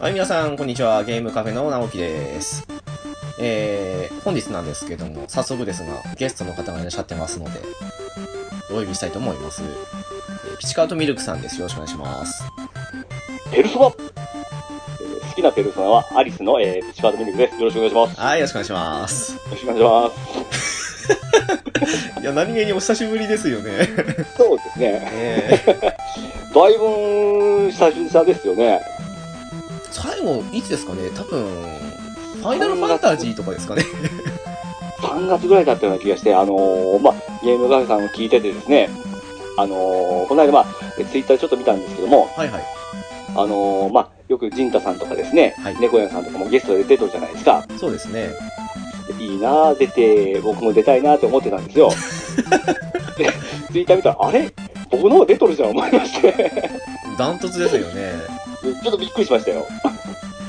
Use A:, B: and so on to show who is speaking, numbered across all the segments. A: 皆さん、こんにちは。ゲームカフェの直樹です。えー、本日なんですけども、早速ですが、ゲストの方がいらっしゃってますので、お呼びしたいと思います。えーピチカートミルクさんです。よろしくお願いします。
B: ペルソナ、えー好きなペルソナはアリスの、えー、ピチカートミルクです。よろしくお願いします。よ
A: はい、よろしくお願いします。
B: ろしくお願いしま
A: いや、何気にお久しぶりですよね。
B: す。そうですね。
A: えー、
B: だいぶ、久々ですよね。
A: 最後、いつですかね多分、ファイナルファンタジーとかですかね。
B: 3月ぐらいだったような気がして、あのーまあ、ゲームカフェさんを聞いててですね、あのーこの間、まあ、ツイッターちょっと見たんですけども、
A: はいはい。
B: あのーまあ、よくジンタさんとかですね、
A: はい
B: 猫屋さんとかもゲストで出てるじゃないですか。
A: そうですね。
B: いいなぁ、出て、僕も出たいなぁと思ってたんで すよ。で、ツイッター見たら、あれ僕の方出とるじゃん、思いまして。
A: ダントツですよね。
B: ちょっとびっくりしましたよ。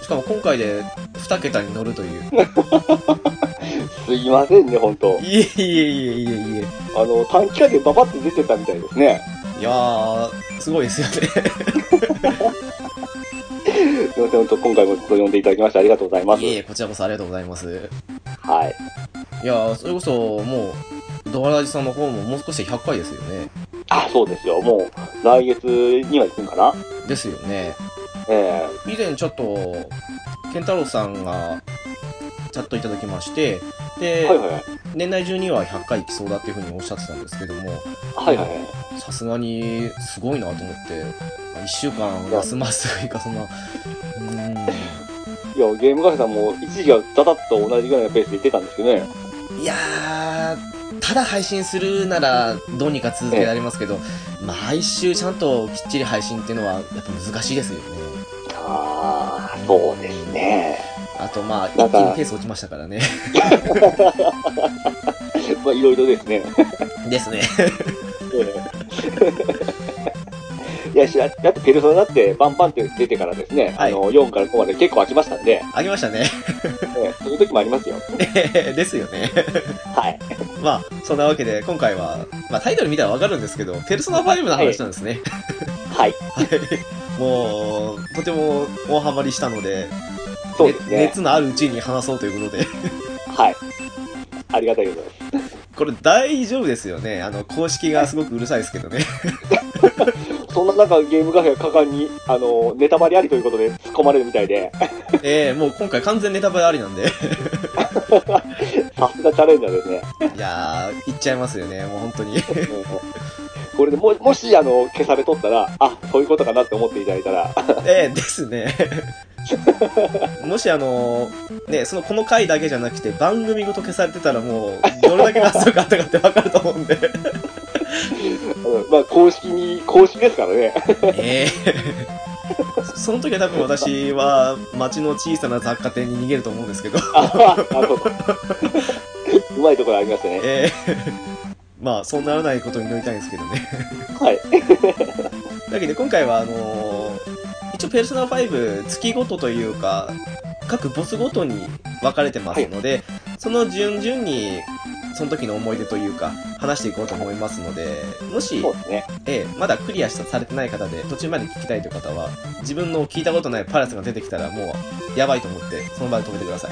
A: しかも今回で2桁に乗るという。
B: すいませんね、本当
A: いえいえいえいえいえ。
B: あの、短期間でババって出てたみたいですね。
A: いやー、すごいですよね。
B: すいません、本当今回も呼んでいただきましてありがとうございます。
A: いえいえ、こちらこそありがとうございます。
B: はい。
A: いやー、それこそ、もう、ドアラジさんの方ももう少しで100回ですよね。
B: あ、そうですよ。もう、来月には行くんかな
A: ですよね。
B: え
A: 以前ちょっと、ケンタロウさんが、チャットいただきまして、
B: え
A: で、
B: はいはいはい。
A: 年内中には100回行きそうだっていうふうにおっしゃってたんですけども、
B: はいはいはい。
A: さすがに、すごいなと思って、1週間休ますというか、そんな、うー
B: いや、ゲームカフェさんも一時期はダダッと同じぐらいのペースで行ってたんですけどね。
A: ん。いやー、ただ配信するなら、どうにか続けられますけど、毎週ちゃんときっちり配信っていうのは、やっぱ難しいですよね。
B: ああ、そうですね。
A: あと、まあ、一気
B: なんか
A: にペース落ちましたからね。
B: まあ、いろいろ ですね。
A: ですね。
B: ええいや、しらだってペルソナだってバンバンって出てからですね、
A: はい
B: あの、4から5まで結構空きましたんで、
A: ありましたね。
B: ええそういう時もありますよ。
A: ですよね。
B: はい。
A: まあ、そんなわけで、今回は、まあ、タイトル見たらわかるんですけど、ペルソナ5の話なんですね。
B: はい。
A: もう、とても大ハマりしたので、
B: そうですね。
A: ね熱のあるうちに話そうということで。
B: はい。ありがたいございま
A: これ大丈夫ですよね。あの、公式がすごくうるさいですけどね。
B: す。そんな中、ゲームカフェが果敢に、あの、ネタバレありということで突っ込まれるみたいで、
A: ええもう今回完全ネタバレありなんで。
B: さすがチャレンジャーですね。
A: いやー、言っちゃいますよね。もう本当に。
B: うんこれでも、もし、あの、消されとったら、あ、そういうことかなって思っていただいたら、
A: ええですね。 もしあのね、その、この回だけじゃなくて、番組ごと消されてたらもう、どれだけ謎があったかってわかると思うんで。
B: うんまあ、公式に、公式ですからね。
A: ええ その時は多分私は街の小さな雑貨店に逃げると思うんですけど、
B: ああ、そうか。うまいところありましたね。
A: ええ まあそうならないことに祈りたいんですけどね。
B: はい。
A: だけど今回はあのー一応ペルソナ5月ごとというか、各ボスごとに分かれてますので、その順々にその時の思い出というか話していこうと思いますので、もし
B: そう、ですね。
A: ええまだクリアしたされてない方で途中まで聞きたいという方は、自分の聞いたことないパラスが出てきたらもうやばいと思って、その場で止めてください。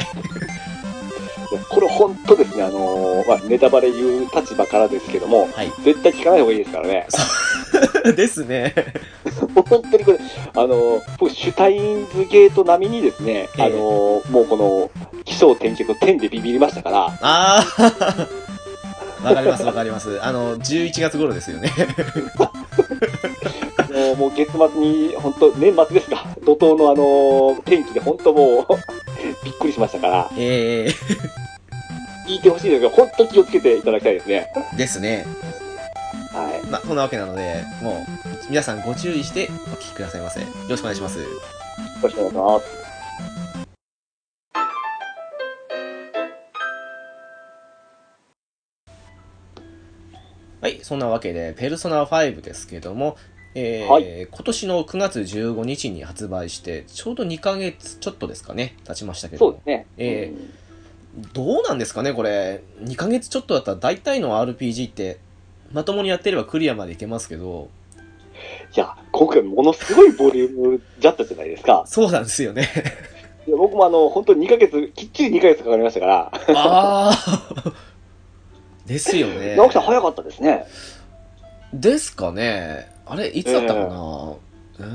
B: これ本当ですね、あのーまあ、ネタバレ言う立場からですけども、
A: はい。
B: 絶対聞かない方がいいですからね。
A: ですね。
B: 本当にこれ、あの、僕、シュタインズゲート並みにですね、
A: ええ
B: あの、もうこの、起承転結の点でビビりましたから、
A: ああわかりますわかります。あの、11月頃ですよね。
B: もうもう月末に、本当年末ですが、怒涛のあの、天気で本当もう、 びっくりしましたから、
A: ええ
B: 聞いてほしいですが、本当気をつけていただきたいですね。
A: ですね。
B: はい。
A: まあ、そんなわけなので、もう、皆さんご注意してお聞きくださいませ。よろしくお願いします。
B: よろしくお願いします。
A: はい、そんなわけで、ペルソナ5ですけども、えー
B: は
A: 今年の9月15日に発売して、ちょうど2ヶ月ちょっとですかね、経ちましたけ
B: そう
A: ど
B: で、すね。
A: え
B: うん
A: どうなんですかね、これ、2ヶ月ちょっとだったら大体の RPG って、まともにやってればクリアまでいけますけど、
B: いや、今回ものすごいボリュームだったじゃないですか。
A: そうなんですよね。
B: で僕もあの、本当に2ヶ月、きっちり2ヶ月かかりましたから、
A: ああ。 ですよね。
B: 直樹さん早かったですね。
A: ですかね。あれ、いつだったかな、うー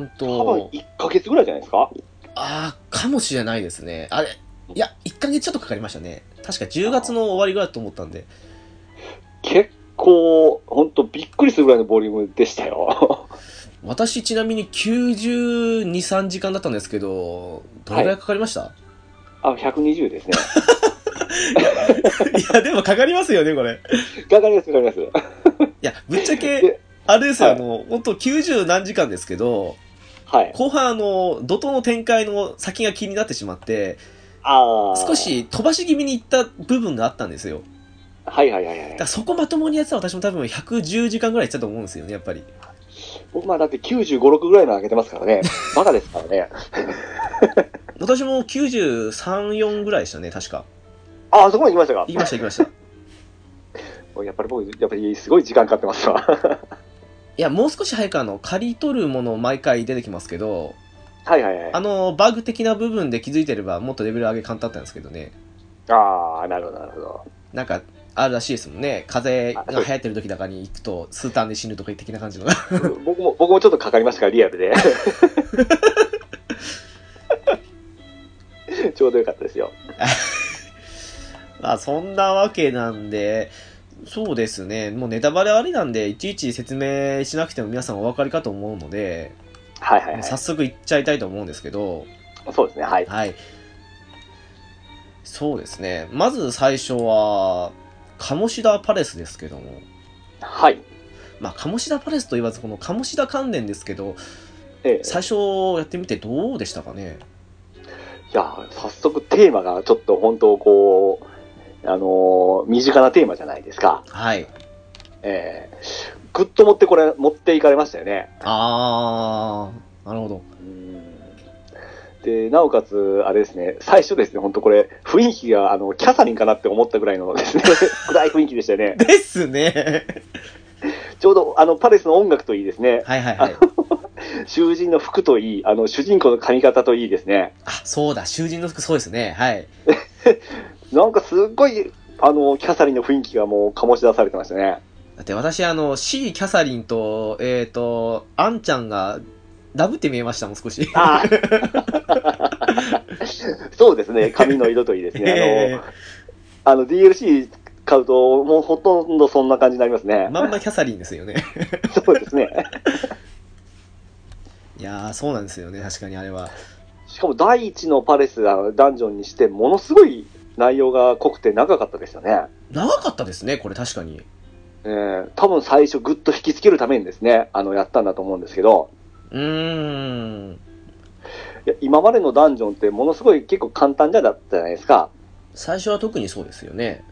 A: ん
B: 多
A: と、
B: 分1ヶ月ぐらいじゃないですか
A: ああ、かもしれないですね。あれ、いや、1ヶ月ちょっとかかりましたね。確か10月の終わりぐらいだと思ったんで。
B: 結構、本当びっくりするぐらいのボリュームでしたよ。
A: 私、ちなみに92、3時間だったんですけど、どれぐらいかかりました、
B: あの、120ですね。
A: い、や、でもかかりますよね、これ。
B: かかります、かかります。
A: いや、ぶっちゃけ
B: で、
A: あれですよ、
B: はい
A: あの、本当90何時間ですけど、
B: はい。
A: 後半、あの、怒涛の展開の先が気になってしまって、
B: ああ。
A: 少。し飛ばし気味にいった部分があったんですよ。
B: はいはいはいは
A: だ
B: い
A: から。そこまともにやってたら私も多分110時間ぐらいやってたと思うんですよね、やっぱり。
B: 僕まあだって95、6ぐらいの上げてますか らね。バカですからね。
A: 私も93、4ぐらいでしたね、確か。
B: ああ、そこまで行きましたか
A: 言いました、言いました。い
B: やっぱり僕、やっぱりすごい時間かかってますわ。
A: や、もう少し早くあの、刈り取るもの毎回出てきますけど、
B: はいはいはい。
A: あの、バグ的な部分で気づいてればもっとレベル上げ簡単だったんですけどね。
B: ああ、なるほどなるほど。
A: なんか、あるらしいですもんね。風邪が流行ってる時だかに行くと、スータンで死ぬとか的な感じのが。
B: 僕も、僕もちょっとかかりましたから、リアルで。 ちょうどよかったですよ。
A: まあ、そんなわけなんで、そうですね。もうネタバレありなんで、いちいち説明しなくても皆さんお分かりかと思うので、
B: はいはいはい。
A: 早速行っちゃいたいと思うんですけど、
B: そうですね、はい。
A: はい。そうですね。まず最初は、鴨志田パレスですけども。
B: はい。
A: まあ、鴨志田パレスと言わず、この鴨志田関連ですけど、
B: ええ。
A: 最初やってみてどうでしたかね
B: いや、早速テーマがちょっと本当こう、あのー身近なテーマじゃないですか。
A: はい。
B: ええぐっと持ってこれ、持っていかれましたよね。
A: あー、なるほど。
B: で、なおかつ、あれですね、最初ですね、本当これ、雰囲気が、あの、キャサリンかなって思ったぐらいのですね、 暗い雰囲気でしたよね。
A: ですね。
B: ちょうど、あの、パレスの音楽といいですね、
A: はいはいはい。
B: 囚人の服といい、あの、主人公の髪型といいですね、
A: あ、そうだ、囚人の服そうですね。はい。
B: なんかすっごい、あの、キャサリンの雰囲気がもう醸し出されてましたね。
A: だって私、あの、C ・キャサリンと、えっ、ー、と、アンちゃんが、ダブって見えましたもん、少し。
B: あー そうですね、髪の色といいです
A: え
B: ね。あの、あの DLC 買うと、もうほとんどそんな感じになりますね
A: ー。 まんまキャサリンですよね。
B: そうですね。
A: いやー、そうなんですよね、確かにあれは。
B: しかも第一のパレスあのダンジョンにして、ものすごい内容が濃くて長かったですよね。
A: 長かったですね、これ確かに。
B: えー、多分最初ぐっと引きつけるためにですね、あの、やったんだと思うんですけど、
A: うーん。
B: いや今までのダンジョンってものすごい結構簡単じゃだったじゃないですか。
A: 最初は特にそうですよね。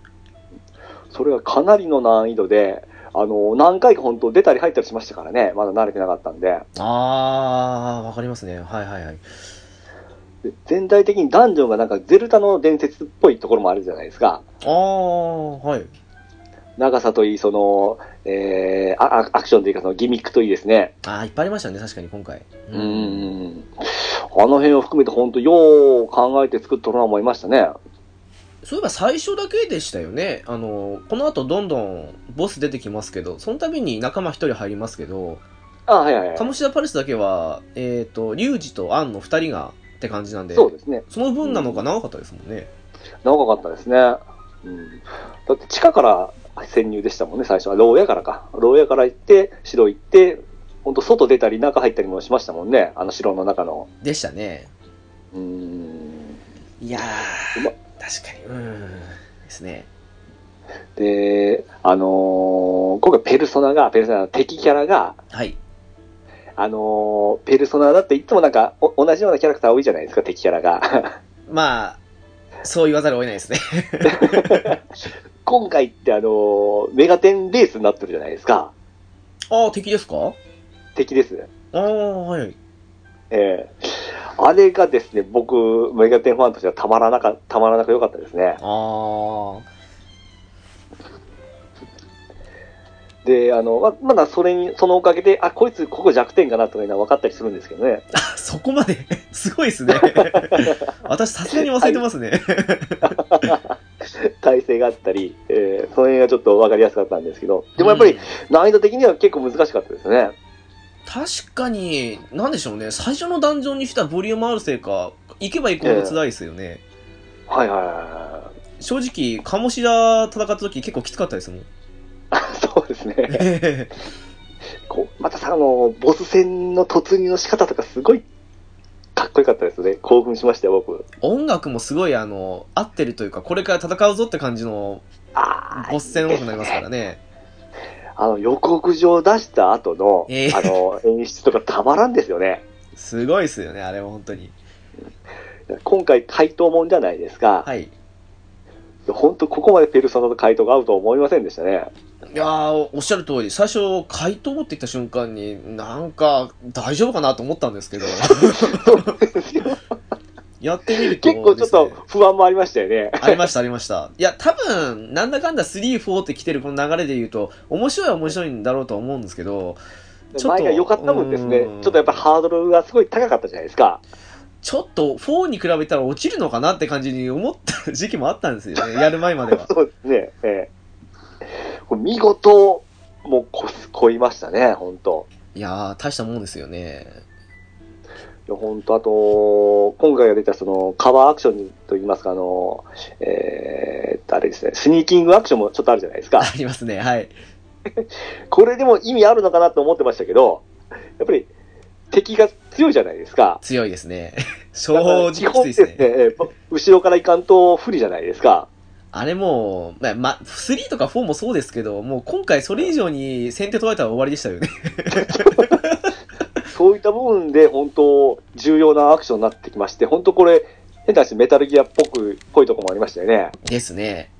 B: それがかなりの難易度で、あの、何回か本当出たり入ったりしましたからね、まだ慣れてなかったんで。
A: あー、わかりますね。はいはいはい。
B: で全体的にダンジョンがなんかゼルタの伝説っぽいところもあるじゃないですか。
A: あー、はい。
B: 長さといい、その、えー、アアアクションというかそのギミックといいですね。
A: あー、いっぱいありましたね、確かに今回。
B: う。ん。あの辺を含めて本当よう考えて作っとるな思いましたね。
A: そういえば最初だけでしたよね。あの、この後どんどんボス出てきますけど、その度に仲間一人入りますけど、
B: あはいはいはい。
A: 鴨志田パレスだけは、えっ、ー、と、リュウジとアンの二人がって感じなんで、
B: そうですね。
A: その分なのか長かったですもんね。
B: 長かったですね。うん。だって地下から潜入でしたもんね、最初は。牢屋からか。牢屋から行って、城行って、本当外出たり中入ったりもしましたもんね。あの城の中の。
A: でしたね。
B: うん。
A: いや
B: うま
A: ー、確かに。うん。ですね。
B: で、あのー今回ペルソナが、ペルソナの敵キャラが、
A: はい。
B: あのーペルソナだっていつもなんかお同じようなキャラクター多いじゃないですか、敵キャラが。
A: まあ、そう言わざるを得ないですね。
B: 今回ってあのーメガテンレースになってるじゃないですか。
A: ああ、敵ですか
B: 敵です。
A: ああ、はい。
B: えーあれがですね、僕、メガテンファンとしてはたまらなか、たまらなく良かったですね。
A: ああ。
B: で、あの、ままだそれに、そのおかげで、あ、こいつここ弱点かなとかいうのは分かったりするんですけどね。
A: あ そこまですごい ですね。私、さすがに忘れてますね。
B: 体勢があったり、えーその辺がちょっと分かりやすかったんですけど、でもやっぱり
A: うん
B: 難易度的には結構難しかったですね。
A: 確かに、なんでしょうね。最初のダンジョンにしたボリュームあるせいか、行けば行くほど辛いですよね。
B: はいはいはいは
A: 正直、鴨志田戦った時結構きつかったですもん。
B: い。 そうですね。こう、またさ、あの、ボス戦の突入の仕方とかすごいかっこよかったですね。興奮しましたよ、僕。
A: 音楽もすごい、あの、合ってるというか、これから戦うぞって感じの
B: ああ。
A: ボス戦多くなりますからね。
B: あの、予告状を出した後の、
A: ええ
B: あの、演出とかたまらんですよね。
A: すごいですよね、あれも本当に。
B: 今回、怪盗もんじゃないですか。
A: はい。い
B: 本当ここまでペルソナと怪盗が合うとは思いませんでしたね。
A: やー、おっしゃる通り、最初、回答持ってきた瞬間に、なんか、大丈夫かなと思ったんですけ ど、やってみると、
B: 結構ちょっと不安もありましたよね。
A: ありました、ありました。いや、多分、なんだかんだ3、4って来てるこの流れで言うと、面白いは面白いんだろうとは思うんですけど、ちょっと
B: 前が良かったもんですね
A: うん。
B: ちょっとやっぱハードルがすごい高かったじゃないですか。。
A: ちょっと4に比べたら落ちるのかなって感じに思った時期もあったんですよね、やる前までは
B: そうですね。ええこれ見事、もうこす、こいましたね、本当
A: いやー、大したもんですよね。
B: いや本当あと、今回が出たそのカバーアクションといいますか、あの、えーっと、あれですね、スニーキングアクションもちょっとあるじゃないですか
A: あ。りますね、はい。
B: これでも意味あるのかなと思ってましたけど、やっぱり敵が強いじゃないですか。
A: 強いですね。正
B: だから
A: 直き
B: 基
A: つい
B: 本
A: で
B: ですす
A: ね
B: ね、。ええ後ろからいかんと不利じゃないですか。
A: あれもう、まあ、まあ、3とか4もそうですけど、もう今回それ以上に先手取られたら終わりでしたよね。
B: そういった部分で本当、重要なアクションになってきまして、本当これ、変な話、メタルギアっぽく、ぽいとこもありましたよね。
A: ですね。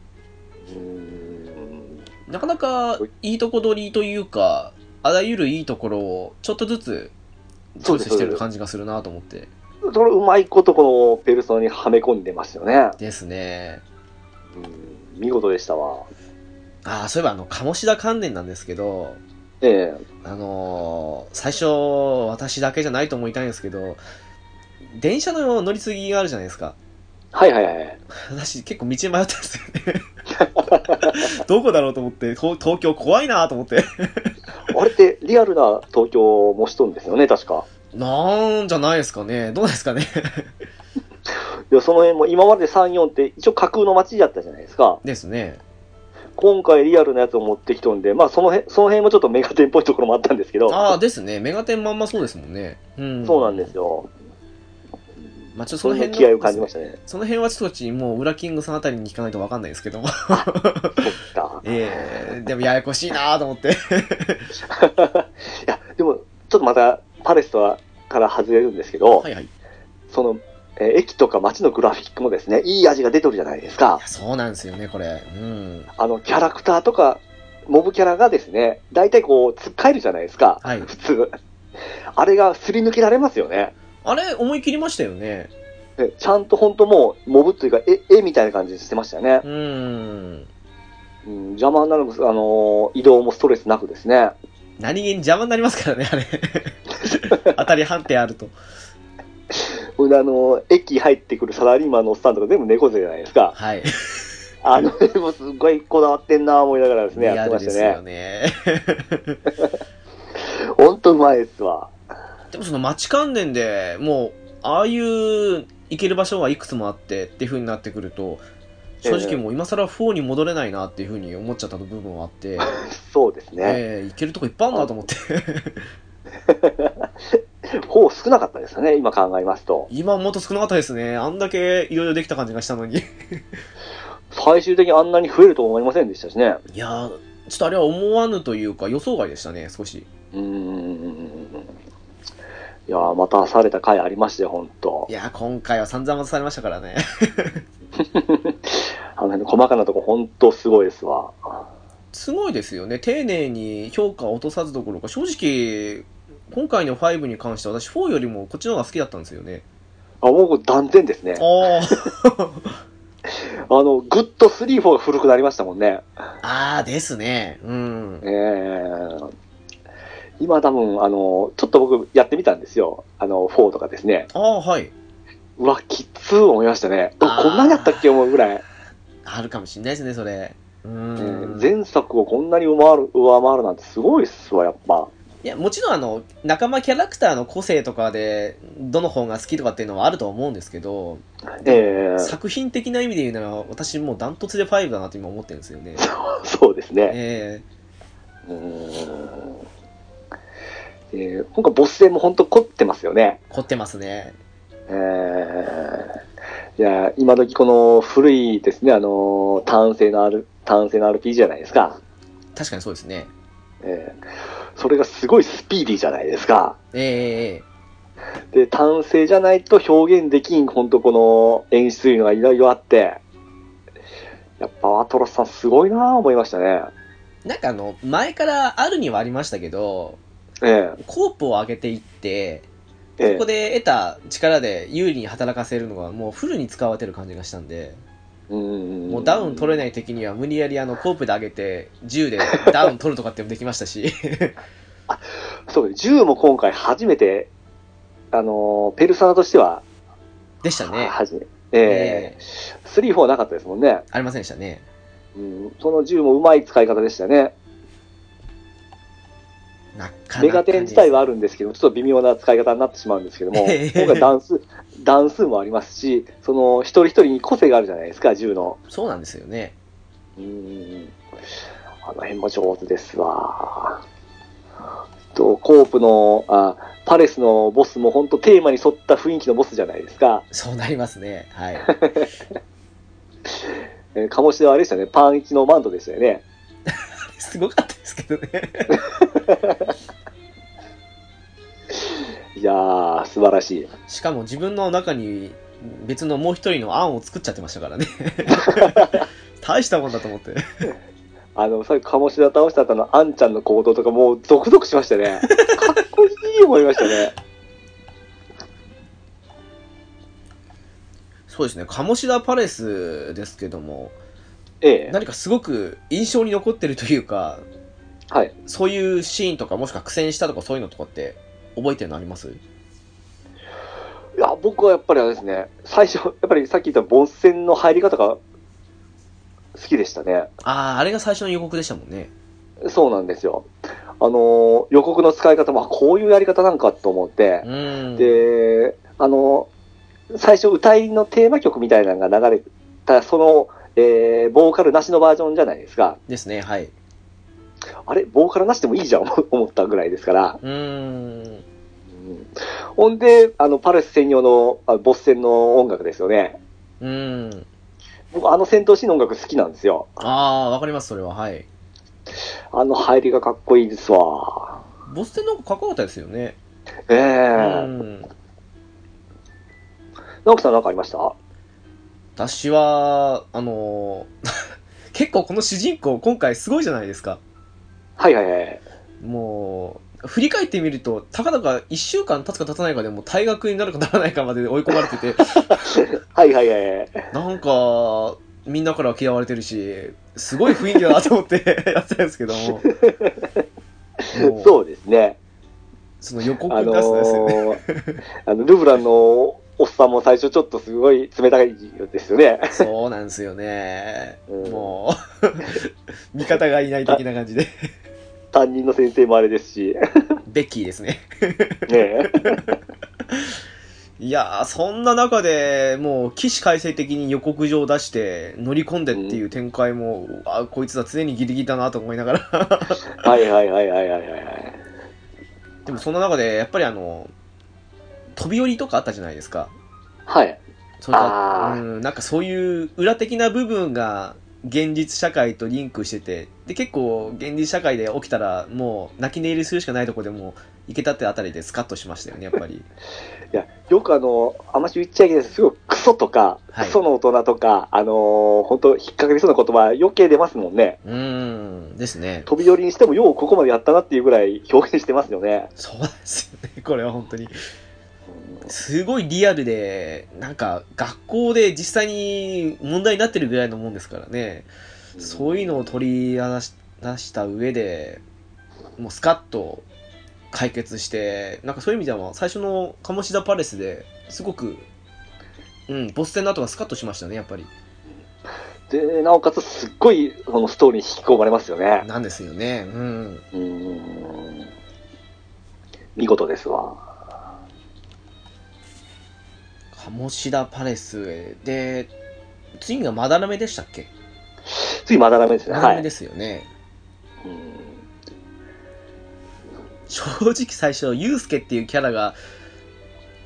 B: うーん
A: なかなかいいとこ取りというか、あらゆるいいところをちょっとずつチョイスしてる感じがするなと思って。
B: そのうまいことこのペルソナにはめ込んでますよね。
A: ですね。
B: うん見事でしたわ。
A: ああ、そういえばあの、鴨志田関連なんですけど、
B: ええ
A: あのー最初、私だけじゃないと思いたいんですけど、電車の乗り継ぎがあるじゃないですか。
B: はいはいはい。
A: 私結構道迷ったんですよね。 どこだろうと思って、東東京怖いなと思って。
B: あれってリアルな東京もしとんですよね、確か。
A: なんじゃないですかね。どうなんですかね。
B: いや、その辺も今まで3、4って一応架空の街だったじゃないですか。
A: ですね。
B: 今回リアルなやつを持ってきとんで、まあその辺、その辺もちょっとメガテンっぽいところもあったんですけど。
A: ああ、ですね。メガテンまんまそうですもんね。うん。
B: そうなんです
A: よ。
B: よ。
A: まあ、ちょっとそ
B: そ
A: の
B: の
A: 辺
B: 辺気合を感じましたね。
A: その辺はちょっともう、ウラキングさんあたりに聞かないとわかんないですけども。
B: そっか。 い
A: ええでもややこしいなと思って。
B: や、でも、ちょっとまた、パレスとはから外れるんですけど、
A: はいはい。い
B: その、えー駅とか街のグラフィックもですね、いい味が出てるじゃないですか
A: や。そうなんですよね、これ。うん。
B: あの、キャラクターとか、モブキャラがですね、大体こう、突っかえるじゃないですか。
A: はい
B: 普通。あれがすり抜けられますよね。
A: あれ、思い切りましたよね。
B: でちゃんと本当もう、モブというか、絵、絵みたいな感じにしてましたよね
A: う。ーん。
B: うん、邪魔になる、あのー移動もストレスなくですね。
A: 何気に邪魔になりますからね、 あれ。当たり判定あると。
B: ほんであの、駅入ってくるサラリーマンのおっさんとか全部猫背じゃないですか。
A: はい。
B: あの、でもすごいこだわってんな思いながらですね、
A: リ
B: や
A: ア
B: ってま
A: ル
B: し
A: です
B: た
A: よ
B: ね。
A: ね。
B: ほんとうまいですわ。
A: でもその街関連でもう、ああいう行ける場所はいくつもあってっていう風になってくると、正直もう今更4に戻れないなっていう風に思っちゃった部分はあって、
B: そうですね。
A: ええ行けるとこいっぱいあるなと思って、
B: ほう少なかったですよね、今考えますと。
A: 今もっと少なかったですね。あんだけいろいろできた感じがしたのに。い
B: 最終的にあんなに増えると思いませんでしたしね。
A: やー、ちょっとあれは思わぬというか予想外でしたね、少し。
B: うーん。いやー、またされた回ありまして、ほんと
A: い。やー、今回は散々渡されましたからね。
B: あの辺の細かなとこほんとすごいですわ。
A: すごいですよね。丁寧に評価を落とさずどころか、正直、今回の5に関しては私4よりもこっちの方が好きだったんですよね。
B: あ、もう断然ですね
A: あ。あ。
B: あの、グッと3、4が古くなりましたもんね。
A: あーですね。うん
B: え。ー今多分、あの、ちょっと僕やってみたんですよ。あの、4とかですね。
A: ああ、はい。
B: うわ、きつー思いましたね。うわ
A: あー
B: こんなにあったっけ思うぐらい。
A: あるかもしんないですね、それ。うん。
B: えー前作をこんなに上回る、上回るなんてすごいっすわ、やっぱ。
A: いや、もちろんあの、仲間キャラクターの個性とかで、どの方が好きとかっていうのはあると思うんですけど、
B: えー
A: 作品的な意味で言うなら、私もうダントツで5だなと今思ってるんですよ ね。
B: そうですね。
A: え
B: うーんえー今回ボス戦も本当凝ってますよね。
A: ー、凝ってますね。
B: えーいや、今時この古いですね、あの、単性のある、単性の RPG じゃないですか。
A: 確かにそうですね。
B: えーそれがすごいスピーディーじゃないですか。
A: え
B: で、単性じゃないと表現できん、本当この演出というのがいろいろあって、やっぱアトラスさんすごいなぁ思いましたね。
A: えなんかあの、前からあるにはありましたけど、
B: えー
A: コープを上げていって、
B: えー
A: ここで得た力で有利に働かせるのがもうフルに使われてる感じがしたんで、
B: うん
A: もうダウン取れない敵には無理やりあのコープで上げて銃でダウン取るとかってもできましたし、
B: そう、銃も今回初めて、あのーペルサナとしては、
A: でしたね。
B: はじめ、えー、3、4はなかったですもんね。
A: ありませんでしたね。
B: うん、その銃もうまい使い方でしたね。
A: なかなか、ね。
B: メガテン自体はあるんですけど、ちょっと微妙な使い方になってしまうんですけども、
A: ええ
B: 今回段数、段数もありますし、その、一人一人に個性があるじゃないですか、銃の。
A: そうなんですよね。
B: うん、あの辺も上手ですわ。と、コープの、あ、パレスのボスも本当テーマに沿った雰囲気のボスじゃないですか。
A: そうなりますね。はい。
B: えー、鴨志田はあれでしたね、パンイチのマントでしたよね。
A: すごかったですけどね。
B: いやー、素晴らしい。
A: しかも自分の中に別のもう一人の案を作っちゃってましたからね。 大したもんだと思って。
B: あの、さっき鴨志田倒した後のアンちゃんの行動とかもうゾクゾクしましたね。かっこいい思いましたね。
A: そうですね。鴨志田パレスですけども、
B: ええ。
A: 何かすごく印象に残ってるというか、
B: はい。
A: そういうシーンとか、もしくは苦戦したとかそういうのとかって覚えてるのあります
B: いや、僕はやっぱりあれですね、最初、やっぱりさっき言った凡戦の入り方が好きでしたね。
A: ああ、あれが最初の予告でしたもんね。
B: そうなんですよ。あのー予告の使い方も、あこういうやり方なんかと思って
A: う、ーん。
B: で、あの、最初歌いのテーマ曲みたいなのが流れた、その、えーボーカルなしのバージョンじゃないですか。
A: ですね、はい。
B: あれボーカルなしでもいいじゃん、 思思ったぐらいですから。
A: うーん。
B: うんほんで、あの、パレス専用の、あボス戦の音楽ですよね。
A: うーん。
B: 僕、あの戦闘シーンの音楽好きなんですよ。
A: ああー、わかります、それは。はい。
B: あの入りがかっこいいですわ。
A: ボス戦なんかかっこよかったですよね。
B: ええ
A: うん。
B: 直樹さんなんかありました
A: 私は、あのー 結構この主人公、今回すごいじゃないですか。
B: はいはいはい。
A: もう、振り返ってみると、たかだか1週間経つか経たないかでもう退学になるかならないかまで追い込まれて て、
B: はいはいはい。
A: なんか、みんなから嫌われてるし、すごい雰囲気だなと思ってやってたんですけども。もう
B: そうですね。
A: その予告
B: あの
A: 出すのですよね。
B: ー、あのルブランのおっさんも最初ちょっとすごい冷たいですよね。
A: そうなんですよね。
B: うん
A: もう、 味方がいない的な感じ で。
B: 担任の先生もあれですし。
A: ベッキーですね。
B: ねえ
A: いやー、そんな中でもう、起死回生的に予告状を出して、乗り込んでっていう展開も、うわこいつは常にギリギリだなと思いながら。
B: はいはいはいはいはいはい。
A: でもそんな中で、やっぱりあの、飛び降りとかあったじゃないですか。
B: はい。
A: それと
B: あー
A: うん、なんかそういう裏的な部分が現実社会とリンクしてて、で、結構現実社会で起きたらもう泣き寝入りするしかないとこでもういけたってあたりでスカッとしましたよね、やっぱ り。
B: いや、よくあの、あんまし言っちゃいけないですけど、すごいクソとか、
A: はい
B: クソの大人とか、あのー、本当引っ掛かりそうな言葉余計出ますもんね。
A: うーん、ですね。
B: 飛び降りにしてもようここまでやったなっていうぐらい表現してますよね。
A: そうなんですよね、これは本当に。すごいリアルで、なんか学校で実際に問題になってるぐらいのもんですからね。そういうのを取り出し出した上で、もうスカッと解決して、なんかそういう意味では最初の鴨志田パレスですごく、うん、ボス戦の後がスカッとしましたね、やっぱり。
B: で、なおかつすっごいそのストーリーに引き込まれますよね。
A: なんですよね。うん。
B: うん。見事ですわ。
A: 鴨志田パレスへで、次がまだらめでしたっけ
B: 次、まだらめですね。
A: まだ
B: は
A: らめ
B: い。
A: ですよね。
B: うん
A: 正直最初、ユうスケっていうキャラが、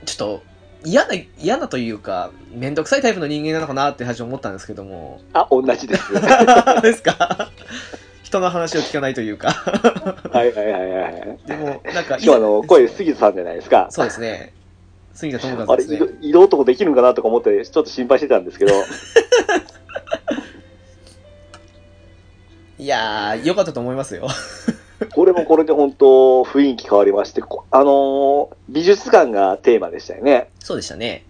A: ちょっと、嫌な、嫌なというか、めんどくさいタイプの人間なのかなって最初思ったんですけども。
B: あ、同じです。は
A: ですか人の話を聞かないというか。
B: いはいはいはい。
A: でも、なんか、
B: 今日あの、声、杉田さんじゃないですか。
A: そうですね。杉田智
B: あ
A: 和で
B: れ、
A: す
B: 移
A: ね
B: 動。移動とかできるんかなとか思って、ちょっと心配してたん ですけど、
A: いやー、良かったと思いますよ。
B: これもこれで本当、雰囲気変わりまして、こあのー美術館がテーマでしたよね。
A: そうでしたね。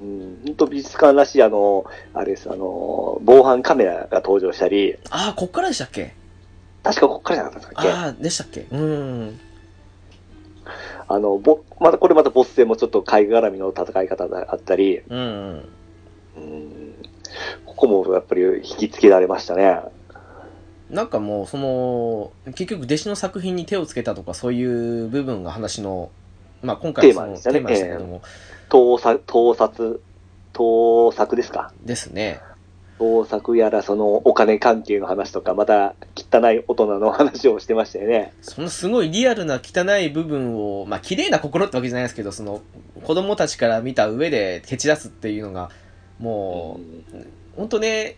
B: うん、本当美術館らしい、あのーあれです、あのー防犯カメラが登場したり、
A: あー、こっからでしたっけ
B: 確かこっからじゃなかったんですかっけ
A: あー、でしたっけうん。
B: あの、ぼ、またこれまたボス戦もちょっと海絡みの戦い方だったり、
A: うんうん。
B: うん、ここもやっぱり引きつけられましたね。
A: なんかもう、その、結局弟子の作品に手をつけたとか、そういう部分が話の、まあ今回はその
B: テーマでしたね
A: テーマでしたけども、
B: 盗撮、盗撮、盗作ですか
A: ですね。
B: 盗作やら、そのお金関係の話とか、また汚い大人の話をしてましたよね。
A: そのすごいリアルな汚い部分を、まあ綺麗な心ってわけじゃないですけど、その子供たちから見た上で蹴散らすっていうのが、もう、本当ね、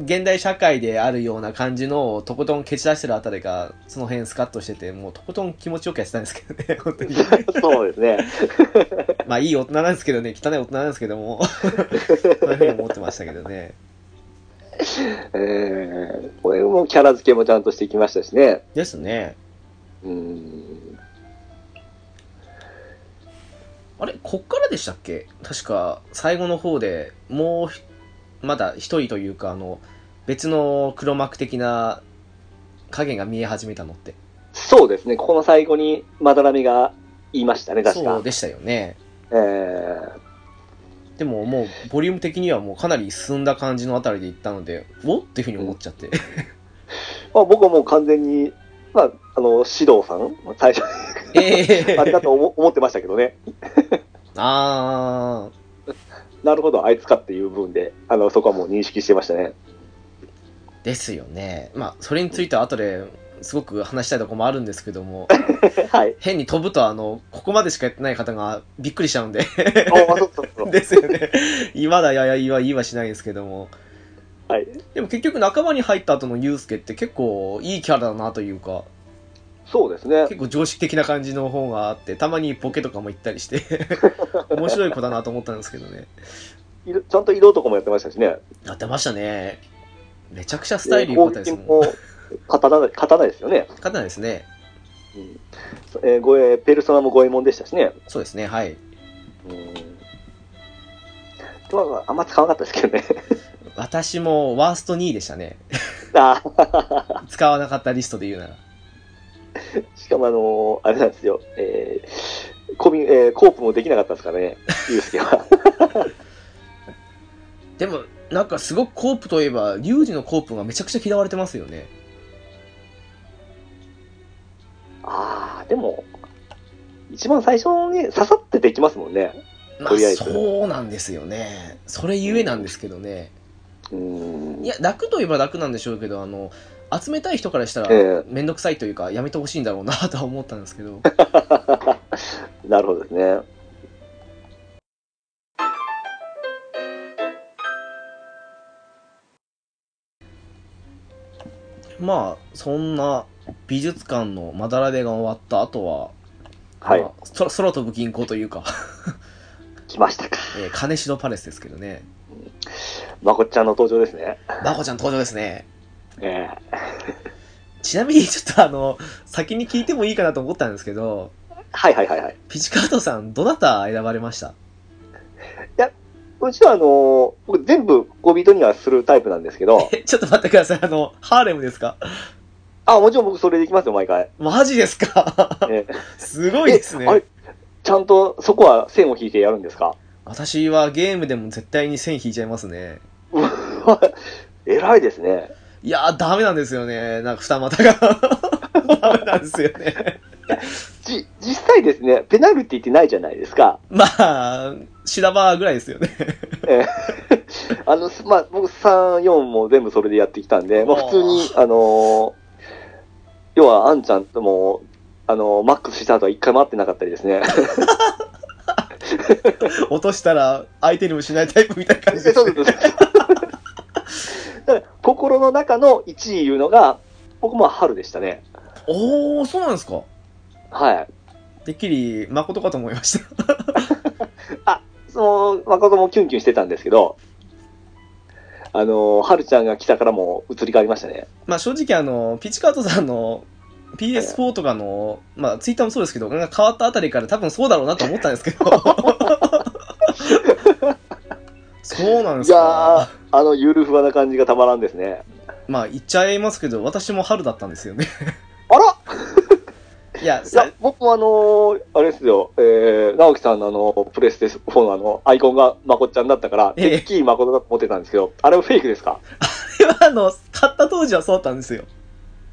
A: 現代社会であるような感じのをとことん蹴散らしてるあたりが、その辺スカッとしてて、もうとことん気持ちよくやってたんですけどね、本 当に。
B: そうですね。
A: まあいい大人なんですけどね、汚い大人なんですけども、そういうふうに思ってましたけどね。
B: えーこれもキャラ付けもちゃんとしてきましたしね。
A: ですね。
B: うん。
A: あれ、こっからでしたっけ確か、最後の方でもうひ、まだ一人というか、あの、別の黒幕的な影が見え始めたのって。
B: そうですね。ここの最後に、まだらみが言いましたね、確
A: そ
B: か
A: う。でしたよね。
B: えー
A: でももう、ボリューム的にはもうかなり進んだ感じのあたりで行ったので、おっていうふうに思っちゃって。
B: まあ、僕はもう完全に、まあ、あの、指導さん、最初、
A: ええ
B: あれだと思思ってましたけどね。
A: あー。
B: なるほど、あいつかっていう部分で、あの、そこはもう認識してました ね。
A: ですよね。まあ、それについては後で、すごく話したいとこもあるんですけども、
B: はい。
A: 変に飛ぶと、あの、ここまでしかやってない方がびっくりしちゃうんで。
B: おそうそうそ う。
A: ですよね。今だやや言わ言わしないですけども。
B: はい。
A: でも結局仲間に入った後のユうスケって結構いいキャラだなというか、
B: そうですね。
A: 結構常識的な感じの方があって、たまにボケとかも行ったりして、 面白い子だなと思ったんですけどね。
B: いろちゃんと 色とかもやってましたしね。
A: やってましたね。めちゃくちゃス
B: ス
A: タイル良かったですもん。
B: も刀で、刀ですよね。
A: 刀ですね。
B: うん。えー、ごえペルソナも五右衛門でしたしね。
A: そうですね、はい。
B: うん。まあ、あんま使わなかったですけどね。
A: 私もワースト2位でしたね。
B: あー
A: 使わなかったリストで言うなら。
B: しかもあのーあれなんですよ、えーコミえーコープもできなかったですからね、ユうスケは。
A: でも、なんかすごくコープといえば、リュウジのコープがめちゃくちゃ嫌われてますよね。
B: ああ、でも、一番最初に刺さってできますもんね。
A: ま
B: と
A: あ、
B: りあえず
A: そうなんですよね。それゆえなんですけどね。
B: うーん。
A: いや、楽といえば楽なんでしょうけど、あの、集めたい人からしたら
B: え、え
A: めんどくさいというか、やめてほしいんだろうなとは思ったんですけ ど。
B: なるほどですね。
A: まあ、そんな美術館のまだらべが終わった後は、
B: はい
A: まあ、そ空飛ぶ銀行というか、
B: 来ましたか。
A: えー金城パレスですけど ね。
B: まこっちゃんの登場ですね。
A: まこちゃん登場ですね。
B: え
A: ちなみに、ちょっとあの、先に聞いてもいいかなと思ったんですけど、
B: えはいはいはいはい。
A: ピチカートさん、どなた選ばれました
B: うちはあのー僕全部恋人にはするタイプなんです けど、
A: え、ちょっと待ってください。あの、ハーレムですか
B: あ、もちろん僕それできますよ、毎回。
A: マジですか
B: え
A: すごいですね
B: えあ。れちゃんとそこは線を引いてやるんですか
A: 私はゲームでも絶対に線引いちゃいますね。
B: 偉いですね。
A: いやー、ダメなんですよね。なんか二股が。 ダメなんですよね。
B: じ、実際ですね、ペナルティってないじゃないですか。
A: まあ、修羅場ぐらいですよね。
B: ええあの、すまあ、僕3、4も全部それでやってきたんで、まあ、普通に、あのー要は、あんちゃんとも、あのーマックスした後は一回待ってなかったりで すね。
A: 落としたら相手にもしないタイプみたいな感じ
B: そう
A: です
B: そう
A: ね。
B: そう。だから心の中の1位いうのが、僕も春でしたね。
A: おー、そうなんですか。
B: はい。
A: てっきり、誠かと思いました。
B: その、誠もキュンキュンしてたんですけど、あのー春ちゃんが来たからもう移り変わりましたね。
A: まあ正直あの、ピチカートさんの PS4 とかの、まあツイッターもそうですけど、なんか変わったあたりから多分そうだろうなと思ったんですけ ど。そうなんで
B: い
A: す
B: やー
A: か。、
B: あの、ゆるふわな感じがたまらんですね。
A: まあ言っちゃいますけど、私も春だったんですよね。
B: あら
A: いや、
B: いや
A: さ、
B: 僕もあのーあれですよ、えー、直樹さんのあの、プレステ4のあの、アイコンがまこっちゃんだったから、
A: ええ
B: てっきりまことだと思ってたんですけど、あれはフェイクですか
A: これはあの、買った当時はそうだったんですよ。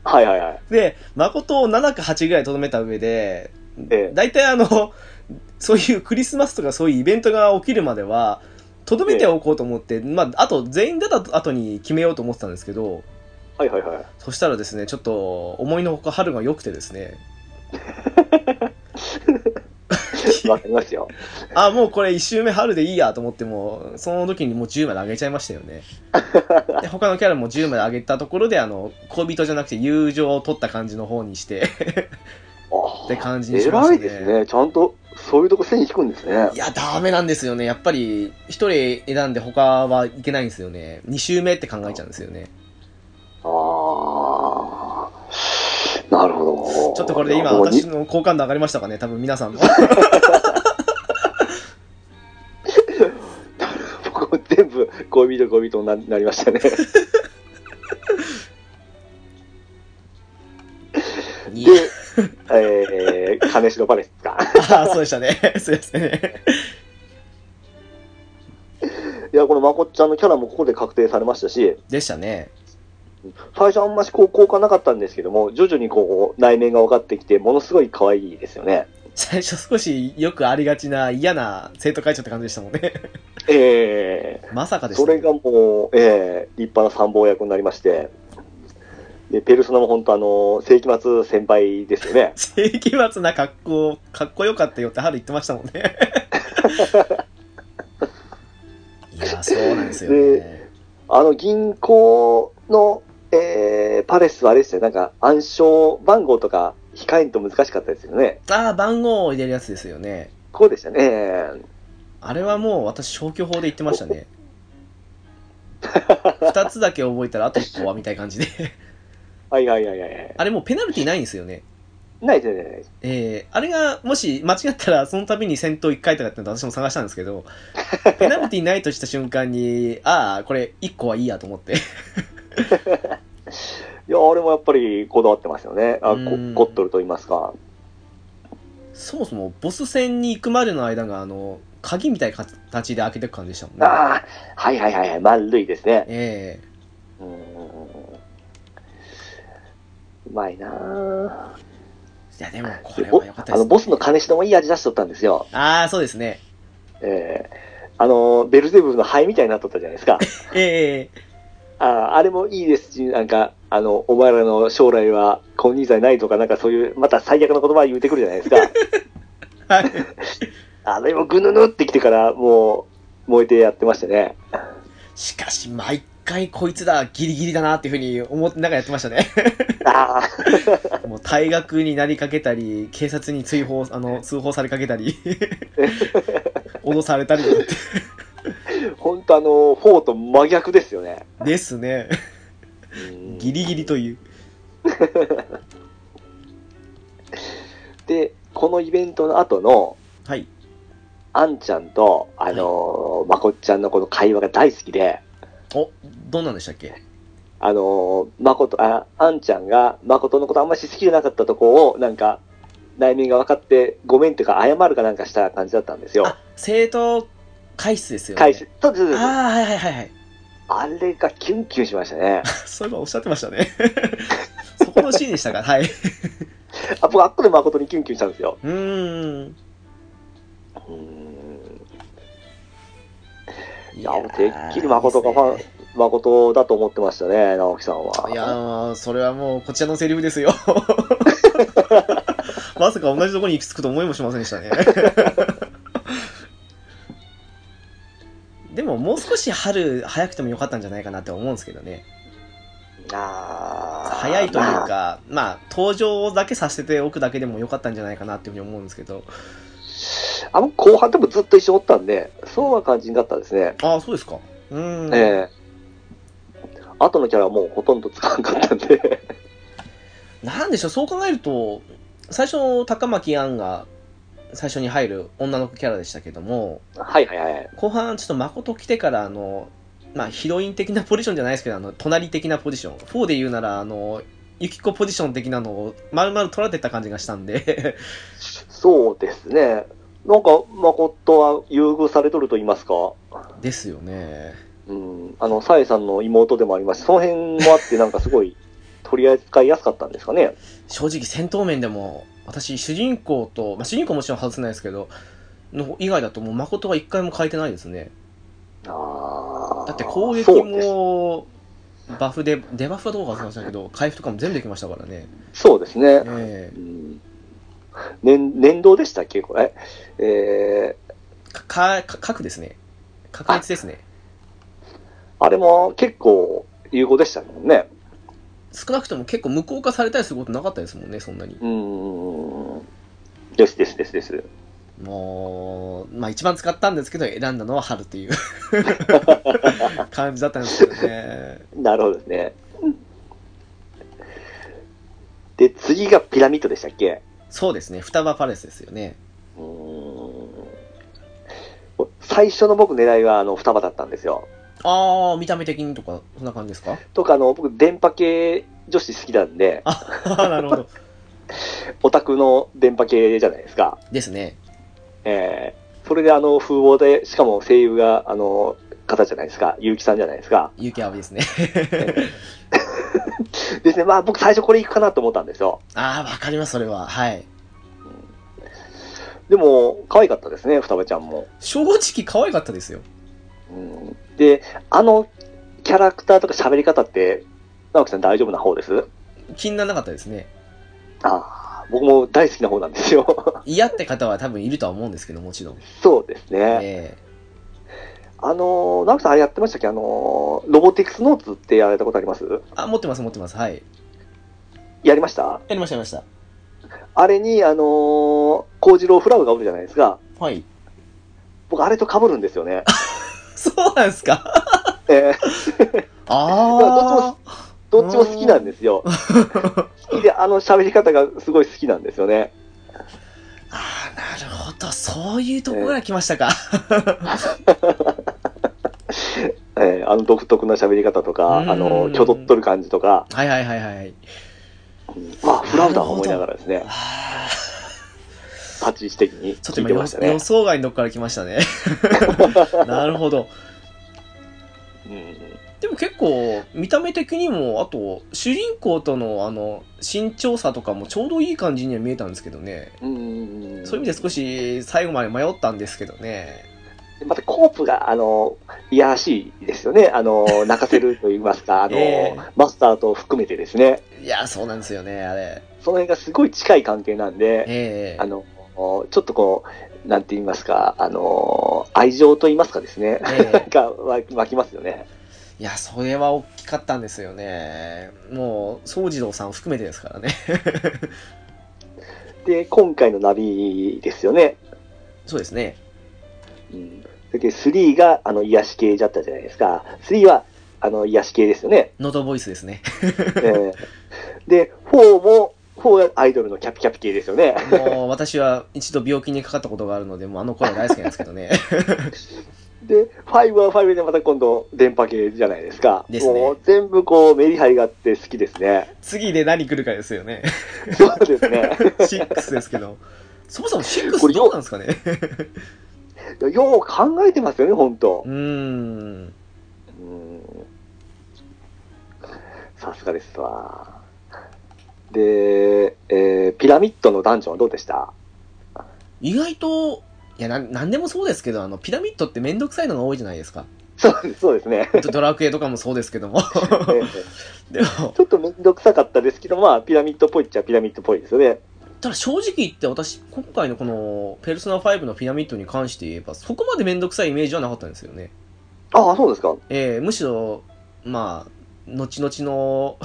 B: はいはいはい。
A: で、誠を7か8ぐらいとどめた上で、
B: ええ
A: 大体あの、そういうクリスマスとかそういうイベントが起きるまでは、とどめておこうと思って、まあ、あと全員出た後に決めようと思ってたんですけど、
B: はいはいはい。
A: そしたらですね、ちょっと思いのほか春が良くてですね、
B: わかりま すよ。
A: あ、もうこれ1周目春でいいやと思っても、その時にもう10まで上げちゃいましたよ ね。で他のキャラも10まで上げたところで、あの、恋人じゃなくて友情を取った感じの方に して、
B: あ
A: って感じにしまし
B: 偉
A: た
B: いですね。ちゃんと、そういうとこ線引くんですね
A: い。や、ダメなんですよね。やっぱり、一人選んで他はいけないんですよね。二周目って考えちゃうんですよね。
B: あー。なるほど。
A: ちょっとこれで今、
B: もうに
A: 私の好感度上がりましたかね多分皆さんも。
B: 僕も全部、恋人恋人にななりましたね。
A: い
B: で
A: や、
B: えー、金城パレスです か。
A: あーそうでしたね。 すいませんね。
B: いや、このまこっちゃんのキャラもここで確定されましたし、
A: でしたね。
B: 最初あんましこう好感なかったんですけども、徐々にこう内面が分かってきて、ものすごい可愛いですよね。
A: 最初少しよくありがちな嫌な生徒会長って感じでしたもんね。
B: ええ
A: まさかでし
B: そ
A: た、
B: れ
A: ね。
B: がもう、ええ立派な参謀役になりまして、でペルソナも本当あの、世紀末先輩ですよね。
A: 世紀末な格好、かっこよかったよって春言ってましたもんね。いや、そうなんですよね。
B: あの銀行の、ええパレスはあれですよ、なんか暗証番号とか控えんと難しかったですよね。
A: ああ、番号を入れるやつですよね。
B: こうでしたね。ええ
A: あれはもう私消去法で言ってましたね。二つだけ覚えたらあと一個はみたいな感じで。
B: はいはいはいはい。
A: あれもうペナルティないんですよね。
B: ないですねないですね。
A: えー、あれがもし間違ったらその度に戦闘1回とかってのを私も探したんですけど、ペナルティないとした瞬間に、ああ、これ1個はいいやと思って。
B: いや、あれもやっぱりこだわってますよね。あ、こ
A: うん
B: 凝っとると言いますか。
A: そもそもボス戦に行くまでの間があの、鍵みたいな形で開けていく感じでしたもんね。
B: ああ、はいはいはいはい、丸いですね。
A: ええ
B: うんうんうんうまいなあ
A: いやでもこ
B: で
A: れ
B: ボ
A: は良かった
B: あ
A: です、
B: の、
A: ね。
B: ボスの金城もいい味出しとったんですよ。
A: ああ、そうですね。
B: ええあの、ベルゼブブの灰みたいになっとったじゃないですか。
A: ええ
B: あああれもいいですし、なんか、あの、お前らの将来は婚姻罪ないとか、なんかそういう、また最悪の言葉言うてくるじゃない ですか。
A: はい。
B: あれもぐぬぬってきてから、もう、燃えてやってましたね。
A: しかし、毎回こいつだ、ギリギリだなっていうふうに思って、なんかやってましたね。
B: ああ。
A: もう退学になりかけたり、警察に追放、あの、通報されかけたり、 脅されたりとかって
B: 本当あの、フォーと真逆ですよね。
A: ですね。ギリギリという。
B: で、このイベントの後の、
A: はい。
B: あんちゃんと、あのーまこっちゃんのこの会話が大好きで、
A: お、どんなんでしたっけ
B: あのー、まこと、あ、あんちゃんが、まことのことあんまり好きじゃなかったとこを、なんか、内面が分かって、ごめんっていうか、謝るかなんかした感じだったんですよ。
A: あ、生徒回室ですよね。
B: 開始。そうですそうです
A: ああ、はいはいはいはい。
B: あれがキュンキュンしましたね。
A: そういえばおっしゃってましたね。 そこのシーンでしたか。はい。う
B: あ、僕、あっこでまことにキュンキュンしたんですよ。
A: ーん。
B: うーん。
A: い
B: いや、もうてっきりまことがファン、まことだと思ってましたね、直樹さんは。
A: いやー、それはもう、こちらのセリフですよ。 まさか同じところに行き着くと思いもしませんでしたね。 でも、もう少し春、早くてもよかったんじゃないかなって思うんですけどね。
B: あー
A: 早いという
B: まあ
A: か、まあ、登場だけさせておくだけでもよかったんじゃないかなっていうふうに思うんですけど。
B: あの後半でもずっと一緒におったんで、そうな感じになったですね。
A: ああ、そうですか。うーん。
B: ええ後のキャラはもうほとんどつかなかったんで。
A: なんでしょう、そう考えると、最初、高巻杏が最初に入る女の子キャラでしたけども、
B: はいはいはい。
A: 後半、ちょっと誠来てから、あの、まあ、ヒロイン的なポジションじゃないですけど、あの、隣的なポジション。4で言うなら、あの、ユキコポジション的なのを、丸々取られてった感じがしたんで、
B: そうですね。なんか、誠は優遇されとると言いますか。
A: ですよね。
B: うん。あの、サエさんの妹でもありますし、その辺もあってなんかすごい取り扱いやすかったんですか ね。
A: 正直、戦闘面でも、私、主人公と、まあ、主人公もちろん外せないですけど、の以外だともう誠は一回も変えてないですね。
B: あー
A: だって攻撃
B: そうです
A: もバフで、デバフはどうか忘れましたけど、回復とかも全部できましたからね。
B: そうですね。
A: ええ
B: うん年年度でしたっけこれ。えー、
A: か、か、核ですね。確率ですね。
B: あれも結構有効でしたもんね。
A: 少なくとも結構無効化されたりすることなかったですもんね、そんなに。
B: うーん。ですですですです。
A: もう、まあ一番使ったんですけど、選んだのは春と いう感じだったんですけどね。
B: なるほどですね。で、次がピラミッドでしたっけ
A: そうですね、双葉パレスですよね。
B: うーん。最初の僕狙いはあの双葉だったんですよ。
A: あー、見た目的にとか、そんな感じですか
B: とかあの僕電波系女子好きなんで、
A: なるほど。
B: オタクの電波系じゃないですか。
A: ですね。
B: えーそれであの風貌で、しかも声優があの方じゃないですか、結城さんじゃないですか。
A: 勇気あぶですね。
B: ですね、まあ僕最初これ行くかなと思ったんですよ。
A: あー、わかります、それは。はい。
B: でも、可愛かったですね、双葉ちゃんも。
A: 正直可愛かったですよ。
B: うんで、あのキャラクターとか喋り方って、直樹さん大丈夫な方です
A: 気にならなかったですね。
B: ああ、僕も大好きな方なんですよ。
A: 嫌って方は多分いるとは思うんですけど、もちろん。
B: そうですね。
A: え
B: あのー、直樹さんあれやってましたっけあのー、ロボティクスノーツってやられたことあります
A: えあ、持ってます、持ってます。はい。
B: やりました
A: やりました、やりました。
B: あれに、あのー、幸次郎フラウがおるじゃないですか。
A: はい。
B: 僕、あれと被るんですよね。
A: そうなんですか
B: えー
A: ああ。
B: どっちも好きなんですよ。好きで、あの喋り方がすごい好きなんですよね。
A: ああ、なるほど。そういうとこから来ましたか。
B: えーあの独特な喋り方とか、
A: うん
B: あの、きょどっとる感じとか、
A: はいはいはいはい。
B: うんあ、フラウだと思いながらですね、
A: あー
B: 立ち位置的に
A: ちょっと今
B: 聞いてました
A: 予予
B: ね。
A: 想外のとこから来ました ね。なるほど。
B: うん
A: でも結構、見た目的にも、あと、主人公との、あの、身長差とかもちょうどいい感じには見えたんですけどね。
B: うん
A: そういう意味で少し最後まで迷ったんですけどね。
B: またコープが、あの、いやらしいですよね。あの、泣かせると言いま すか、あの、
A: ええ
B: マスターと含めてですね。
A: いや、そうなんですよね、あれ。
B: その辺がすごい近い関係なんで、
A: ええ
B: あの、ちょっとこう、なんて言いますか、あの、愛情と言いますかですね。
A: ええ
B: が湧き湧きますよね。
A: いや、それは大きかったんですよね。もう、宗次郎さん含めてですからね。
B: で、今回のナビですよね。
A: そうですね。
B: うん、で、3があの癒し系だったじゃないですか。3はあの癒し系ですよね。
A: ノートボイスですね。
B: えーで、4もこうアイドルのキャピキャピ系ですよね。
A: もう私は一度病気にかかったことがあるので、もうあの頃は大好きなんですけど ね。
B: で、5は5でまた今度、電波系じゃないですか。
A: ですね
B: もう全部こう、メリハリがあって好きです ね。
A: 次で何来るかですよね。
B: そうですね。
A: 6ですけど。そもそも
B: こ
A: 6
B: れ
A: どうなんですかね
B: よう考えてますよね、本当
A: う。ーん。
B: うんさすがですわ。で、えーピラミッドのダンジョンはどうでした
A: 意外と、いや、なん、なんでもそうですけど、あの、ピラミッドってめんどくさいのが多いじゃないですか。
B: そうですそうで すね。
A: ドドラクエとかもそうですけども。
B: えー
A: でも、
B: ちょっとめんどくさかったですけど、まあ、ピラミッドっぽいっちゃピラミッドっぽいですよね。
A: ただ正直言って私、今回のこの、ペルソナ5のピラミッドに関して言えば、そこまでめんどくさいイメージはなかったんですよね。
B: ああ、そうですか。
A: えー、むしろ、まあ、後々の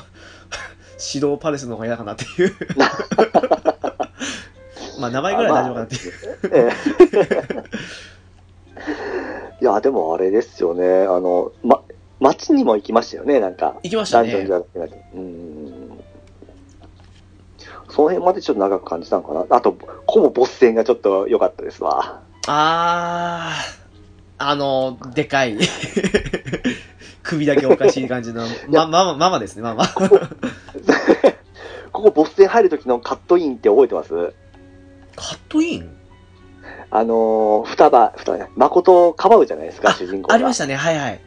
A: 指導パレスの方が嫌かなっていう。 まあ、名前ぐらいは大丈夫かなっていう。
B: ええ いや、でもあれですよね。あの、ま、街にも行きましたよね、なんか。
A: 行きまし
B: ダ
A: た
B: ンジョン
A: ね
B: じ。ゃなくて。うん。その辺までちょっと長く感じたのかな。あと、コモボス戦がちょっと良かったです わ。
A: あー、あの、でかい。 首だけおかしい感じの、ま、ま、ま、ママですね、ママ。
B: ここボス戦入る時のカットインって覚えてます
A: カットイン
B: あのー、双葉、双葉じゃない、誠をかばうじゃないですか、主人公が。
A: ありましたね、はいはい。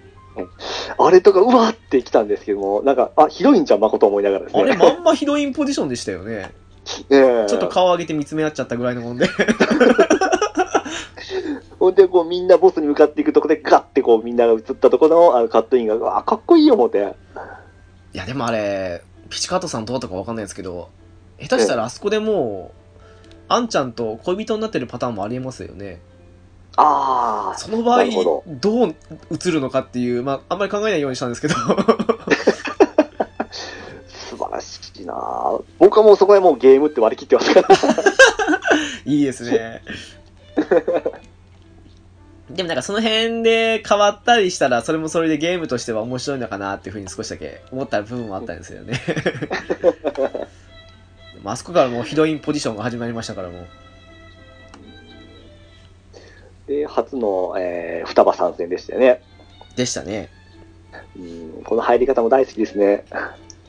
B: あれとか、うわーって来たんですけども、なんか、あ、ひどいんじゃん、誠思いながらです
A: あ
B: ね。
A: れ、まんまヒロインポジションでしたよね。
B: ええ
A: ちょっと顔上げて見つめ合っちゃったぐらいのもんで。
B: ほんで、こう、みんなボスに向かっていくとこで、ガッてこう、みんなが映ったとこの、あの、カットインが、うわ、かっこいいよ、思って。
A: いや、でもあれ、ピチカートさんどうだったかわかんないですけど、下手したらあそこでもう、あんちゃんと恋人になってるパターンもありえますよね。
B: ああ、
A: その場合
B: なるほど、
A: どう映るのかっていう、まあ、あんまり考えないようにしたんですけど。
B: 素晴らしいなぁ僕はもうそこでもうゲームって割り切ってますから。
A: いいですね。でもなんかその辺で変わったりしたら、それもそれでゲームとしては面白いのかなっていうふうに少しだけ思った部分もあったんですよね。 でもあそこからもうヒロインポジションが始まりましたからもう。
B: で、初の、えー、双葉参戦でしたよね。
A: でしたね。
B: うん、この入り方も大好きですね。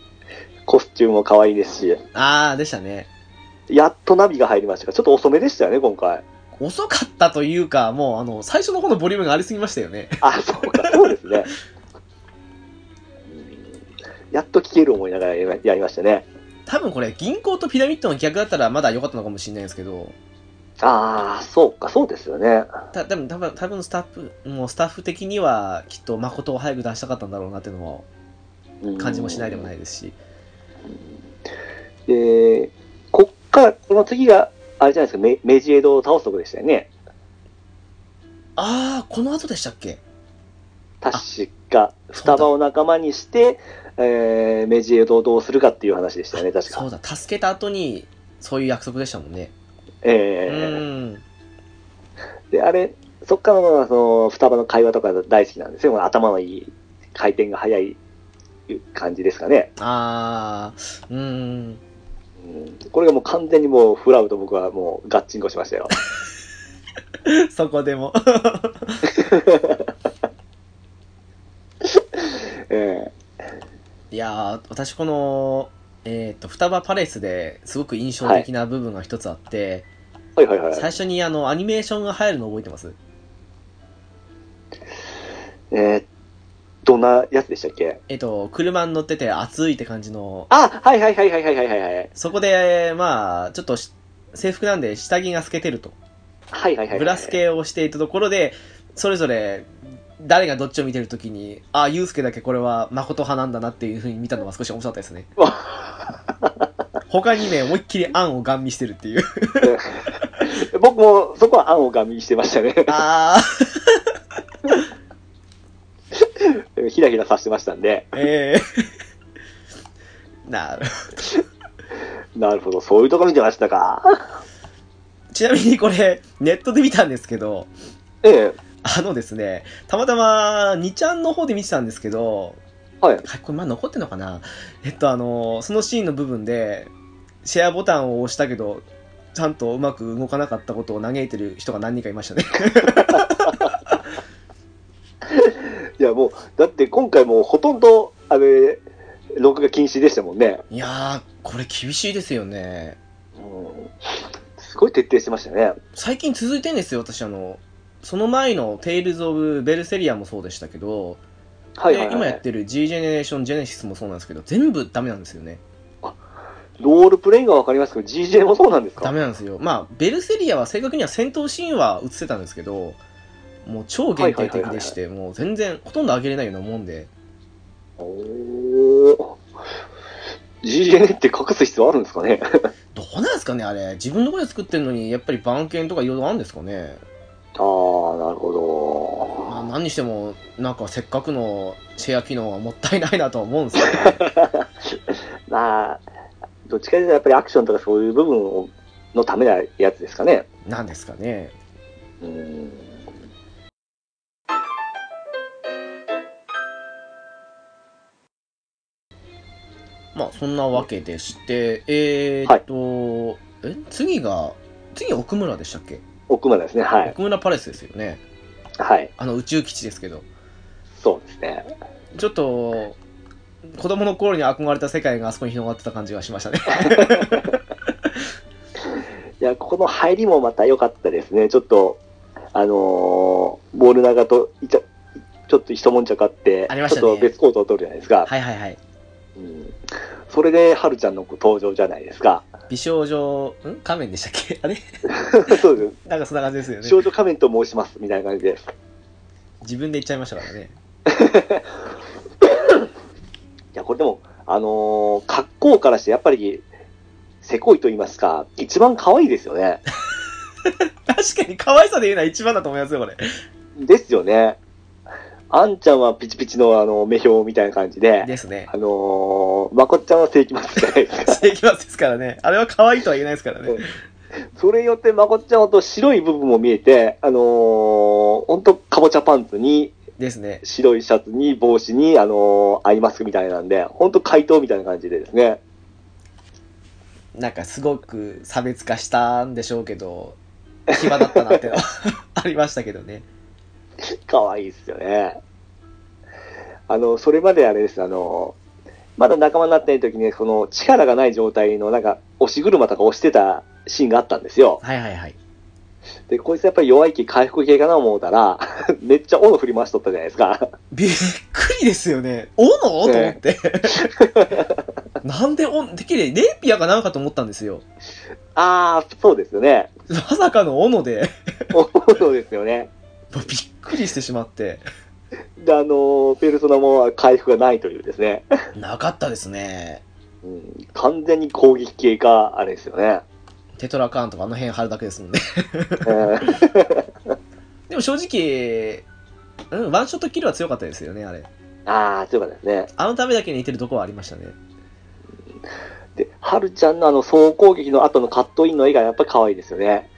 B: コスチュームも可愛いですし、
A: あー、でしたね。
B: やっとナビが入りましたが、ちょっと遅めでしたよね、今回。
A: 遅かったというか、もうあの、最初の方のボリュームがありすぎましたよね。
B: あ、そうか、そうですね。うんやっと聞ける思いながらやりまやりましたね。
A: 多分これ、銀行とピラミッドの逆だったらまだ良かったのかもしれないですけど、
B: ああ、そうか、そうですよね。
A: た多分多分多分スタッフ、もうスタッフ的にはきっと誠を早く出したかったんだろうなっていうのも
B: うん
A: 感じもしないでもないですし。
B: で、こっから、この次が、あれじゃないですか、メメジエドを倒すとこでしたよね。
A: あー、この後でしたっけ
B: 確か、双葉を仲間にして、えーメジエドをどうするかっていう話でしたよね、確
A: そう
B: か。
A: だ、助けた後に、そういう約束でしたもんね。う
B: えー
A: ーん。
B: で、あれ、そっからの、その、双葉の会話とか大好きなんですよ。頭のいい、回転が速い感じですかね。
A: あー、うーん。
B: うんこれがもう完全にもう、フラウと僕はもう、ガッチンコしましたよ。
A: そこでも。
B: え
A: いやー、私この、えっ、と、双葉パレスですごく印象的な部分が一つあって、
B: ーはいはいはい。
A: 最初にあの、アニメーションが入るの覚えてます
B: えー、どんなやつでしたっけ
A: えっ、と、車に乗ってて暑いって感じの、
B: あ、はいはいはいはいはいはいはいはい。
A: そこで、まあ、ちょっとし制服なんで下着が透けてると。
B: はいはいはいはい。
A: ブラス系をしていたところで、それぞれ、誰がどっちを見てるときに、ああ、ユうスケだけこれは誠派なんだなっていうふうに見たのは少し面白かったですね。他2名思いっきりアンをガン見してるっていう。
B: 僕もそこは案をガミしてましたね。
A: ああ、
B: ひらひらさしてましたんで、
A: ええ なる
B: なるほど、そういうとこ見てましたか。
A: ちなみにこれ、ネットで見たんですけど、
B: ええ、
A: あのですね、たまたま2ちゃんの方で見てたんですけど、
B: はい。
A: はい、これまあ残ってんのかなえっとあの、そのシーンの部分で、シェアボタンを押したけど、ちゃんとうまく動かなかったことを嘆いてる人が何人かいましたね。
B: いや、もう、だって今回もうほとんど、あれ、録画禁止でしたもんね。
A: いやー、これ厳しいですよね。
B: うんすごい徹底してましたね。
A: 最近続いてんですよ、私、あの、その前のテイルズ・オブ・ベルセリアもそうでしたけど、
B: はいはい、
A: で今
B: は
A: やっ
B: い。
A: てる G ジェネレーション・ジェネシスもそうなんですけど、全部ダメなんですよね。
B: ロールプレイングはわかりますけど、GJ もそうなんです
A: ダ
B: か
A: メなんですよ。まあ、ベルセリアは正確には戦闘シーンは映せたんですけど、もう超限定的でして、もう全然、ほとんど上げれないようなもんで、
B: おー GJ って隠す必要あるんですかね
A: どうなんですかね、あれ。自分の声で作ってるのに、やっぱり番犬とかいろいろあるんですかね。
B: ああ、なるほ
A: まあ、何にしても、なんかせっかくのシェア機能はもったいないなとは思うんです けど、ね、
B: ど。まあ、どっちかというとやっぱりアクションとかそういう部分をのためのやつですかね。
A: なんですかね。
B: うん。
A: まあ、そんなわけでして、えーっと、え次が、次は奥村でしたっけ、
B: 奥までですね。はい。
A: 奥村パレスですよね。
B: はい。
A: あの宇宙基地ですけど。
B: そうですね。
A: ちょっと、子供の頃に憧れた世界があそこに広がってた感じがしましたね。
B: いや、ここの入りもまた良かったですね。ちょっと、あのーボール長といちゃ、ちょっと一悶着あって、
A: ありましたね
B: ちょっと別コートを取るじゃないですか。
A: はいはいはい。
B: うんそれで、はるちゃんの登場じゃないですか。
A: 美少女、ん仮面でしたっけあれ
B: そうで
A: なんかそんな感じですよ
B: す。少
A: ね。
B: 女仮面と申します、みたいな感じです。
A: 自分で言っちゃいましたからね。
B: いや、これでも、あのー格好からして、やっぱり、せこいと言いますか、一番可愛いですよね。
A: 確かに可愛さで言うのは一番だと思いますよ、これ。
B: ですよね。あんちゃんはピチピチの、あの、目標みたいな感じで、
A: ですね。
B: あのーまこっちゃんは正規マスじゃないですか。
A: 正義罰ですからね。あれは可愛いとは言えないですからね。
B: それによって、まこっちゃんはほんと白い部分も見えて、あのー、ほんと、かぼちゃパンツに、
A: ですね。
B: 白いシャツに、帽子に、あのーアイマスクみたいなんで、ほんと怪盗みたいな感じでですね。
A: なんかすごく差別化したんでしょうけど、暇だったなってのは ありましたけどね。
B: 可愛いですよね。あの、それまであれです、あのまだ仲間になってない時に、その、力がない状態の、なんか、押し車とか押してたシーンがあったんですよ。
A: はいはいはい。
B: で、こいつやっぱり弱い気回復系かな思うたら、 めっちゃ斧振り回しとったじゃないですか。
A: びっくりですよね。斧と思って。 なんで斧、てっきりレイピアかなんかと思ったんですよ。
B: あー、そうですよね。
A: まさかの斧で、
B: 斧ですよね。
A: びっくりしてしまって。
B: で、あのペルソナも回復がないというですね。
A: なかったですね。
B: うん、完全に攻撃系か、あれですよ ね。
A: テトラカーンとかあの辺貼るだけですもんね。
B: えー
A: でも正直、うん、ワンショットキルは強かったですよね、あれ。
B: ああ、強かったですね。
A: あのためだけに似てるとこはありましたね。
B: で、はるちゃんのあの総攻撃の後のカットインの絵がやっぱり可愛いですよね。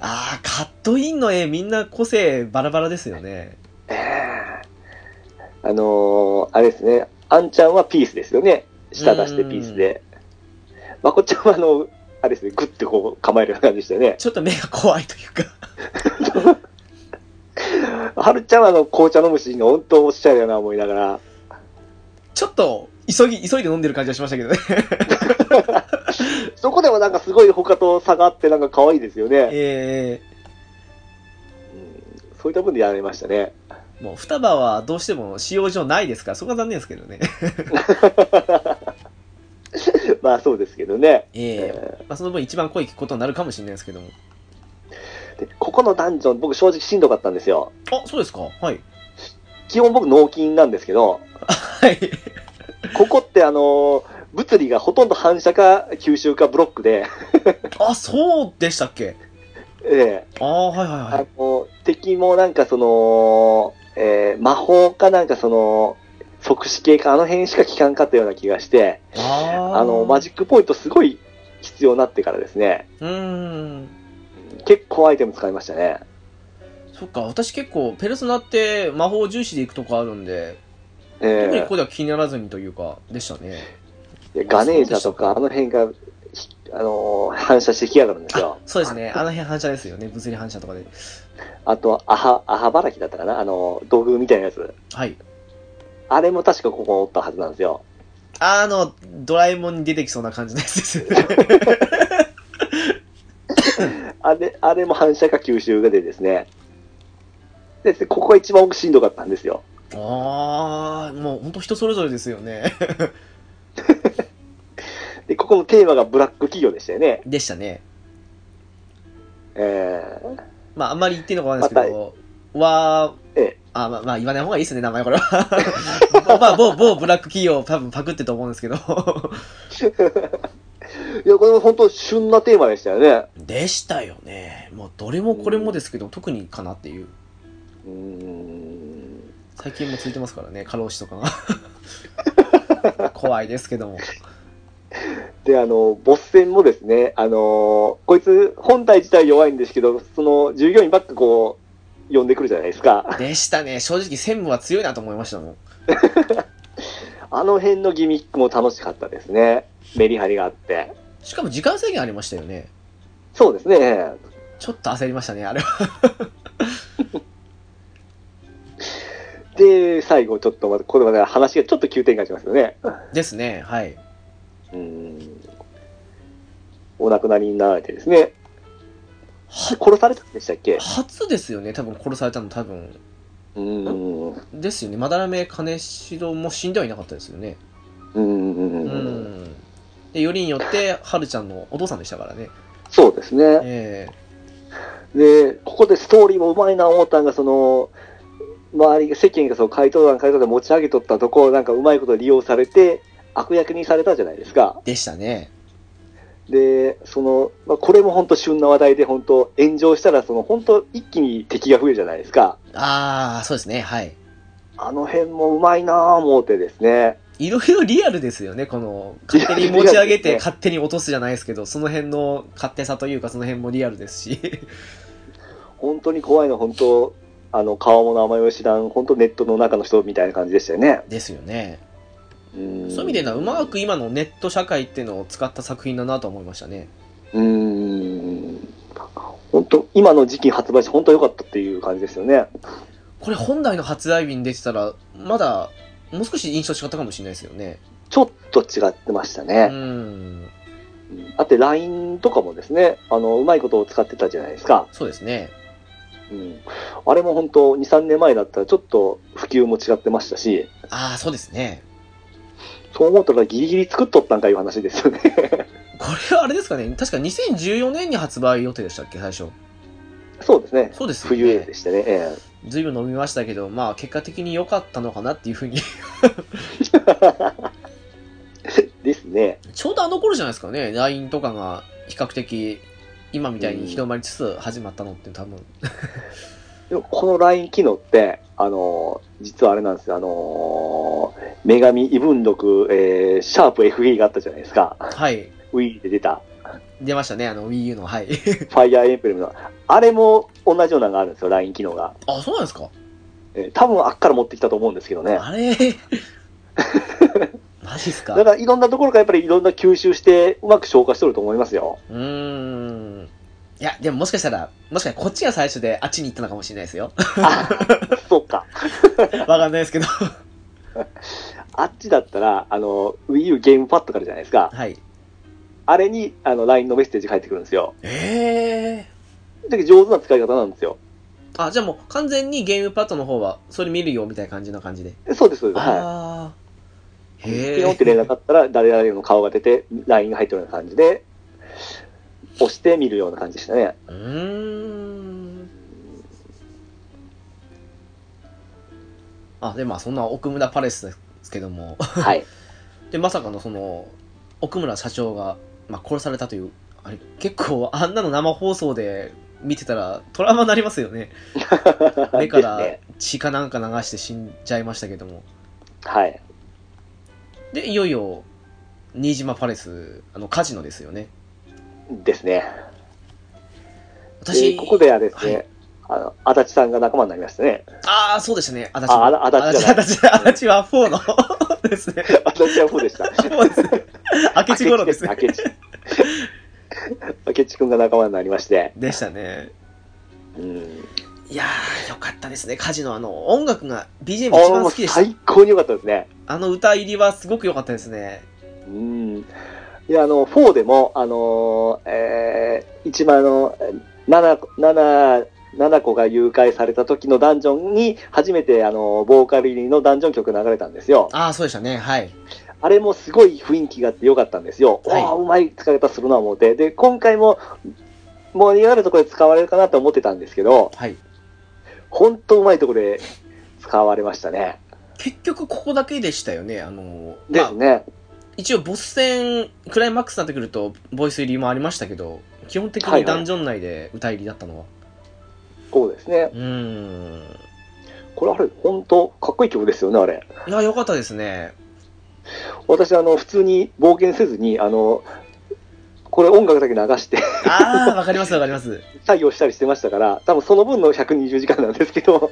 A: あー、カットインの絵みんな個性バラバラですよね。
B: えーあのーあれですね。あんちゃんはピースですよね。舌出してピースで。まこっちゃんはあの、あれですね、グッてこう構えるような感じでしたよね。
A: ちょっと目が怖いというか。
B: はるちゃんはあの、紅茶飲むシーンが本当おっしゃるような思いながら、
A: ちょっと、急ぎ、急いで飲んでる感じはしましたけどね。
B: そこでもなんかすごい他と差があってなんか可愛いですよね。
A: え
B: うんそういった分でやられましたね。
A: ー、もう双葉はどうしても使用上ないですから、そこが残念ですけどね。
B: まあそうですけどね。
A: えー、 まあその分一番声聞くことになるかもしれないですけども。
B: でここのダンジョン、僕正直しんどかったんですよ。
A: あ、そうですかはい。
B: 基本僕脳筋なんですけど、
A: はい。
B: ここってあのー物理がほとんど反射か吸収かブロックで、
A: あ、そうでしたっけ
B: ええ
A: ああ、はいはいは
B: あ
A: い。
B: の敵もなんかその、えー魔法かなんかその、即死系かあの辺しか効かんかったような気がして、
A: あ
B: あの、マ
A: ジ
B: ジックポイントすごい必要になってからですね、
A: うーん。
B: 結構アイテム使いましたね。
A: そっか、私結構、ペルソナって魔法重視で行くとこあるんで、
B: え
A: 特に
B: え
A: ここでは気にならずにというか、でしたね。
B: いやガネージャとかあの辺がひあのー反射してきやがるんですよ。
A: そうですね。あの辺反射ですよね。物理反射とかで。
B: あと、アハ、アハバラキだったかなあの、土偶みたいなやつ。
A: はい。
B: あれも確かここにおったはずなんですよ。
A: あの、ドラえもんに出てきそうな感じのやつです。
B: あれ、あれも反射か吸収がでですね。で、でここが一番しんどかったんですよ。
A: ああ、もう本当人それぞれですよね。
B: で、ここのテーマがブラック企業でしたよね。
A: でしたね。
B: えー、
A: まあ、あんまり言ってんのかわかんないですけど、わー、
B: ええ
A: あ、まあ、まあ、言わない方がいいですね、名前これは。ま あ、某、某ブラック企業多分パクってと思うんです けど。
B: いや、これも本当旬なテーマでしたよね。
A: でしたよね。もうどれもこれもですけど、特にかなっていう。
B: うーん。
A: 最近もついてますからね、過労死とか が。怖いですけども。
B: で、あの、ボス戦もですね、あのこいつ、本体自体弱いんですけど、その、従業員ばっかこう、呼んでくるじゃないですか。
A: でしたね。正直、専務は強いなと思いましたもん。
B: あの辺のギミックも楽しかったですね。メリハリがあって。
A: しかも時間制限ありましたよね。
B: そうですね。
A: ちょっと焦りましたね、あれは。
B: で、最後、ちょっとまた、これまで話がちょっと急展開しますよね。
A: ですね、はい。
B: うーん。お亡くなりになられてですね。
A: は
B: 殺されたんでしたっけ
A: 初ですよね、多分殺されたの、多分。
B: うーん。う
A: ですよね、まだらめ金城も死んではいなかったですよね。
B: ー。
A: うんん。で、よりによって、はるちゃんのお父さんでしたからね。
B: そうですね。
A: ええ
B: で、ここでストーリーもうまいな思ったんが、その、周りが、世間がその回答団、回答団持ち上げとったとこをなんかうまいこと利用されて、悪役にされたじゃないですか。
A: でしたね。
B: で、その、まあ、これも本当旬な話題で、本当炎上したら、その本当一気に敵が増えるじゃないですか。
A: ああ、そうですね、はい。
B: あの辺もうまいなぁ思ってですね。
A: いろいろリアルですよね、この、勝手に持ち上げ
B: リアルです
A: て
B: ね
A: 勝手に落とすじゃないですけど、その辺の勝手さというか、その辺もリアルですし。
B: 本当に怖いの、本当あの、顔も名前も知らん、本当ネットの中の人みたいな感じでしたよね。
A: ですよね。
B: そういう
A: そういう意味でな、うまく今のネット社会っていうのを使った作品だなと思いましたね。
B: うーん本当、今の時期に発売して本当良かったっていう感じですよね。
A: これ本来の発売日に出てたら、まだ、もう少し印象違ったかもしれないですよね。
B: ちょっと違ってました
A: う
B: ね。
A: ん。
B: あって LINE とかもですね、あの、うまいことを使ってたじゃないですか。
A: そうですね。
B: うん。あれも本当、2、3年前だったらちょっと普及も違ってましたし、
A: ああ、そうですね。
B: そう思ったらギリギリ作っとったんかいう話ですよね。
A: これはあれですかね。確か2014年に発売予定でしたっけ、最初。
B: そうですね。
A: そうですよ
B: 冬
A: ね
B: で。したね。え
A: ずいぶん伸びましたけど、まあ、結果的に良かったのかなっていうふうに。
B: え ですね。
A: ちょうどあの頃じゃないですかね。LINE とかが比較的、今みたいに広まりつつ始まったのって多分。
B: でもこの LINE 機能って、あのー実はあれなんですよ、あのー女神異文録、えーシャープ FE があったじゃないですか。
A: はい。
B: Wii で出た、
A: 出ましたね、あの Wii U の。はい。
B: Fire Emblem の。あれも同じようなのがあるんですよ、LINE 機能が。
A: あ、そうなんですか。
B: えー多分あっから持ってきたと思うんですけどね。
A: あれ マジっすか。
B: だからいろんなところからやっぱりいろんな吸収してうまく消化しとると思いますよ。
A: うーん。いや、でももしかしたら、もしかしたらこっちが最初であっちに行ったのかもしれないですよ。
B: あ、そっか。
A: わかんないですけど。
B: あっちだったら、あの、Wii U ゲームパッドからじゃないですか。
A: はい。
B: あれに、あの、LINE のメッセージ返ってくるんですよ。
A: ええ
B: だけど上手な使い方なんですよ。
A: あ、じゃあもう完全にゲームパッドの方は、それ見るよみたいな感じな感じで。
B: そうです、そうです。はい。
A: ああ。
B: ピ
A: へ
B: ヨンって
A: え。
B: 連絡あったら、誰々の顔が出て、LINE が入ってるような感じで、押して見るような感じでし たね。
A: うーん。あ、で、まあそんな奥村パレスですけども。
B: はい。
A: で、まさかのその、奥村社長が、まあ、殺されたという、あれ、結構あんなの生放送で見てたらトラウマになりますよね。目か
B: で
A: ら
B: すね
A: 血かなんか流して死んじゃいましたけども。
B: はい。
A: で、いよいよ、新島パレス、あの、カジノですよね。
B: ですね。
A: 私、
B: でここではですね、
A: はい
B: あの、足立さんが仲間になりましたね。
A: ああ、そうでしたね。足立
B: ああ足立じゃない
A: 足立、足立は4のですね。
B: 足立はそうでした。
A: そうですね。明智頃ですね。
B: 明智。明智くんが仲間になりまして。
A: でしたね。
B: うん。
A: いやー、よかったですね。カジのあの、音楽が BGM 一
B: ああ、
A: 番好
B: もう
A: きでした。
B: 最高に良かったですね。
A: あの歌入りはすごく良かったですね。
B: うん。いや、あの、4でも、あのーえー一番あの、7、7、7子が誘拐された時のダンジョンに、初めて、あの、ボーカル入りのダンジョン曲流れたんですよ。
A: ああ、そうでしたね。はい。
B: あれもすごい雰囲気があって良かったんですよ。
A: はい
B: わあ、うまい使い方するな思って。で、今回も、もうリアルところで使われるかなと思ってたんですけど、
A: はい。
B: ほんとうまいところで使われましたね。
A: 結局ここだけでしたよね。あの、
B: で
A: まあ
B: す、ね。
A: 一応ボス戦、クライマックスになってくると、ボイス入りもありましたけど、基本的
B: はい
A: に
B: はい
A: ダンジョン内で歌入りだったのは。
B: そうですね。
A: うーん。
B: これあれ、ほんとかっこいい曲ですよね、あれ。
A: いや、良かったですね。
B: 私、あの、普通に冒険せずに、あの、これ音楽だけ流して
A: ああ、わかりますわかります。
B: 作業したりしてましたから、多分その分の120時間なんですけど、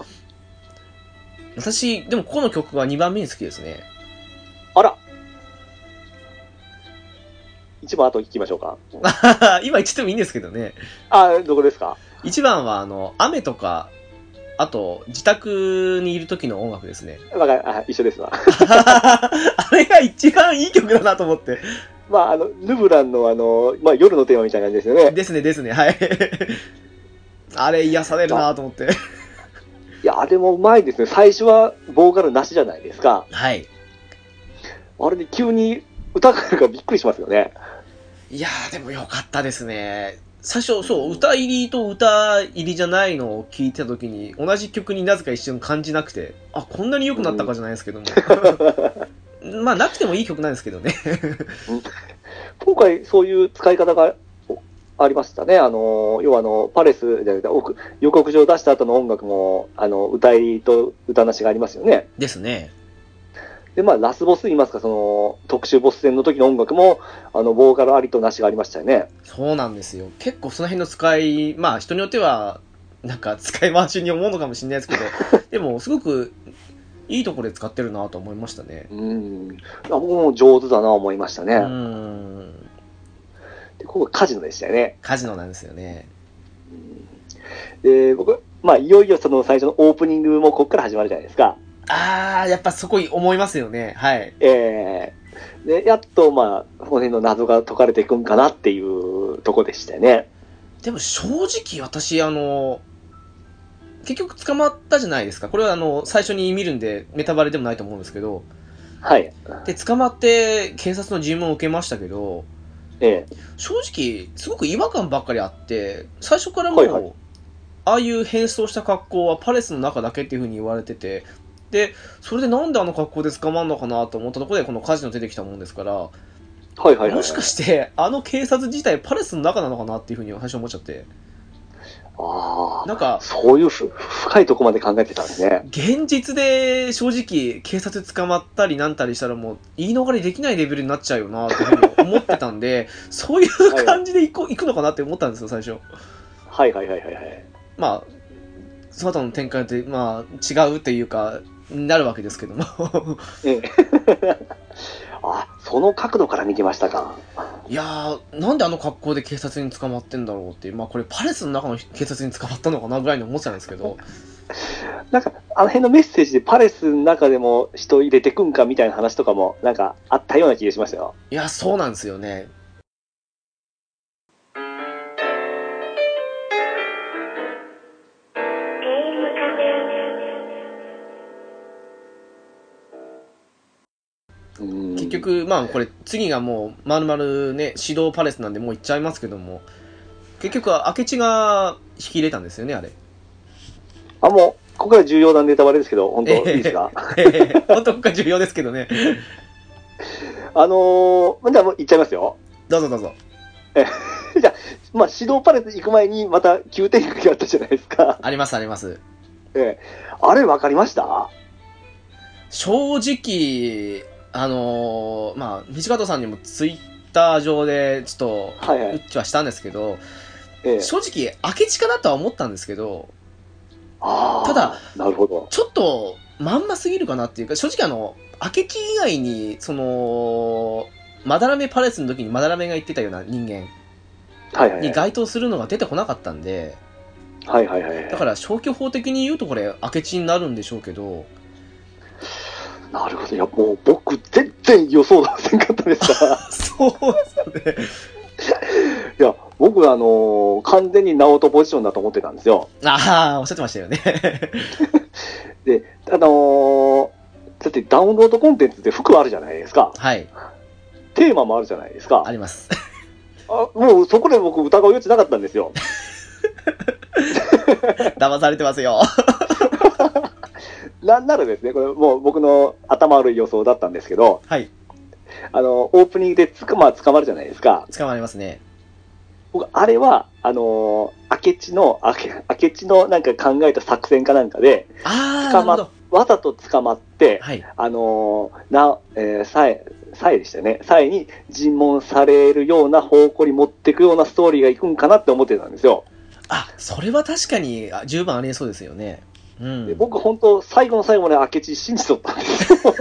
A: 私、でもここの曲は2番目に好きですね。
B: あら一番後聞きましょうか。
A: 今言ってもいいんですけどね。
B: あ、どこですか
A: 1番は、あの、雨とか、あと、自宅にいる時の音楽ですね。
B: わかあ一緒ですわ。
A: あれが一番いい曲だなと思って。
B: まあ、あの、ヌブランのあの、まあ、夜のテーマみたいな感じですよね。
A: ですね、ですね、はい。 あれ癒されるなと思って。
B: いや、あれもうまいですね。最初はボーカルなしじゃないですか。
A: はい。
B: あれで急に歌があるからびっくりしますよね。
A: いやー、でもよかったですね。最初、そう、歌入りと歌入りじゃないのを聞いてた時に、同じ曲になぜか一瞬感じなくて、あ、こんなに良くなったかじゃないですけど も。まあ、なくてもいい曲なんですけどね。
B: 今回そういう使い方がおありましたね。あの、要はあの、パレスじゃなくて、奥予告状を出した後の音楽も、あの、歌入りと歌なしがありますよね。
A: ですね。
B: で、まあ、ラスボスといいますか、その、特殊ボス戦の時の音楽も、あの、ボーカルありとなしがありましたよね。
A: そうなんですよ。結構その辺の使い、まあ人によっては、なんか使い回しに思うのかもしれないですけ ど、でもすごくいいところで使ってるなと思いましたね。
B: うん。あ僕も上手だな思いましたね。
A: うーん。
B: で、ここカジノでしたよね。
A: カジノなんですよね。
B: で、僕、まあ、いよいよその最初のオープニングもここから始まるじゃないですか。
A: あー、やっぱそこ思いますよね。はい。
B: えー、で、やっと、まあ、この辺の謎が解かれていくんかなっていうとこでしたよね。
A: でも正直私、あの、結局捕まったじゃないですか。これはあの、最初に見るんで、ネタバレでもないと思うんですけど。
B: はい。
A: で、捕まって警察の尋問を受けましたけど、
B: ええ
A: 正直すごく違和感ばっかりあって最初からもう、
B: はいはい
A: ああいう変装した格好はパレスの中だけっていうふうに言われててでそれでなんであの格好で捕まるのかなと思ったところでこのカジノ出てきたもんですから、
B: はいはいはいはい。
A: もしかしてあの警察自体パレスの中なのかなっていうふうに最初思っちゃって
B: あ
A: なんか
B: あ、そういうふ深いとこまで考えてたんですね。
A: 現実で正直警察捕まったりなんたりしたらもう言い逃れできないレベルになっちゃうよなっていうふうに思ってたんで そういう感じでいこう行くのかなって思ったんですよ最初。
B: はいはいはいはいはい。
A: まあ、その後の展開で、まあ、違うというか、になるわけですけども。
B: え えあ、その角度から見てましたか。
A: いやー、なんであの格好で警察に捕まってんだろうっていう、まあこれパレスの中の警察に捕まったのかなぐらいに思ってたんですけど、
B: なんか、あの辺のメッセージでパレスの中でも人入れてくんかみたいな話とかも、なんかあったような気がしましたよ。
A: いや、そうなんですよね。
B: 結
A: 結、局、まあこれ次がもう、まるまるね、指導パレスなんでもう行っちゃいますけども、結局は明智が引き入れたんですよね、あれ。
B: あ、もう、ここから重要なネタバレですけど、本当いいですか
A: 本当ここは重要ですけどね。
B: あのー、じゃあもう行っちゃいますよ。
A: どうぞどうぞ。
B: まあ、指導パレス行く前にまた急展開があったじゃないですか。
A: ありますあります。
B: ええ。あれ分かりました
A: 正直、あのーまあ、西方さんにもツイッター上で、ちょっ
B: はいは
A: と、う
B: い。
A: っちはしたんですけど、
B: ええ。
A: 正直、明智かなとは思ったんですけど、
B: あー
A: ただ、
B: なるほど。
A: ちょっと、まんますぎるかなっていうか、正直あの、明智以外に、その、まだらめパレスの時にまだらめが言ってたような人間
B: はいはい
A: に
B: はい。
A: 該当するのが出てこなかったんで、
B: はいはいはいはい。
A: だから消去法的に言うとこれ、明智になるんでしょうけど、
B: なるほど。いや、もう僕、全然予想だせんかったですから。
A: そうですね。
B: いや、僕、あのー完全にナオトポジションだと思ってたんですよ。
A: ああ、おっしゃってましたよね。
B: あのーだってダウンロードコンテンツで服あるじゃないですか。
A: はい、
B: テーマもあるじゃないですか
A: あ。ります。
B: あもうそこで僕疑う余地なかったんで すよ。
A: 騙されてますよ。
B: なんならですね、これもう僕の頭悪い予想だったんですけど、
A: はい、
B: あの、オープニングでつく、まあ、捕まるじゃないですか。
A: 捕まりますね。
B: 僕、あれは、あのー明智の、明明智のなんか考えた作戦かなんかで、
A: ああ、な
B: 捕
A: るほ
B: ま
A: ど。
B: わざと捕まって、
A: はい、
B: あのーな、えー、さえ、さえでしたよね。さえに尋問されるような方向に持っていくようなストーリーがいくんかなって思ってたんですよ。
A: あそれは確かにあ十分ありえそうですよね。う
B: で
A: ん、
B: 僕、本当、最後の最後まで明智信じとったんで すよ。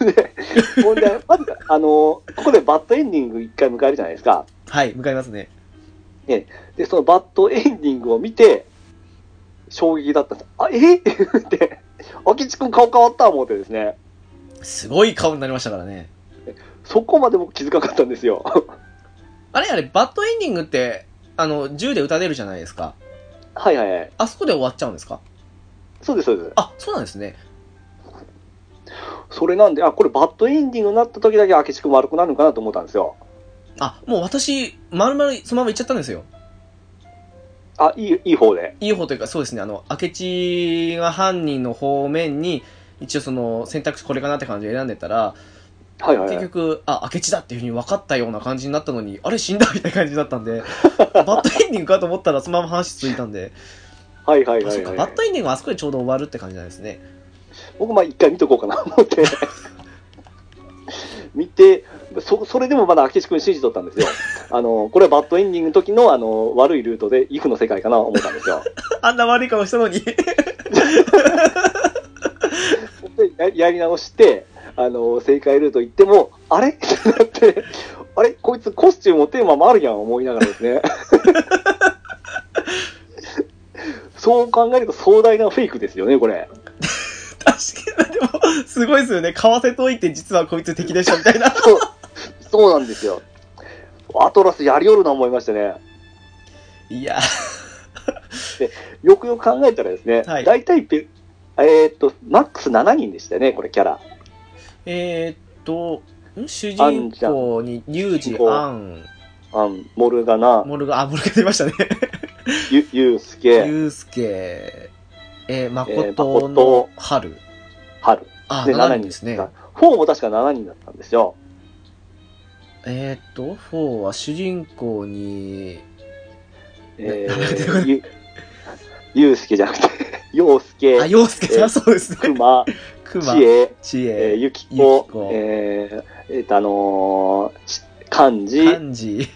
B: でほんで、まず、あのーここでバッドエンディング一回迎えるじゃないですか。
A: はい、向かいますね。
B: で、そのバッドエンディングを見て、衝撃だったんです。あ、えって言って、明智くん顔変わった思ってですね、
A: すごい顔になりましたからね。
B: そこまで僕気づかなかったんですよ。
A: あれあれ、バッドエンディングって、あの、銃で撃たれるじゃないですか。
B: はいはいはい。
A: あそこで終わっちゃうんですか
B: そうです、そうです。
A: あ、そうなんですね。
B: それなんで、あ、これバッドエンディングになった時だけ明智くん悪くなるのかなと思ったんですよ。
A: あ、もう私、まるまるそのまま行っちゃったんですよ。
B: あ、いい、いい方で。
A: いい方というか、そうですね、あの、明智が犯人の方面に、一応その選択肢これかなって感じで選んでたら、
B: はいはい
A: 結
B: はい。
A: 局、あ、明智だっていうふうに分かったような感じになったのに、あれ死んだみたいな感じに なったんで、バッドエンディングかと思ったらそのまま話ついたんで、
B: はいはい
A: あ、
B: は
A: そ
B: い、
A: っか、
B: はい
A: バッドエンディングはあそこでちょうど終わるって感じなんですね。
B: 僕、まあ一回見とこうかなと思 って。見てそ、それでもまだ明智くん信じとったんですよ。あの、これはバッドエンディングの時の、あの、悪いルートで、イフの世界かなと思ったんですよ。
A: あんな悪い顔したのに。
B: でややり直して、あの正解ルート行っても、あれ ってなって、あれこいつコスチュームもテーマもあるやん思いながらですね。 そう考えると壮大なフェイクですよね、これ。
A: 確かに、でも、すごいですよね。買わせといて、実はこいつ敵でしたみた いな。
B: そう、 そうなんですよ。アトラスやりおるな思いましたね。
A: いや、
B: よくよく考えたらですね、
A: はい
B: 大体ペ、えーっと、マックス7人でしたよね、これキャラ。
A: えー、っと、ん主人公に、リュウジ、アン、
B: あんモルガナ、
A: モルガン、あ、モルガン出ましたね。
B: ユユウスケ、
A: ユウスケ、えー、
B: えー
A: 誠の
B: 誠
A: 春。
B: ハル。
A: あ、
B: で
A: 7人
B: 7人
A: で
B: ですす
A: ね
B: ね。。4も確か7人だったんですよ。
A: えー、っと、4は主人公に、
B: え
A: 名前出てこ
B: ー、ゆ、ゆうすけじゃなくて、 ようす
A: あ、
B: け、
A: 洋介さ
B: え
A: ん、
B: ー
A: そうです
B: く
A: ね。
B: ま、
A: クマ
B: ち、え、
A: 知
B: えー
A: 恵、
B: ゆき
A: ゆきこ
B: こ、えー、えっと、あのーち、漢字、
A: 漢字、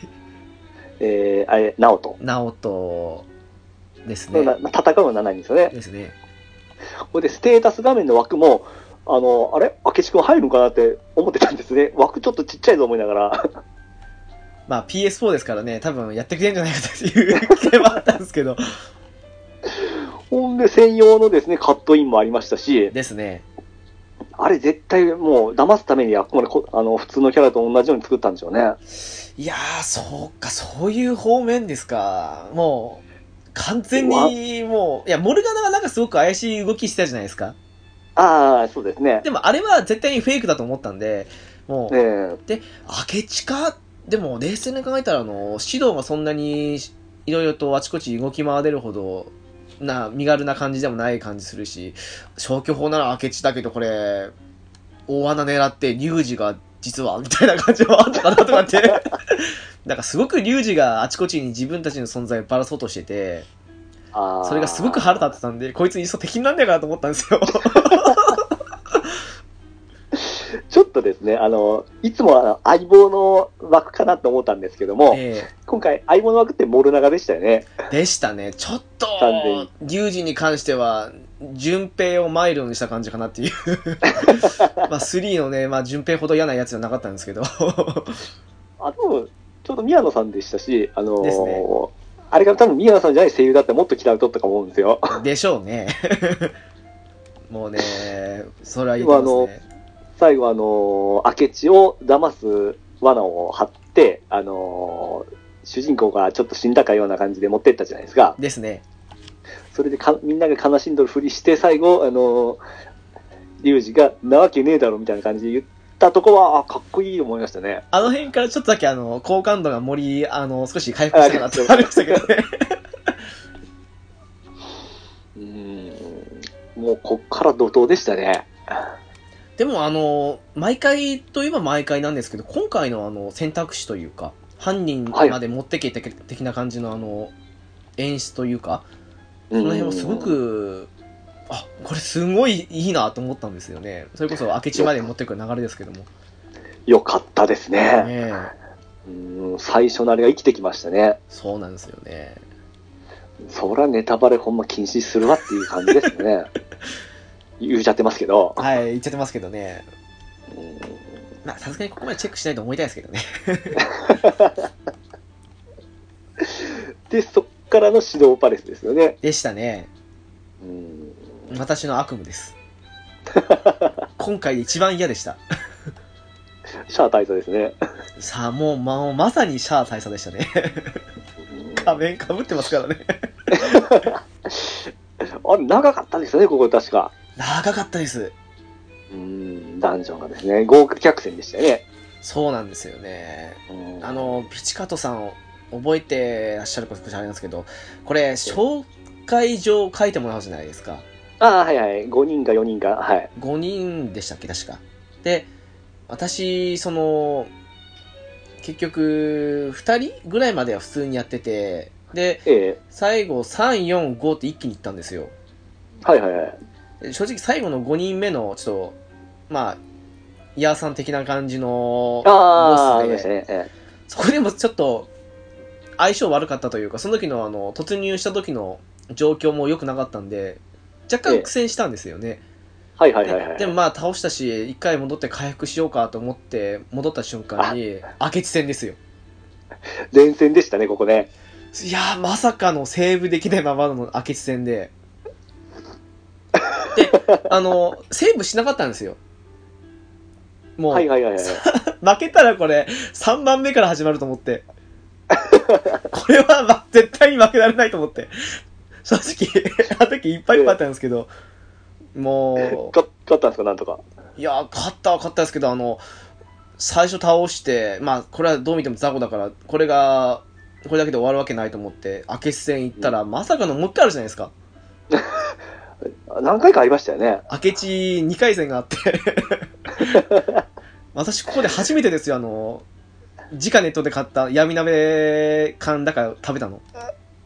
B: えー、あれ、なおと。
A: 直人ですね。
B: な戦うの7人ですよね。
A: ですね。
B: ここで、ステータス画面の枠も、あのーあれ明智くん入るのかなって思ってたんですね。枠ちょっとちっちゃいと思いながら。
A: まあ PS4 ですからね、多分やってくれるんじゃないかという気もあったんですけど。
B: ほんで、専用のですね、カットインもありました し、
A: ですね。
B: あれ絶対もう騙すためにあくまでこあの、普通のキャラと同じように作ったんでしょうね。
A: いやー、そうか、そういう方面ですか。もう、完全に、もう、いや、モルガナがなんかすごく怪しい動きしてたじゃないですか。
B: ああ、そうですね。
A: でもあれは絶対にフェイクだと思ったんで、もう、
B: えー
A: 明智かでも冷静に考えたら、あの、指導がそんなに、いろいろとあちこち動き回れるほど、な、身軽な感じでもない感じするし、消去法なら明智だけど、これ、大穴狙って、龍二が、実は、みたいな感じもあったかなとかって。 なんかすごく龍二があちこちに自分たちの存在をばらそうとしてて、
B: あー
A: それがすごく腹立ってたんで、こいついっそ敵になんねえかなと思ったんですよ。
B: ちょっとですね、あの、いつもあの相棒の枠かなと思ったんですけども、
A: ええ
B: 今回相棒の枠ってモルナガでしたよね。
A: でしたね。ちょっと
B: 完全に、
A: リュウジに関しては、順平をマイルドにした感じかなっていうまあ3のね、まあ、順平ほど嫌なやつじゃなかったんですけど
B: あ、多分、ちょうど宮野さんでしたし、あのー
A: ですね
B: あれが多分宮野さんじゃない声優だってもっと嫌うとったか思うんですよ。
A: でしょうねもうねそれは言ってますね
B: 最後、あのー明智を騙す罠を張って、あのー主人公がちょっと死んだかような感じで持ってったじゃないですか。
A: ですね
B: それでかみんなが悲しんどるふりして、最後、あのー、リュウジが、なわけねえだろみたいな感じで言ったとこは、あ、かっこいいと思いましたね。
A: あの辺からちょっとだけあの好感度が森あの少し回復したかなってありましたけどね
B: うん。もう、こっから怒涛でしたね。
A: でもあの毎回といえば毎回なんですけど今回のあの選択肢というか犯人まで持ってけて的な感じのあの演出というか
B: そ
A: その辺もすご、く、あこれすごいいいなと思ったんですよね。それこそ明智まで持ってくる流れですけども。ね
B: 良かったですね。
A: え
B: うん、最初のあれが生きてきましたね。
A: そうなんですよね。
B: そらネタバレほんま禁止するわっていう感じです ね。言うちゃってますけど。
A: はい、言っちゃってますけどね。
B: うん
A: まあ、さすがにここまでチェックしないと思いたいですけどね。
B: で、そっからの指導パレスですよね。
A: でしたね。
B: うん
A: 私の悪夢 です。今回で一番嫌でした。
B: シャア大佐ですね。
A: さあ、もう、まあ、まさにシャア大佐でしたね。 仮面かぶってますからね。
B: あれ、長かったですよね、ここ確か。
A: 長かったです。
B: うん、ダンジョンがですね、豪華客船でしたよね。
A: そうなんですよね。
B: うん
A: あ、の、ピチカトさんを覚えてらっしゃることしあれなんですけど、これ、紹介状書いてもらうじゃないですか。
B: ああ、はいはい。5人か4人か。はい。
A: 5人でしたっけ、確か。で、私、その、結局、2人ぐらいまでは普通にやってて、で、
B: ええ
A: 最後、3、4、5って一気にいったんですよ。
B: はいはいはい。
A: で正直、最後の5人目の、ちょっと、まあ、イヤーさん的な感じの、
B: ああ、あ
A: ボ
B: り
A: スで
B: ましたね。え
A: そこでもちょっと相性悪かったというか、その時のあの突入した時の状況も良くなかったんで、若
B: え
A: 干
B: え
A: 苦戦したんですよね。
B: えはいはい
A: で
B: はいはい。
A: でもまあ倒したし、一回戻って回復しようかと思って戻った瞬間に、明智戦ですよ。
B: 前線でしたね、ここね。
A: いやー、まさかのセーブできないままの明智戦で。で、あの、セーブしなかったんですよ。もう、
B: はいはいはいはい。
A: 負けたらこれ、3番目から始まると思って。これは、ま、絶対に負けられないと思って。正直、あの時いっぱいいっぱいあったんですけど、も
B: 勝勝ったんですか、なんとか。
A: う、いや、勝ったは勝ったですけど、あの、最初倒して、まあ、これはどう見ても雑魚だから、これが、これだけで終わるわけないと思って、明智戦行ったら、まさかのもう一回あるじゃないですか。
B: 何回かありましたよね。
A: 明智2回戦が あって私ここで初めてですよあの直ネットで買った闇鍋缶だから食べた の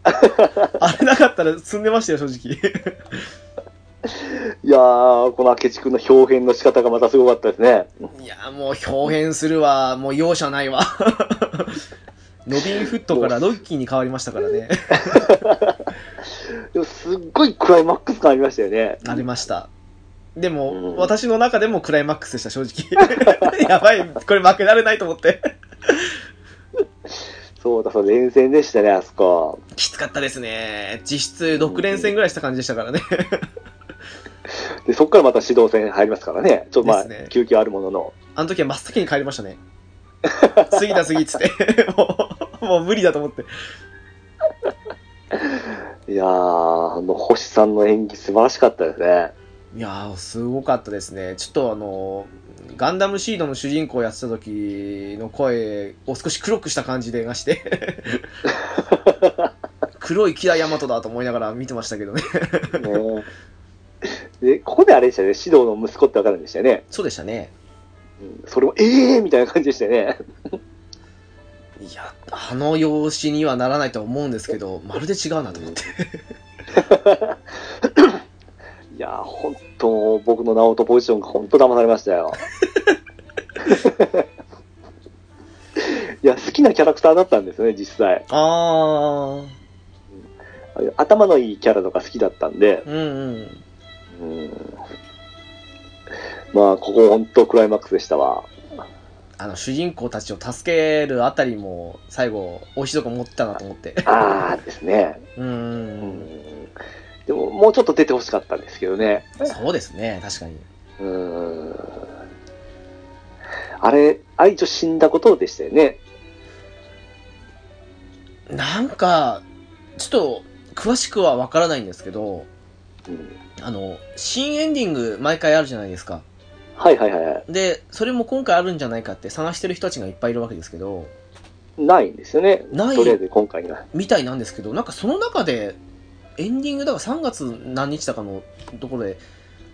A: あれなかったら積んでましたよ正 直
B: いやー、この明智君の表現の仕方がまたすごかったですね。
A: いやもう表現するわもう容赦ないわロビンフットからロッキーに変わりましたからね
B: でもすっごいクライマックス感ありましたよね。
A: ありましたでも、
B: うん
A: 私の中でもクライマックスでした正 直やばいこれ負けられないと思って
B: そうだ、そう、連戦でしたね、あそこ。
A: きつかったですね実質6連戦ぐらいした感じでしたからね
B: で、そこからまた指導戦入りますからね。ちょっとまあ、
A: ですね
B: 休憩あるものの。
A: あの時は真っ先に帰りましたね。 次だ次っつって。 もう、もう無理だと思って。
B: いやー、あの、星さんの演技素晴らしかったですね。
A: いやー、すごかったですね。ちょっとあのー、ガンダムシードの主人公やってた時の声を少し黒くした感じでがして、 黒いキラヤマトだと思いながら見てましたけどね。
B: ねで、ここであれでしたよね、指導の息子ってわかるんでしたよね。
A: そうでしたね。
B: うんそれも、えーみたいな感じでしたよね。
A: いや、あの容姿にはならないと思うんですけど、まるで違うなと思って。
B: いやー、ほんともう、僕のナオトポジションがほんと騙されましたよ。いや、好きなキャラクターだったんですよね、実際。
A: あー、
B: 頭のいいキャラとか好きだったんで、
A: うんうん。
B: うんまあ、ここ本当クライマックスでしたわ。
A: あの、主人公たちを助けるあたりも、最後、美味しいとこ持ってたなと思って。
B: ああですね。
A: う
B: う
A: ーん。
B: ん。でも、もうちょっと出てほしかったんですけどね。
A: そうですね、確かに。
B: うん。あれ、愛女死んだことでしたよね。
A: なんか、ちょっと、詳しくはわからないんですけど、
B: うん。
A: あの、新エンディング毎回あるじゃないですか。
B: はいはいはいはい。
A: で、それも今回あるんじゃないかって探してる人たちがいっぱいいるわけですけど、
B: ないんですよね。
A: ない
B: とりあえず今回には。
A: みたいなんですけど、なんかその中で、エンディングだから3月何日だかのところで、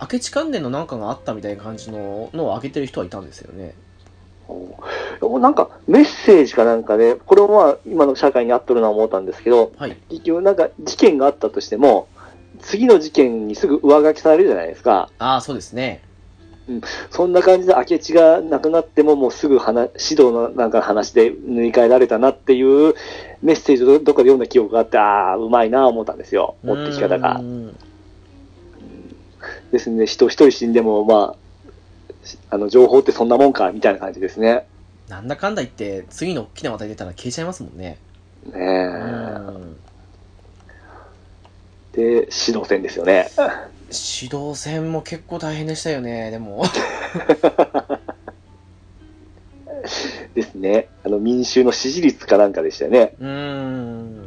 A: 明智関連のなんかがあったみたいな感じののを上げてる人はいたんですよね。
B: おなんかメッセージかなんかで、これもまあ今の社会に合っとるな思ったんですけど、
A: はい。
B: 結局なんか事件があったとしても、次の事件にすぐ上書きされるじゃないですか。
A: ああ、そうですね。
B: そんな感じで明智が亡くなってももうすぐ話、指導のなんかの話で塗り替えられたなっていうメッセージをどっかで読んだ記憶があって、ああ、うまいな思ったんですよ。持ってき方が
A: う。ん
B: ですね、人一人死んでもまあ、しあの情報ってそんなもんか、みたいな感じですね。
A: なんだかんだ言って、次の大きな話題出たら消えちゃいますもんね。
B: ね
A: う
B: え。
A: ん。
B: で、指導戦ですよね。
A: 指導戦も結構大変でしたよね、でも。
B: ですね。あの、民衆の支持率かなんかでしたよね。
A: うーん。
B: うん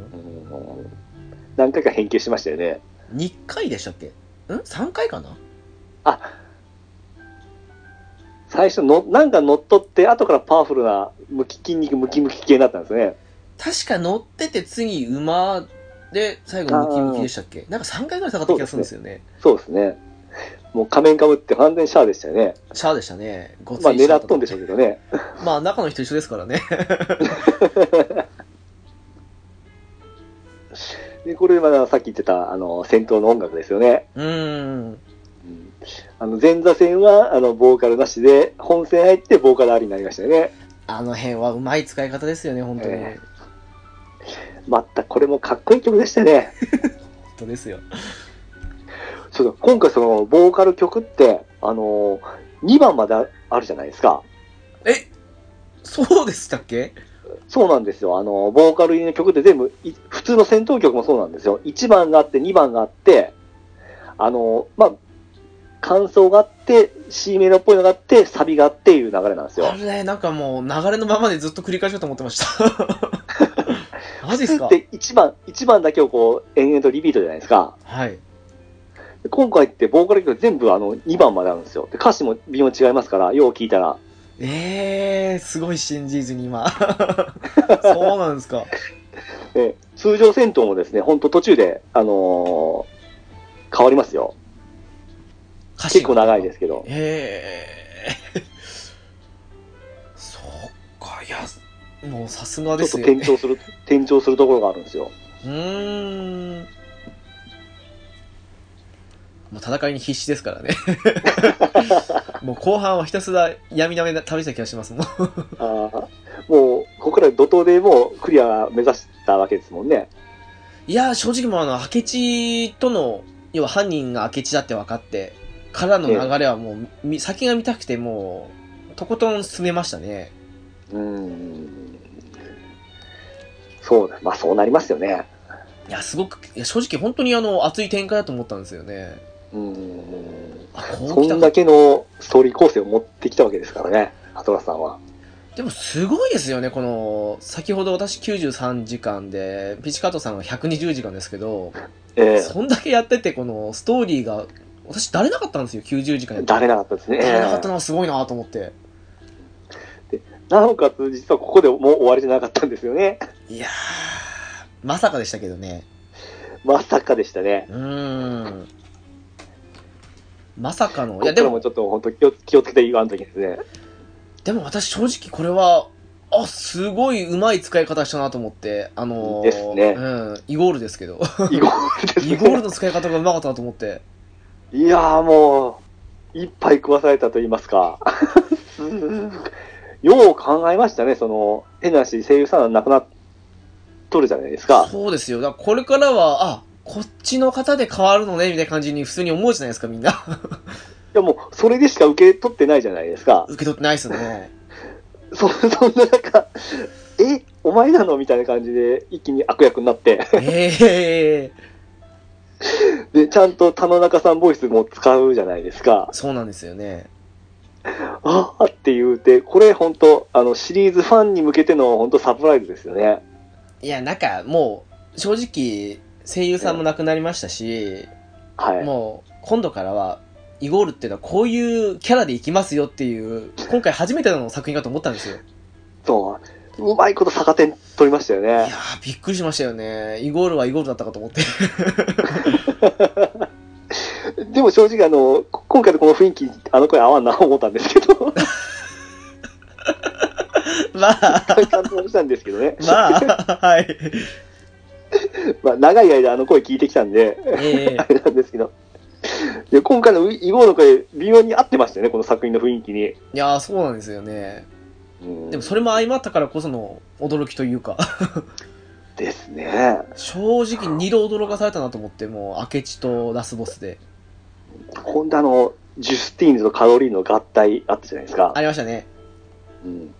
B: 何回か変形しましたよね。
A: 2回でしたっけん ?3 回かな
B: あ、最初の、なんか乗っ取って、後からパワフルな、ムキ筋肉ムキムキ系になったんですね。
A: 確か乗ってて次馬で最後ムキムキでしたっけなんか3回ぐらい下がった気がするんですよね。
B: そうですね。もう仮面かぶって完全にシャアでしたよね。
A: シャアでしたね。ごつい
B: まあ
A: シャ
B: 狙
A: ア
B: っとんでしょうけどね。
A: まあ中の人一緒ですからね。
B: で、これはさっき言ってた、あの、戦闘の音楽ですよね。
A: うーん。
B: うんあの、前座戦は、あの、ボーカルなしで、本戦入ってボーカルありになりましたよね。
A: あの辺はうまい使い方ですよね、本当に。
B: えまた、これもかっこいい曲でしたね。
A: 本当ですよ。
B: そうだ、今回その、ボーカル曲って、あのー、2番までああるじゃないですか。
A: えそうでしたっけ
B: そうなんですよ。あのー、ボーカル入りの曲って全部、い普通の戦闘曲もそうなんですよ。1番があって、2番があって、あのー、まあ、感想があって、C メロっぽいのがあって、サビがあっていう流れなんですよ
A: あ。れ、なんかもう流れのままでずっと繰り返しようと思ってま した。マジっ
B: 普通
A: す
B: っ
A: か
B: て1番、一番だけをこう、延々とリピートじゃないですか。
A: はい。
B: で今回ってボーカル曲全部あの、2番まであるんですよ。で歌詞も微妙に違いますから、よう聞いたら。
A: えー、すごい信じずに 今。そうなんですか。。
B: えー通常戦闘もですね、本当途中で、あのー変わりますよ。結構長いですすけど。
A: えー、そっか、いや、もうさすが
B: ちょ
A: で
B: っと
A: すよ。
B: 転調する、転調するところがあるんですよ。
A: うーん。もう戦いに必死です からね。もう後半はひたすら闇なめな旅した気がしますもん。
B: あーもう、ここから怒涛でもうクリア目指したわけですもんね。
A: いやー、正直もうあの、明智との、要は犯人が明智だって分かって、からの流れはもう、み先が見たくてもう、とことん進めましたね。
B: うーん。そうだ。まあそうなりますよね。
A: いや、すごく、いや正直本当にあの、熱い展開だと思ったんですよね。
B: うーん。
A: あ、こ
B: そう
A: 来た
B: ん
A: か
B: だ。けのストーリー構成を持ってきたわけですからね、アトラスさんは。
A: でもすごいですよね、この、先ほど私93時間で、ピチカートさんは120時間ですけど、
B: え
A: そんだけやってて、このストーリーが、私、だれなかったんですよ、90時間
B: え
A: やって。
B: だれなかったですね。
A: だれなかった
B: え
A: のはすごいなと思って。
B: えなおかつ、実はここでもう終わりじゃなかったんですよね。
A: いやー、まさかでしたけどね。
B: まさかでしたね。
A: うーん。まさかの。い
B: い
A: や、
B: や、
A: で
B: で
A: も
B: も、ちょっと本当気を気をつけて言わんときですね。
A: でも私正直これは、あ、すごい上手い使い方したなと思って、あのー、
B: ですね
A: うん、イゴールです けど。
B: イゴールですね
A: イゴールの使い方が上手かったなと思って。
B: いやーもう、一杯食わされたと言いますか。 よう考えましたね、その、変な話、声優さんは亡くなっとるじゃないですか。
A: そうですよ。だからこれからは、あ、こっちの方で変わるのねみたいな感じに普通に思うじゃないですか、みんな。
B: いやもう、それでしか受け取ってないじゃないですか。
A: 受け取ってないです ね。
B: そそんななんか、え、お前なのみたいな感じで、一気に悪役になって、
A: ええ
B: で、ちゃんと田野中さんボイスも使うじゃないですか。
A: そうなんですよね。
B: ああって言うて、これ本当あの、シリーズファンに向けての本当サプライズですよね。
A: いや、なんかもう、正直、声優さんも亡くなりましたし、
B: はい。
A: もう、今度からは、イゴールっていうのはこういうキャラでいきますよっていう、今回初めての作品かと思ったんですよ。
B: そう。うまいこと逆転取りましたよ
A: いや
B: ね。
A: ー、びっくりしましたよね。イゴールはイゴールだったかと思って。
B: でも正直あの、こ今回のこの雰囲気、あの声合わんな思ったんですけど、
A: まあ、
B: 感動したんですけ どね。
A: まあ、はい。
B: まあ、長い間あの声聞いてきたんで、
A: ええ
B: あれなんですけど。で、今回のイゴーの声、微妙に合ってましたよね、この作品の雰囲気に。
A: いやー、そうなんですよね。
B: うん
A: でもそれも相まったからこその驚きというか、
B: ですね。
A: 正直二度驚かされたなと思って、もう、明智とラスボスで。
B: ホンダのジュスティーンズとカロリーの合体あったじゃないですか。
A: ありましたね。
B: うん、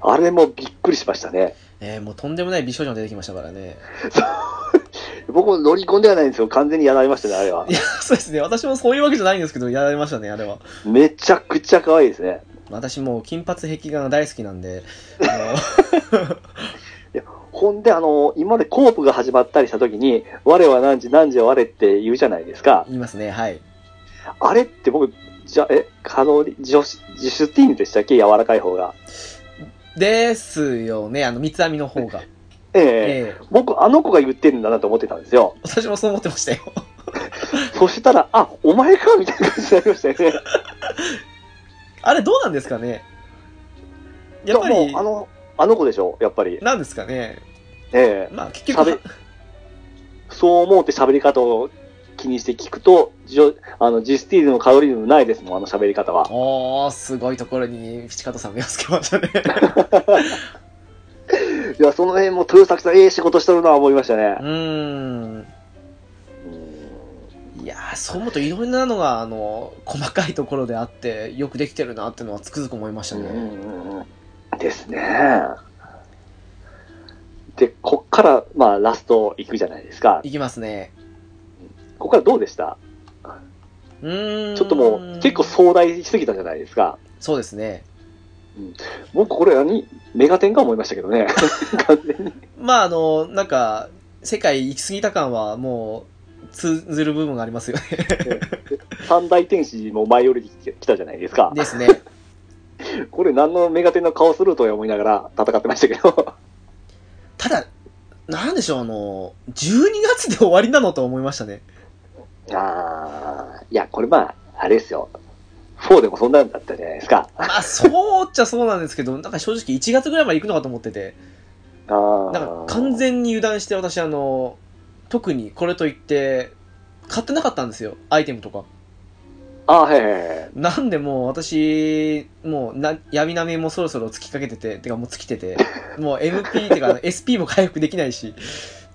B: あれもびっくりしましたね。
A: えー、もうとんでもない美少女が出てきましたからね。。
B: 僕も乗り込んではないんですよ。完全にやられましたね、あれはい
A: や、そうですね。私もそういうわけじゃないんですけど、やられましたね、あれは。
B: めちゃくちゃ可愛いですね。
A: 私もう金髪壁画が大好きなんで、 あ
B: ほんで、あの、今までコープが始まったりした時に、我は何時何時は我って言うじゃないですか
A: の、。言いますね、はい。
B: あれって僕、じゃ、え、カロリー、ジョシジュスティーンズでしたっけ柔らかい方が。
A: ですよね、あの、三つ編みの方が。
B: ええ
A: ええ
B: 僕、あの子が言ってるんだなと思ってたんで すよ。
A: 私もそう思ってましたよ。
B: そしたら、あ、お前かみたいな感じになりましたよね。
A: あれどうなんですかねやっぱ
B: い
A: り
B: やもう、あの、あの子でしょ、やっぱり。
A: なんですかね
B: ええ
A: まあ結局
B: 喋、そう思うって喋り方を気にして聞くと、ジョあのジスティーズのカロリーもないですもん、あの喋り方 は。
A: おー、すごいところに、ピチカトさん目をつけました ね。
B: いや、その辺も豊崎さん、ええ仕事してるな、思いました
A: う
B: ね。
A: ーん。いやー、そう思うといろんなのが、あの、細かいところであって、よくできてるなってのはつくづく思いました
B: うん
A: ね。
B: うんうんですね。で、こっから、まあ、ラスト行くじゃないですか。
A: いきますね。
B: ここからどうでした
A: うーん。
B: ちょっともう、結構壮大しすぎたじゃないですか。
A: そうですね。
B: 僕、これ何、メガテンか思いましたけどね。 完全に。
A: まあ、あの、なんか、世界行き過ぎた感はもう、通ずる部分がありますよね。
B: 三大天使も舞い降りてきたじゃないですか。
A: ですね。
B: これ何のメガテンの顔するとは思いながら戦ってましたけ ど。
A: ただ、なんでしょう、あの、12月で終わりなのと思いましたね。
B: ああ、いや、これまあ、あれですよ。4でもそんなんだったじゃないですか。あ
A: まあ、そうっちゃそうなんですけど、なんか正直1月ぐらいまで行くのかと思ってて。
B: あ
A: なんか完全に油断して私あの特にこれといって買ってなかったんですよアイテムとか
B: あーはいはいはい。
A: なんでもう私もうな闇なめもそろそろつきかけてててかもう尽きててもう MP って か SP も回復できないし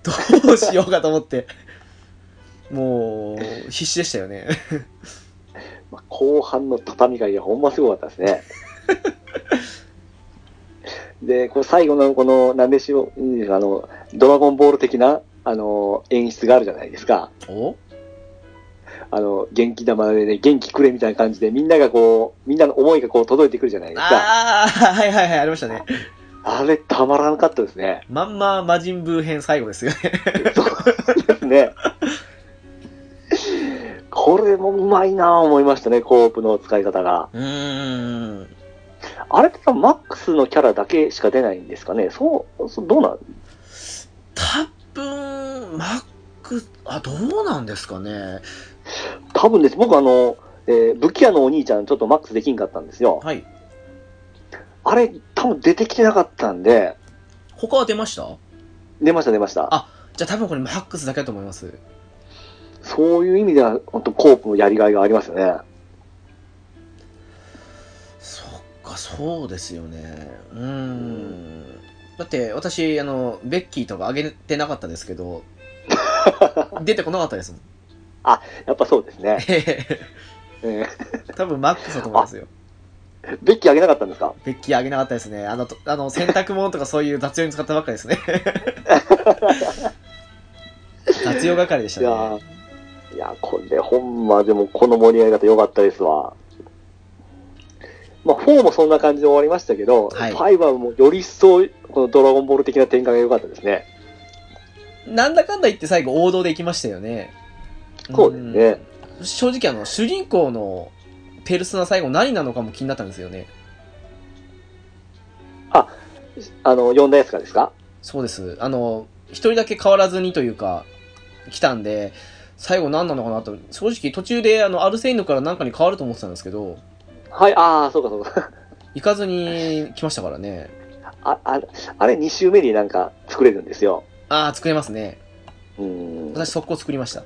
A: どうしようかと思ってもう必死でしたよね
B: まあ後半の畳み替えがほんますごかったです ね。で、こう最後のこの、なんでしょう、うんあの、ドラゴンボール的な、あの、演出があるじゃないですか。
A: お
B: あの、元気玉でね、元気くれみたいな感じで、みんながこう、みんなの思いがこう届いてくるじゃないですか。
A: ああはいはいはいありましたね
B: あれ、たまらなかったですね。
A: まんま魔人ブー編最後ですよね
B: そうですね。これもうまいなぁ思いましたね、コープの使い方が。
A: うーん
B: あれって多分マックスのキャラだけしか出ないんですかねそう、そうどうなん
A: 多分マックあどうなんですかね
B: 多分です。僕あの、えー武器屋のお兄ちゃんちょっとマックスできんかったんですよ。
A: はい
B: あれ、多分出てきてなかったんで、
A: 他は出ました
B: 出ました出ました。
A: あじゃあ多分これマックスだけだと思います
B: そういう意味では、本当コープのやりがいがありますよね。
A: そっかそうですよねうー んだって私あのベッキーとかあげてなかったですけど出てこなかったですもん。
B: やっぱそうですね。
A: ええ
B: え
A: 多分マックスだと思いますよ。
B: ー ベッキーあげなかったんですか
A: ベッキーあげなかったですね。あの、とあの、洗濯物とかそういう雑用に使ったばっかり ですね。雑用係でし
B: いや
A: たね。
B: ーいやー、これ、ほんま、でも、この盛り上がり方良かったですわ。まあ、4もそんな感じで終わりましたけど、
A: はい
B: 5はもうより一層、このドラゴンボール的な展開が良かったですね。
A: なんだかんだ言って最後王道で行きましたよね。
B: そうですね。
A: うん。正直あの、主人公のペルソナ最後何なのかも気になったんですよね。
B: あの、呼んだやつがですか
A: そうです。あの、一人だけ変わらずにというか、来たんで、最後何なのかなと、正直途中であの、アルセイヌから何かに変わると思ってたんですけど、
B: はい、ああ、そうかそうか。
A: 行かずに来ましたからね。
B: あ、ああれ、2周目になんか作れるんですよ。
A: ああ、作れますね。
B: うーん。
A: 私速攻作りました。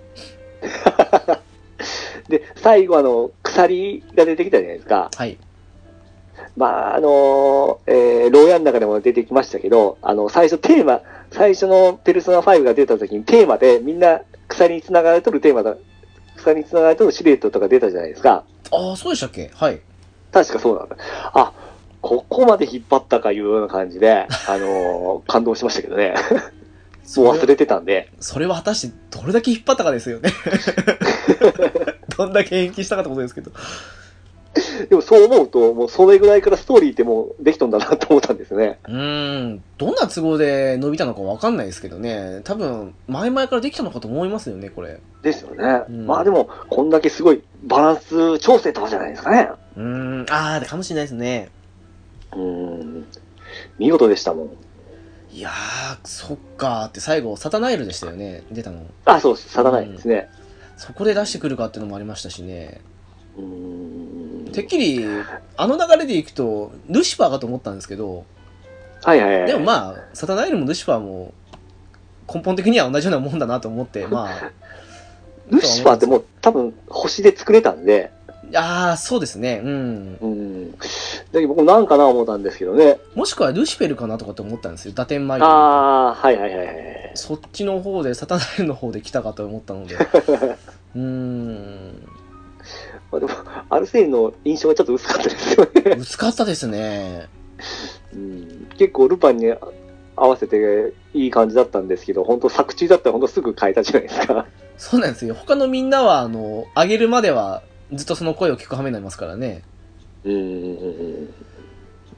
B: で、最後、あの、鎖が出てきたじゃないですか。
A: はい。
B: まあ、あのーえー、牢屋の中でも出てきましたけど、あの、最初テーマ、最初のペルソナ5が出た時にテーマで、みんな鎖に繋がれとるテーマだ、鎖に繋がれとるシルエットとか出たじゃないですか。
A: ああ、そうでしたっけはい。
B: 確かそうなんだ。あ、ここまで引っ張ったかいうような感じで、あのー感動しましたけどね。
A: そ
B: もう忘
A: れ
B: れてたんで。
A: それは果たしてどれだけ引っ張ったかですよね。どんだけ延期したかってことですけど。
B: でもそう思うと、もうそれぐらいからストーリーってもうできとんだなと思ったんですね。
A: うーん、どんな都合で伸びたのかわかんないですけどね。多分、前々からできたのかと思いますよね、これ。
B: ですよね。
A: うん
B: まあでも、こんだけすごいバランス調整とかじゃないですかね。
A: うーん、あー、かもしれないですね。
B: うーん見事でしたもん。
A: いやー、そっかーって最後、サタナイルでしたよね、出たの。
B: あ、そう、さだないですね。
A: そこで出してくるかっていうのもありましたしね。
B: うーん
A: てっきり、あの流れでいくと、ルシファーかと思ったんですけど、
B: はいはいはい。
A: でもまあ、サタナイルもルシファーも、根本的には同じようなもんだなと思って、ま あ、
B: ルシファーってもう多分星で作れたんで、
A: ああ、そうですね、うん。
B: うーん。だけど僕なんかな思ったんですけどね。
A: もしくはルシフェルかなとかって思ったんですよ、打点前
B: あー、はいはいはいはい。
A: そっちの方で、サタナイルの方で来たかと思った ので。うーん、
B: まあ、でも、アルセインの印象がちょっと薄かったですよね。
A: 薄かったですね。
B: うん結構ルパンに合わせていい感じだったんですけど、本当作中だったら本当すぐ変えたじゃないですか。
A: そうなんですよ。他のみんなは、あの、上げるまでは、ずっとその声を聞く羽目になりますからね。
B: うーん。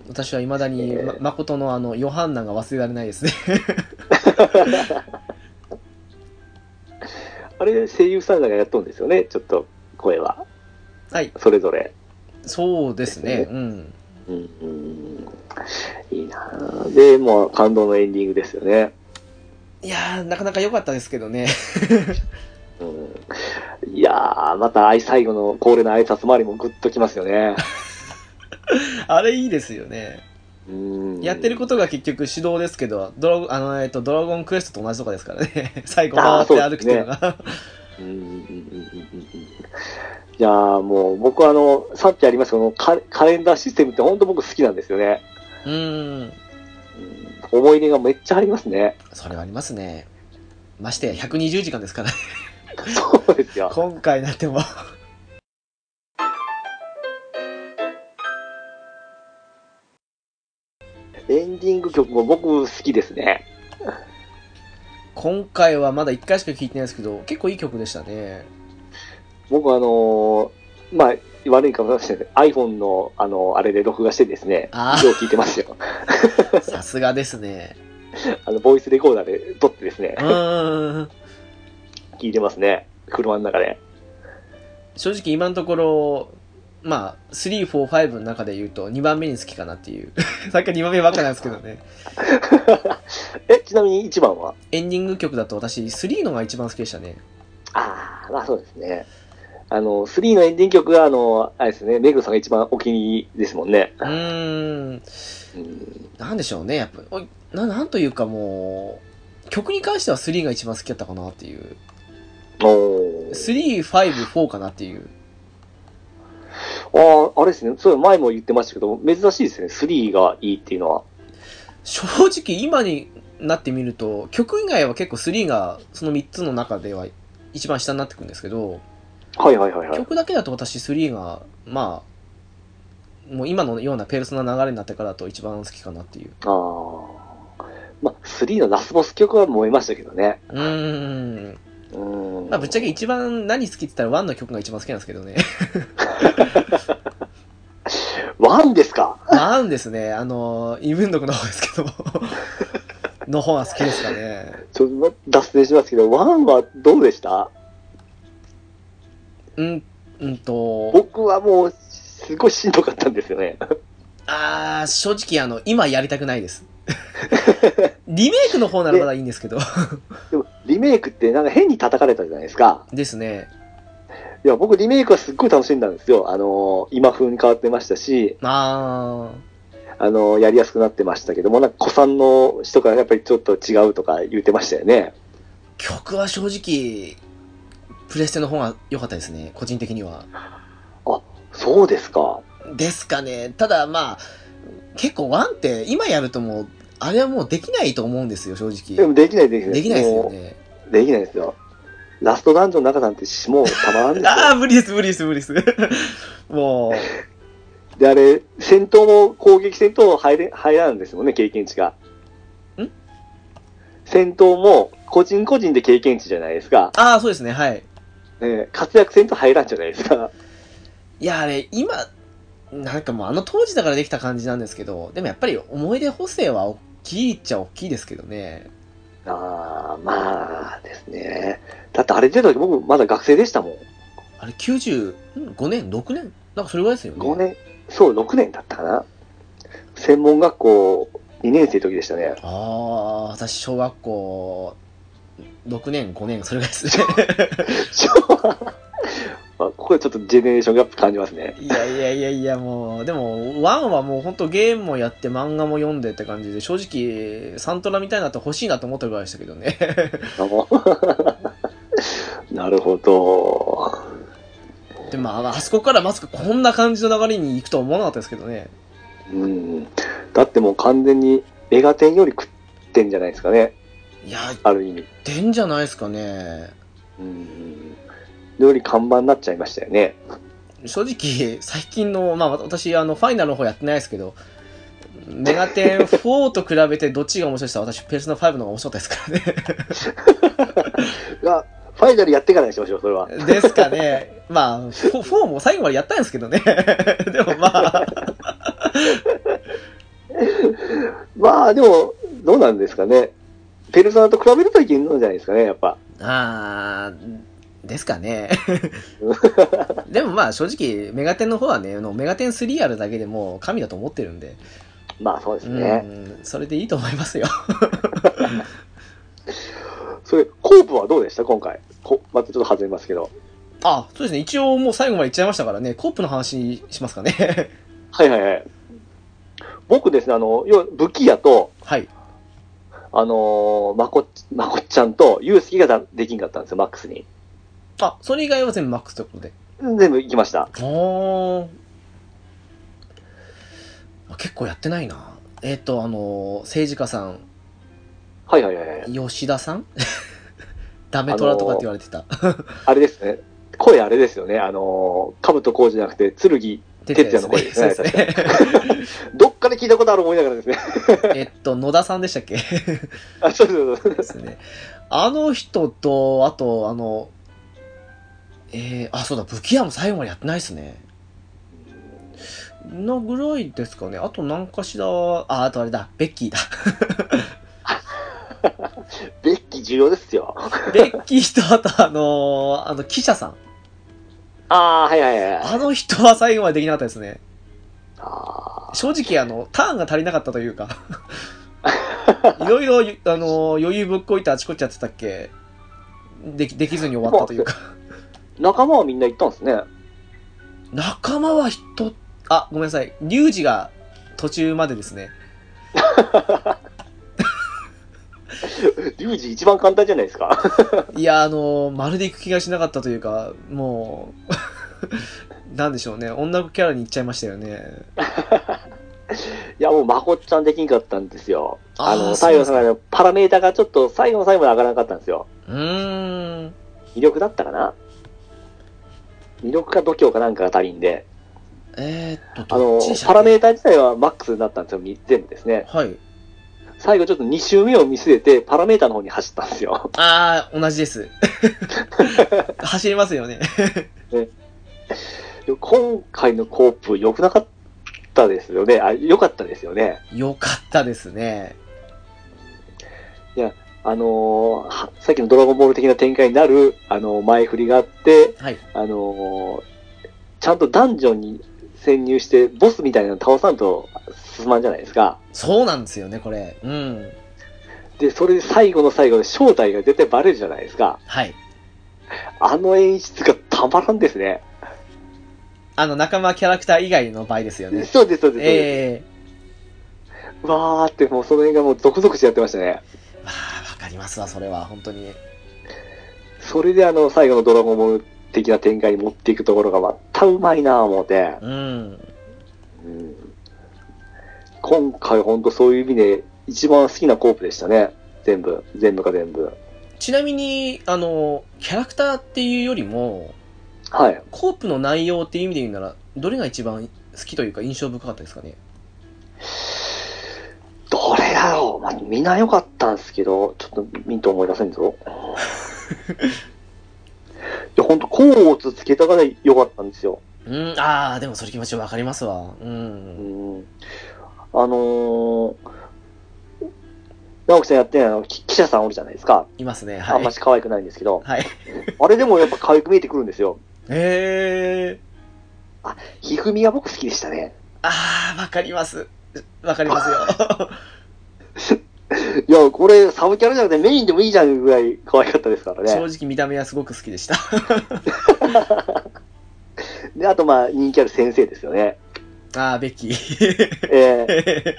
A: 私は未だに、
B: ええ
A: ま、誠のあの、ヨハンナが忘れられないですね。
B: あれ、声優さんらがやっとんですよね、ちょっと声は。
A: はい。
B: それぞれ。
A: そうですね。
B: です
A: うん。
B: うんいいなぁで、もう感動のエンディングですよね。
A: いやー、なかなか良かったですけどね。
B: うん、いやーまた愛最後の恒例の挨拶回りもグッときますよね。
A: あれいいですよね。
B: うん
A: やってることが結局指導ですけど、ドラゴン、あの、えっと、ドラゴンクエストと同じとかですからね。 最後回
B: あ
A: っ
B: ー
A: て歩くっていうのが。
B: うんうんうんうんうんうんいやーもう僕はあの、さっきありましたこのカカレンダーシステムって本当僕好きなんですよね。
A: うーん。
B: うん思い出がめっちゃありま すね。
A: それはありますね。ましてや、120時間ですから ね。
B: そうですよ。
A: 今回なっても。
B: エンディング曲も僕好きですね。
A: 今回はまだ1回しか聴いてないですけど、結構いい曲でしたね。
B: 僕あのーまあ、悪いかもしれないですけど iPhone の、あのあれで録画してですね、
A: あー
B: よう聞いてますよ。
A: さすがですね。
B: あの、ボイスレコーダーで撮ってですね
A: う、ーん。
B: 聞いてますね。車の中で。
A: 正直今のところ、まあ、3、4、5の中で言うと2番目に好きかなっていう。 さっき2番目ばっかなんですけどね。
B: え、ちなみに1番は
A: エンディング曲だと私、3のが一番好きでしたね。
B: ああ、まあそうですね。あの、3のエンディング曲が、あの、あれですね、メグさんが一番お気に入りですもんね。
A: うーん。
B: うん
A: なんでしょうね、やっぱ。おいななんというかもう、曲に関しては3が一番好きだったかなっていう。
B: おー
A: 3、5、4かなっていう。
B: ああ、あれですね、そう前も言ってましたけど、珍しいですね、3がいいっていうのは。
A: 正直今になってみると、曲以外は結構3がその3つの中では一番下になってくるんですけど、
B: はいはいはいはい。
A: 曲だけだと私3が、まあ、もう今のようなペルソナ流れになってからだと一番好きかなっていう。
B: ああ。まあ、3のラスボス曲は燃えましたけどね。
A: うーん。
B: うん。
A: まあぶっちゃけ一番何好きって言ったら1の曲が一番好きなんですけどね。
B: ワンですか
A: なんですね、あの、イムンドクの方ですけども。 の方が好きですかね。
B: ちょっと脱線しますけど、ワンはどうでした
A: うん、うんと、
B: 僕はもう、すごいしんどかったんですよね。
A: あー、正直あの、今やりたくない です。リメイクの方ならまだいいんですけど。
B: でも、リメイクってなんか変に叩かれたじゃないですか。
A: ですね。
B: いや、僕リメイクはすっごい楽しんだんですよ。あのー今風に変わってましたし、
A: あ
B: あのーやりやすくなってましたけども、なんか、古参の人からやっぱりちょっと違うとか言ってましたよね。
A: ー、曲は正直、プレステの方が良かったですね、個人的には。
B: そうですか。
A: ですかね。ただまあ、結構1って今やるともう、あれはもうできないと思うんですよ、正
B: で
A: 直。
B: もできないできない。
A: できないですよ
B: も
A: ね。
B: うできないですよ。ラストダンジョンの中なんてもうたまらんですよ。
A: ああ、無理です、無理です、無理です。 も
B: で、あれ、戦闘も攻撃戦闘も入れ、入らんですもんね、経験値が。
A: ん
B: 戦闘も個人個人で経験値じゃないですか。
A: う、ああ、そうですね、はい。
B: ね、活躍戦闘入らんじゃないですか。
A: いや、あれ、今、なんかもうあの当時だからできた感じなんですけど、でもやっぱり思い出補正は大きいっちゃ大きいですけどね。
B: ああ、まあですね。だってあれ出た時僕まだ学生でしたもん。
A: あれ95年 ?6 年なんかそれぐらいですよね。
B: 5年、そう、6年だったかな。専門学校2年生の時でした ね。
A: ああ、私、小学校、6年、5年、それぐらいですね。
B: まあここでちょっとジェネレーションギャップ感じますね。
A: いやいやいやいや、もう、でも、ワンはもう本当ゲームもやって漫画も読んでって感じで、正直、サントラみたいになって欲しいなと思ったぐらいでしたけどね。
B: あの なるほど。
A: で、まあ、あそこからまさかこんな感じの流れに行くとは思わなかったですけどね。
B: うん。だってもう完全にメガテンより食ってんじゃないですかね。
A: いや、
B: ある意味。
A: でんじゃないですかね。
B: うん。より看板になっちゃいましたよね。
A: 正直、最近の、まあ私、あの、ファイナルの方やってないですけど、メガテン4と比べてどっちが面白いですか私、ペルソナ5の方が面白かったですからね。
B: が、ファイナルやってからにしましょう、それは。
A: ですかね。まあ、フォ4も最後までやったんですけどね。 でもまあ、
B: まあでも、どうなんですかね。ペルソナと比べるといけるんじゃないですかね、やっぱ。
A: あー、ですかね。でもまあ正直、メガテンの方はね、あのメガテン3あるだけでもう神だと思ってるんで、
B: まあそうです
A: う
B: ね。
A: ん、それでいいと思いますよ。
B: それ、コープはどうでした今回。こまたちょっと外れますけど。
A: あ、そうですね。一応もう最後までいっちゃいましたからね、コープの話しますかね。
B: はいはいはい。僕ですね、あの、要は武器屋と、
A: はい。
B: あのーまこ、まこっちゃんと、ゆうすきがだできんかったんですよ、マックスに。
A: あ、それ以外は全部マックスということで。
B: 全部行きました。
A: おーあ結構やってないな。えっ、と、あの、政治家さん、
B: はいはいはいはい。
A: 吉田さん ダメトラとかって言われてた。
B: あれですね。声あれですよね。あのー、かぶとこうじゃなくて、剣。
A: 哲
B: 也の声ですね
A: そうですね。
B: どっかで聞いたことある思いながらですね。
A: えっと、野田さんでしたっけ
B: あ、そうそうそう。
A: ですね。あの人と、あと、あの、えー、あ、そうだ、武器屋も最後までやってないですね。のぐらいですかね。あと何かしら、あ、あとあれだ、ベッキー だ。
B: ベッキー重要ですよ。
A: ベッキーと、あとあのーあの、記者さん。
B: ああー、はいはいはいはい。
A: あの人は最後までできなかったですね。
B: あ
A: 正直、あの、ターンが足りなかったという か。いろいろ、あのー余裕ぶっこいてあちこちやってたっけでき、できずに終わったというか。
B: ー仲間はみんな行ったんですね。
A: 仲間は人、あ、ごめんなさい。リュウジが途中までですね。
B: リュウジ一番簡単じゃないですか。
A: いや、あのーまるで行く気がしなかったというか、もう、 なんでしょうね。女の子キャラに行っちゃいましたよね。
B: いや、もうまこっちゃんできんかったんですよ。あの、
A: そう
B: 最後の最後のパラメータがちょっと最後の最後まで上がらなかったんですよ。
A: うーん。
B: 魅力だったかな魅力か度胸かなんかが足りんで、
A: えー、っと、
B: あ
A: ど
B: の
A: っちでし、たっ
B: パ
A: け
B: ラメータ自体はマックスになったんですよ、み全部ですね。
A: はい。
B: 最後ちょっと2周目を見据えて、パラメータの方に走ったんですよ。
A: ああ、同じです。走りますよね。
B: で今回のコープ、良くなかったですよね。あ、良かったですよね。
A: よかったですね。
B: あのーはさっきのドラゴンボール的な展開になる、あのー前振りがあって、
A: はい。
B: あのーちゃんとダンジョンに潜入して、ボスみたいなの倒さんと進まんじゃないですか。
A: そうなんですよね、これ。うん。
B: で、それで最後の最後で正体が絶対バレるじゃないですか。
A: はい。
B: あの演出がたまらんですね。
A: あの、仲間キャラクター以外の場合ですよ ね。
B: そうです、そうです。そうです
A: え
B: わーって、もうその辺がもうゾクゾクしてやってましたね。
A: えー。わあ、わかりますわ、それは、本当に。
B: それであの、最後のドラゴンボール的な展開に持っていくところがまたうまいなぁ思って。
A: うん。
B: うん今回ほんとそういう意味で一番好きなコープでしたね。全部。全部か全部。
A: ちなみに、あの、キャラクターっていうよりも、
B: はい。
A: コープの内容っていう意味で言うなら、どれが一番好きというか印象深かったですかね。
B: どれだろう、まあ、みんな良かったんですけど、ちょっとミント思い出せん ぞ。いや、ほんと、コーツつけたが良かったんですよ。
A: うん、ああ、でもそれ気持ちわかりますわ。う。
B: うんん。あのー、直樹さんやってないあの、き記者さんおるじゃないですか。
A: いますね、
B: あ
A: は
B: ん
A: い
B: ま。し可愛くないんですけど、
A: はい。
B: あれでもやっぱ可愛く見えてくるんですよ。
A: ええー。
B: ひふみが僕好きでしたね。
A: ああ、わかります。わかりますよ。
B: いや、これ、サブキャラじゃなくてメインでもいいじゃんぐらい可愛かったですから
A: 正
B: ね。
A: 直見た目はすごく好きでした。
B: で、あとまあ、人気ある先生ですよね。
A: ああ、ベッキー。
B: えー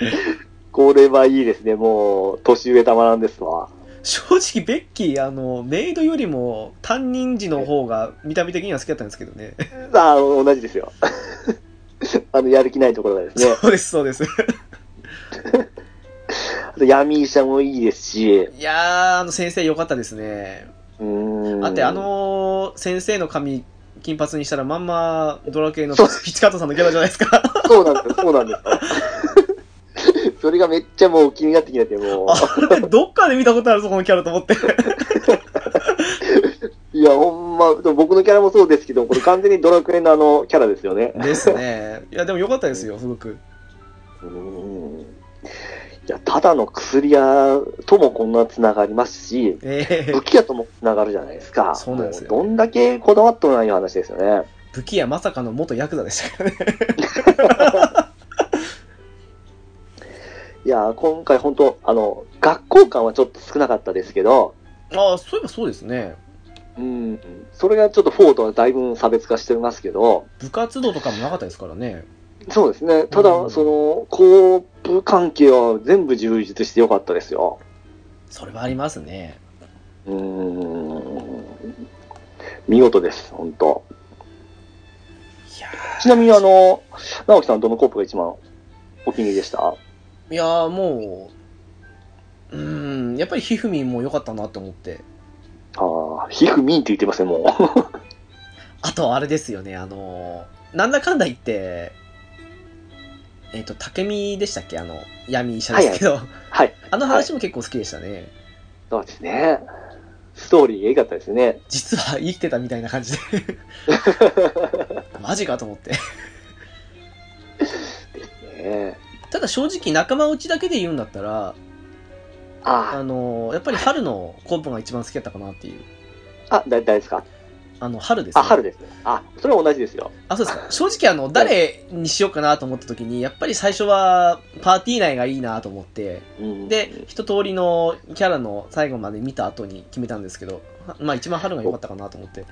B: これはいいですね。もう、年上たまらんですわ。
A: 正直、ベッキー、あの、メイドよりも、担任時の方が、見た目的には好きだったんですけどね。
B: ああ、同じですよ。 あの、やる気ないところがですね。
A: そうです、そうです。
B: あと、闇医者もいいですし。
A: いやー、あの、先生良かったですね。
B: うーん。
A: だって、あ、のー先生の髪、金髪にしたら、まんま、ドラ系の
B: そう
A: ピチカートさんのキャラじゃないです か。
B: そうなんですよ、 そうなんですよ。それがめっちゃもう気になってきてて、も
A: あれ、どっかで見たことあるぞ、このキャラと思って。
B: う。いや、ほんま、僕のキャラもそうですけど、これ完全にドラクエのあの、キャラですよね。
A: ですね。いや、でも良かったですよ、すごく。
B: うんいや、ただの薬屋ともこんなつながりますし、
A: ええ
B: 武器屋ともつながるじゃないですか。
A: そうなんですよ
B: もうどんだけこだわっとるない話ですよね。
A: 武器屋まさかの元ヤクザでしたからね。
B: いや、今回本当あの、学校感はちょっと少なかったですけど、
A: ああ、そういえばそうですね。
B: うん、それがちょっと4とはだいぶ差別化してますけど、
A: 部活動とかもなかったですからね。
B: そうですね。た
A: う
B: だ、
A: ん
B: その、コープ関係は全部充実してよかったですよ。
A: それはありますね。
B: うん。見事です、本当
A: いや
B: ちなみにあの、直樹さんどのコープが一番お気に入りでした
A: ー、いやーもう、うーん、やっぱりひふみんも良かったなと思って。
B: ああ、ひふみんって言ってますね、もう。
A: あと、あれですよね、あのー、なんだかんだ言って、えっ、と、竹見でしたっけあの、闇医者ですけど、
B: はい。
A: あの話も結構好きでしたね。
B: そうですね。ストーリーが良かったですね。
A: 実は生きてたみたいな 感じで。マジかと思って。
B: ね
A: ただ正直仲間内だけで言うんだったら、あ
B: あ
A: のーやっぱり春のコープが一番好きだったかなっていう。
B: あ、あ、だ、誰ですか
A: あの、春です、ね。
B: あ、春ですね。あ、それは同じですよ。
A: あ、そうですか。正直あの、誰にしようかなと思った時に、やっぱり最初はパーティー内がいいなと思って、
B: うん
A: で、一通りのキャラの最後まで見た後に決めたんですけど、はまあ一番春が良かったかなと思って。
B: こ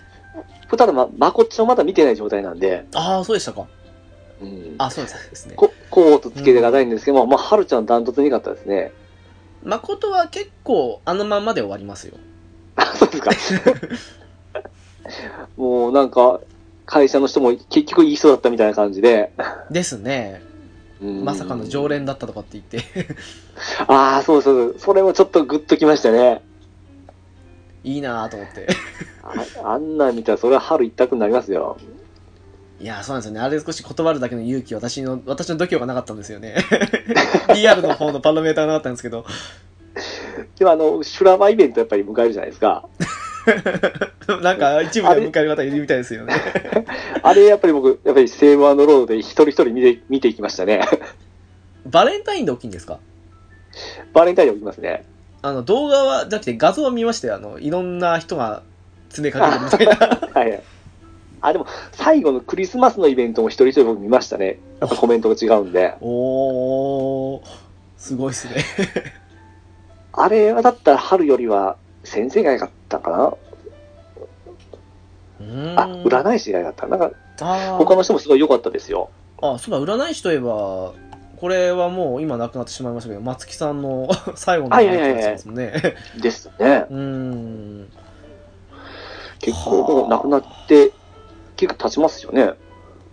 B: れただま、まこっちをまだ見てない状態なんで、
A: ああ、そうでしたか。
B: うん
A: あ、そうですね。
B: こコートつけてがないんですけども、まあ、はるちゃんダントツに良かったですね。
A: 誠は結構あのまんまで終わりますよ。
B: あ、そ うですか。もうなんか、会社の人も結局いい人だったみたいな感じで、
A: ですね。
B: うん
A: まさかの常連だったとかって言って、
B: ああ、そうそうそう。それもちょっとグッときましたね。
A: いいなぁと思って。
B: ああんなん見たら、それは春一択になりますよ。
A: いやーそうなんですよね。あれ少し断るだけの勇気、私の、私の度胸がなかったんですよ ね。DR の方のパロメーターがなかったんですけど、
B: でも、あの、修羅場イベントやっぱり迎えるじゃないですか。
A: なんか一部が迎える方いるみたいですよね。
B: あれ、やっぱり僕、やっぱりセーブアンドロードで一人一人見て、見ていきましたね。
A: バレンタインで大きいんですか
B: バレンタインで起きますね。
A: あの、動画は、だって画像は見ましたよ。あの、いろんな人が詰めかけてるみたいな。
B: はい。あ、でも、最後のクリスマスのイベントも一人一人僕見ましたね。やっぱコメントが違うんで。
A: おー、すごいっすね。
B: あれはだったら春よりは先生が良かったかな
A: うーん
B: あ、占い師が良かった。なんか、
A: あー
B: 他の人もすごい良かったですよ。
A: あ、そうだ、占い師といえば、これはもう今なくなってしまいましたけど、松木さんの 最後の
B: はいはいはいはい
A: やつですもんね。
B: ですね。
A: うーん。
B: 結構もう亡くなって、結構経ちますよね。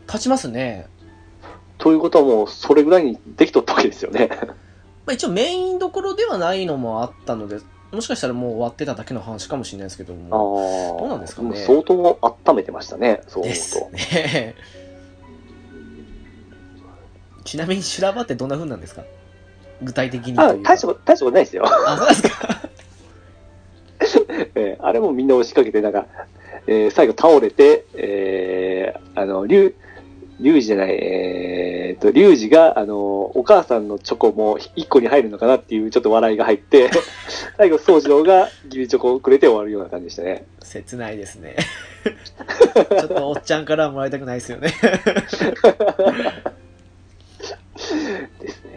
A: 立ちますね。
B: ということはもう、それぐらいにできとったわけですよね。
A: まあ、一応メインどころではないのもあったので、もしかしたらもう終わってただけの話かもしれないですけど
B: ああ。
A: も。
B: ど
A: うなんですかね
B: 相当温めてましたね、そう思
A: で
B: う
A: す
B: と。
A: ね。 ちなみに修羅場ってどんな風なんですか具体的にと
B: あ
A: いう、か。
B: 大したこと、大したことないですよ。
A: あ、そうですか。
B: えーあれもみんな押しかけて、なんか、えー最後倒れて、えーあの、竜、竜二じゃない、えーっと、竜二が、あの、お母さんのチョコも一個に入るのかなっていうちょっと笑いが入って、 最後、宗次郎がギリチョコをくれて終わるような感じでしたね。
A: 切ないです ね。ちょっとおっちゃんからはもらいたくないですよね。
B: ですね。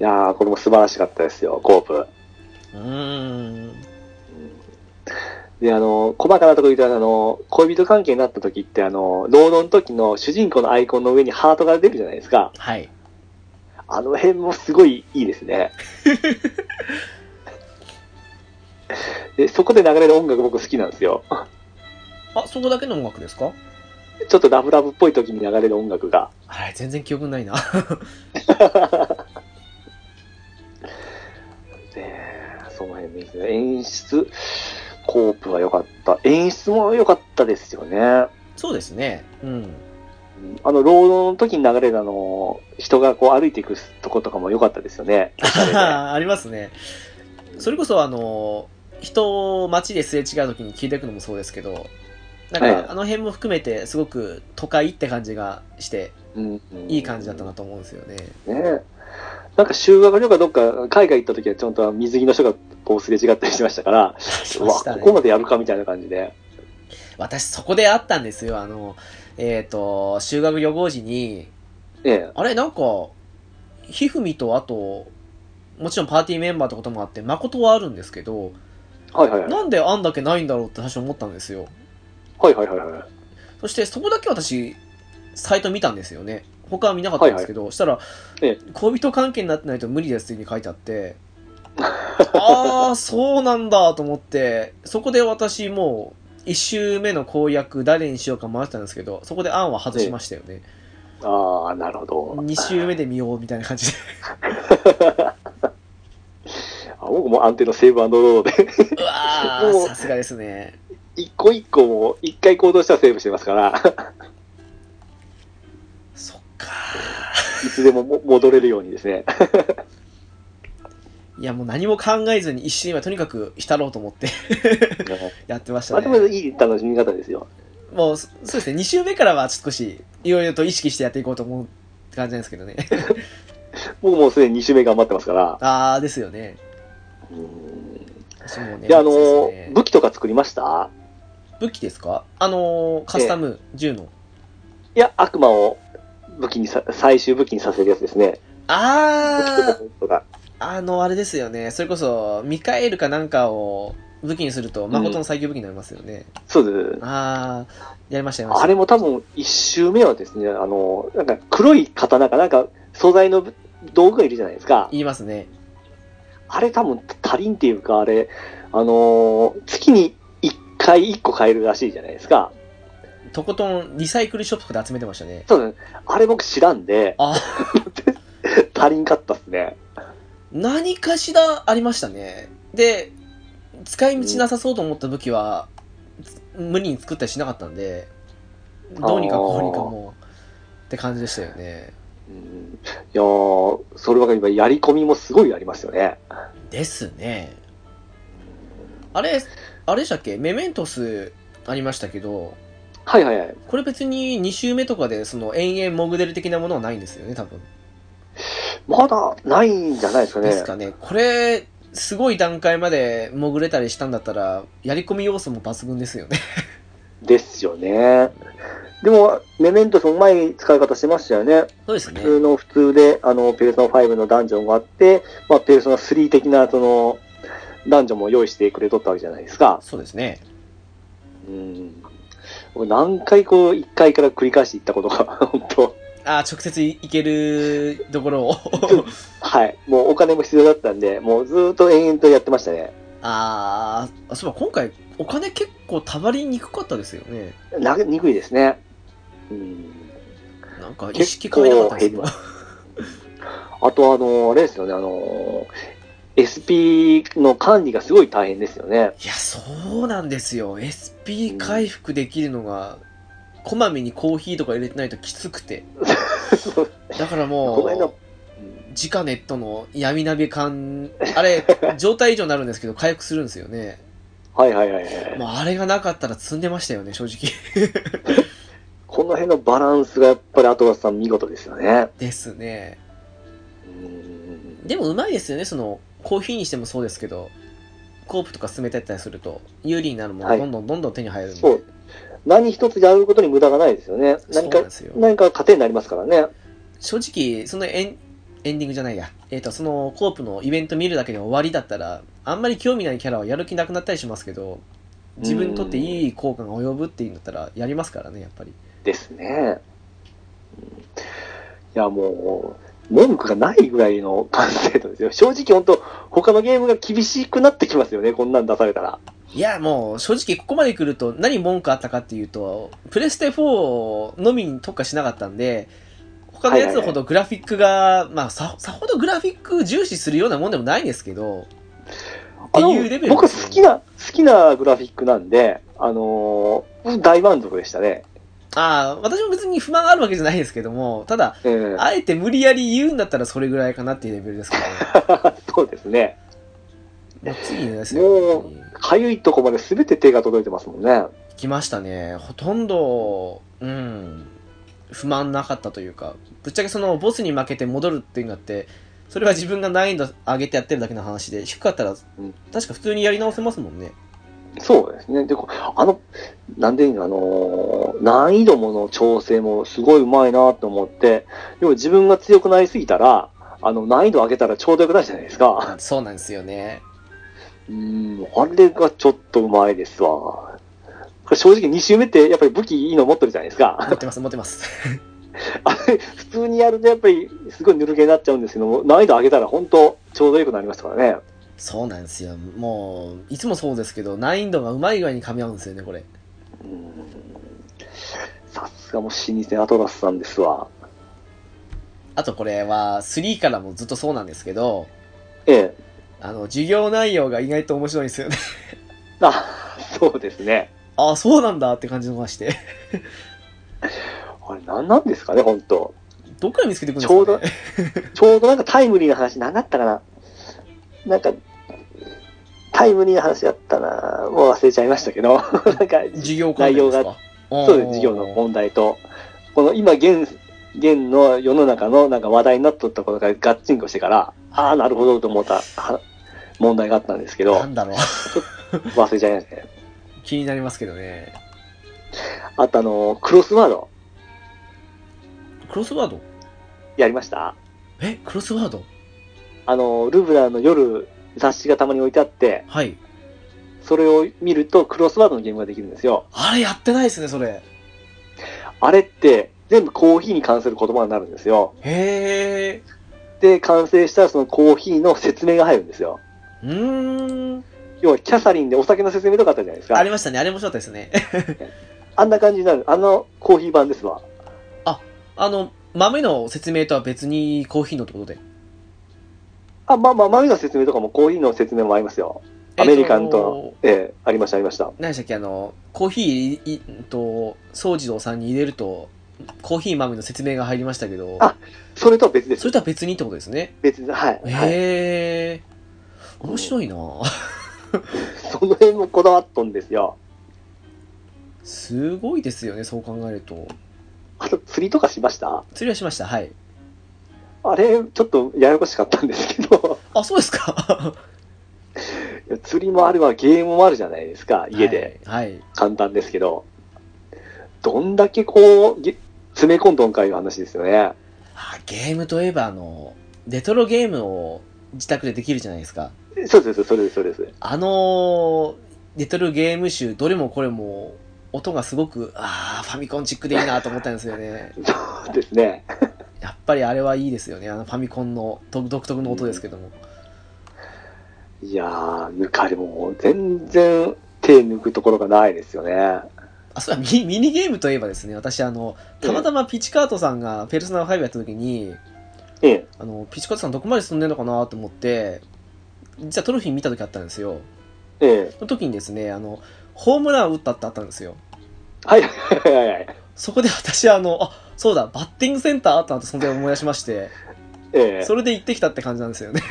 B: いやー、これも素晴らしかったですよ、コープ。
A: うーん。
B: で、あの、細かなところ言ったら、あの、恋人関係になった時って、あの、労働の時の主人公のアイコンの上にハートが出るじゃないですか。
A: はい。
B: あの辺もすごいいいですね。で、そこで流れる音楽僕好きなんですよ。
A: あ、そこだけの音楽ですか
B: ちょっとラブラブっぽい時に流れる音楽が。
A: あれ、全然記憶ないな。
B: ねえその辺ですね。演出、コープは良かった。演出も良かったですよね。あ
A: そうですね。うん。
B: の、労働の時に流れるあの、人がこう歩いていくとことかも良かったですよね。おしゃれ で
A: ありますね。それこそ、あの、人を街ですれ違う時に聞いていくのもそうですけど、なん
B: はい
A: か、あの辺も含めて、すごく都会って感じがして、
B: うんうん
A: いい感じだったなと思うんですよ ね。
B: ねなんか修学旅行かどっか海外行った時はちょっと水着の人がこうすれ違ったりしましたから、
A: し
B: う
A: ま
B: わ、
A: した
B: こ
A: ね
B: こまでやるかみたいな感じで。
A: 私、そこで会ったんですよ。あの、えっ、と、修学旅行時に、
B: え
A: あれ、なんか、ひふみとあと、もちろんパーティーメンバーってこともあって、誠はあるんですけど、
B: え。はいはいはい。
A: なんであんだけないんだろうって最初思ったんですよ。
B: はいはいはいはい。
A: そしてそこだけ私、サイト見たんですよね。他は見なかったんですけど、したら
B: ええ、
A: 恋人関係になってないと無理ですっていうふうに書いてあ って、ああ、そうなんだと思って、そこで私もう、一周目の公約誰にしようか迷ってたんですけど、そこで案は外しましたよね。
B: ああ、なるほど。
A: 二周目で見ようみたいな感じ で。
B: あ僕も安定のセーブアンドロードで、
A: うわー、
B: もう
A: さすがですね。
B: 一個一個もう一回行動したらセーブしてますから、
A: そっか
B: いつでもも戻れるようにですね。
A: ー。いや、もう何も考えずに一周目はとにかく浸ろうと思って やってました
B: あ
A: ね
B: で。もいい楽しみ方ですよ。
A: もう、そそうですね、2週目からは少し、いろいろと意識してやっていこうと思うって感じなんですけ どね。
B: 僕もうすでに2週目頑張ってますから。
A: あー、ですよね。
B: うん
A: 私もね。
B: で、あの
A: そうですね
B: 武器とか作りました
A: 武器ですかあのー、カスタム、銃の。
B: いや、悪魔を武器にさ、最終武器にさせるやつですね。
A: あー、
B: とか。
A: あの、あれですよね。それこそ、ミカエルかなんかを武器にすると、誠の最強武器になりますよね。
B: そうです。
A: あー、やりました、やりました。
B: あれも多分一周目はですね、あの、なんか黒い刀かなんか素材の道具がいるじゃないですか。
A: 言いますね。
B: あれ多分足りんっていうか、あれ、あのー月に1回1個買えるらしいじゃないですか。
A: とことんリサイクルショップとかで集めてましたね。
B: そうね。あれ僕知らんで、
A: あ、
B: 足りんかったっすね。
A: 何かしらありましたね。で、使い道なさそうと思った武器は、つ無理に作ったりしなかったんで、どうにかこうにかもう、って感じでしたよね。
B: うん、いやー、そればかり今、やり込みもすごいありますよね。
A: ですね。あれ、あれでしたっけメメントスありましたけど、
B: はいはいはい。
A: これ別に2周目とかでその延々モグデル的なものはないんですよね、多分。
B: まだないんじゃないですかね。
A: ですかね。これ、すごい段階まで潜れたりしたんだったら、やり込み要素も抜群ですよね。
B: ですよね。でも、メメントスもうまい使い方してましたよね。
A: そうですね
B: 普通の普通で、あの、ペルソナ5のダンジョンがあって、まあ、ペルソナ3的な、その、ダンジョンも用意してくれとったわけじゃないですか。
A: そうですね。
B: うん。僕何回こう、一回から繰り返していったことが、 本当
A: ああ、直接いけるところを。
B: はい。もうお金も必要だったんで、もうずーっと延々とやってましたね。
A: ああ、そういえば今回、お金結構たまりにくかったですよね。
B: な、憎いですね。うん。
A: なんか意識変えなかったですけど。
B: あと、あの、あれですよね、あの、SP の管理がすごい大変ですよね。
A: いや、そうなんですよ。SP 回復できるのが、こまめにコーヒーとか入れてないときつくて。だからもう、
B: この辺の
A: 直ネットの闇鍋感、あれ、状態異常になるんですけど、回復するんですよね。
B: はいはいはいはい。
A: もうあれがなかったら積んでましたよね、正直。
B: この辺のバランスがやっぱりアトラスさん見事ですよね。
A: ですね。
B: うん
A: でもうまいですよね、その、コーヒーにしてもそうですけど、コープとか進めてったりすると、有利になるもの
B: は
A: が
B: い
A: どんどんどんどん手に入るんで。
B: そう。何一つやることに無駄がないですよね。
A: そうな
B: 何
A: ん
B: か
A: で、すよ。
B: 何か糧になりますからね。
A: 正直、そのエン、エンディングじゃないや。えっ、と、そのコープのイベント見るだけで終わりだったら、あんまり興味ないキャラはやる気なくなったりしますけど、自分にとっていい効果が及ぶっていうんだったら、やりますからね、やっぱり。
B: ですね。うんいや、もう、文句がないぐらいの完成度ですよ。正直本当他のゲームが厳しくなってきますよね。こんなん出されたら。
A: いや、もう、正直ここまで来ると何文句あったかっていうと、プレステ4のみに特化しなかったんで、他のやつほどグラフィックが、まあさ、さほどグラフィック重視するようなもんでもないんですけど、っていうレベルですよね
B: あの僕好きな、好きなグラフィックなんで、あのー大満足でしたね。
A: ああ、私も別に不満があるわけじゃないですけども、ただ、
B: ええ
A: あえて無理やり言うんだったらそれぐらいかなっていうレベルですからね。
B: そうですね。
A: もう次です
B: も
A: よ
B: う。かゆいとこまで全て手が届いてますもんね。
A: 来ましたね。ほとんど、うん、不満なかったというか、ぶっちゃけそのボスに負けて戻るっていうのだって、それは自分が難易度上げてやってるだけの話で、低かったら、
B: ん
A: 確か普通にやり直せますもんね。
B: そうですね。で、こあの、なんでいいの、あのー難易度もの調整もすごいうまいなと思って、でも自分が強くなりすぎたら、あの、難易度上げたらちょうどよくないじゃないですか。
A: そうなんですよね。
B: うん、あれがちょっとうまいですわ。これ正直2周目ってやっぱり武器いいの持ってるじゃないですか。
A: 持ってます、持ってます。
B: あれ、普通にやるとやっぱりすごいぬるけになっちゃうんですけども、難易度上げたら本当ちょうどよくなりますからね。
A: そうなんですよ。もう、いつもそうですけど、難易度がうまい具合に噛み合うんですよね、これ。
B: うんさすがもう老舗アトラスさんですわ。
A: あとこれは、3からもずっとそうなんですけど、
B: ええ。
A: あの、授業内容が意外と面白いんですよね。
B: あ、そうですね。
A: あ、そうなんだって感じのがして。
B: あれ何なんですかね、本当
A: どっから見つけてくるんです
B: ちょう
A: か
B: ど
A: ね、
B: ちょうどなんかタイムリーな話、何だったかななんか、タイムリーな話だったなもう忘れちゃいましたけど、 なんか、
A: 授業関連ですか
B: そうです、授業の問題と、この今現、現の世の中のなんか話題になっとったことがガッチンコしてから、ああ、なるほどと思ったは問題があったんですけ
A: 題
B: ど
A: な、んだろう。
B: 忘れちゃいましたね。
A: 気になりますけどね。
B: あとあの、クロスワード
A: クロスワード
B: やりました
A: えクロスワード
B: あの、ルブラの夜雑誌がたまに置いてあって、
A: はい。
B: それを見るとクロスワードのゲームができるんですよ。
A: あれやってないですね、それ。
B: あれって全部コーヒーに関する言葉になるんですよ。
A: へえ。
B: で、完成したらそのコーヒーの説明が入るんですよ。
A: うーん。
B: 要はキャサリンでお酒の説明とかあったじゃないですか。
A: ありましたね。あれ面白かったですね。
B: あんな感じになる。あのコーヒー版ですわ。
A: あの、豆の説明とは別にコーヒーのってことで。
B: あ、まあまあ、豆の説明とかもコーヒーの説明もありますよ。アメリカンと、ええありました、ありました。
A: 何でしたっけあのコーヒーいいと総次郎さんに入れるとコーヒー豆の説明が入りましたけど
B: あそれとは別です
A: そ。れとは別にってことですね
B: 別に、はい。はい、
A: へえ面白いな
B: その辺もこだわっとんですよ。
A: すごいですよねそう考えると
B: あと、釣りとかしました
A: 釣りはしましたはい
B: あれ、ちょっとややこしかったんですけ ど、
A: あそうですか
B: いや釣りもあればゲームもあるじゃないですか、 家で。
A: はい、はい
B: 簡単ですけど、どんだけこう、げ詰め込んどんかいう話ですよね。
A: あゲームといえばあのレトロゲームを自宅でできるじゃないですか
B: そうです、そうです、そうです。
A: あのレトロゲーム集どれもこれも音がすごくあーファミコンチックでいいなと思ったんですよね
B: そうですね。
A: やっぱりあれはいいですよねあのファミコンの独独特の音ですけども、
B: いやー、抜かれもう全然手抜くところがないですよね。
A: あ、そうだミ、ミニゲームといえばですね、私、あの、たまたまピチカートさんがペルソナ5やった時に、
B: ええ。
A: あの、ピチカートさんどこまで進んでんのかなと思って、実はトロフィー見た時あったんですよ。
B: ええ。
A: その時にですね、あの、ホームラン打ったってあったんですよ。
B: はいはいはいはい。
A: そこで 私、あの、あ、そうだ、バッティングセンターあったなとその時思い出しまして、
B: ええ。
A: それで行ってきたって感じなんですよね。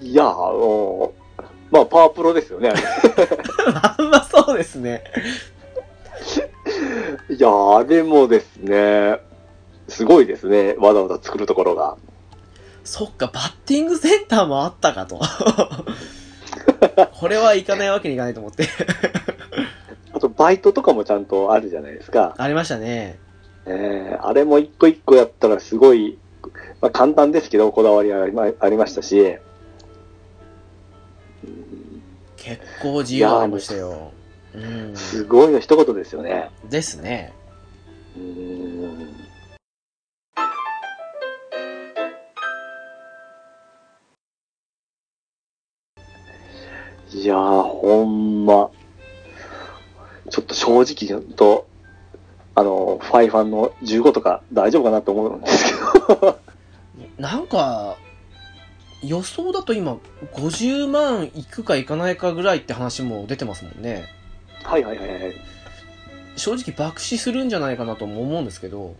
B: いやー、もう、まあ、パワープロですよね。
A: あんまそうですね。
B: いやー、あれもですね、すごいですね。わざわざ作るところが。
A: そっか、バッティングセンターもあったかと。これはいかないわけにいかないと思って。
B: あと、バイトとかもちゃんとあるじゃないですか。
A: ありましたね。
B: えーあれも一個一個やったらすごい、まあ、簡単ですけど、こだわりがありまありましたし。うん
A: 結構自由がありましたよ。うん。
B: すごいの一言ですよね。
A: ですね。
B: うんいやー、ほんま。ちょっと正直ちょっと、あの、ファイファンの15とか大丈夫かなと思うんですけど。
A: なんか、予想だと今、50万いくかいかないかぐらいって話も出てますもんね。
B: はいはいはいはい。
A: 正直爆死するんじゃないかなとも思うんですけど、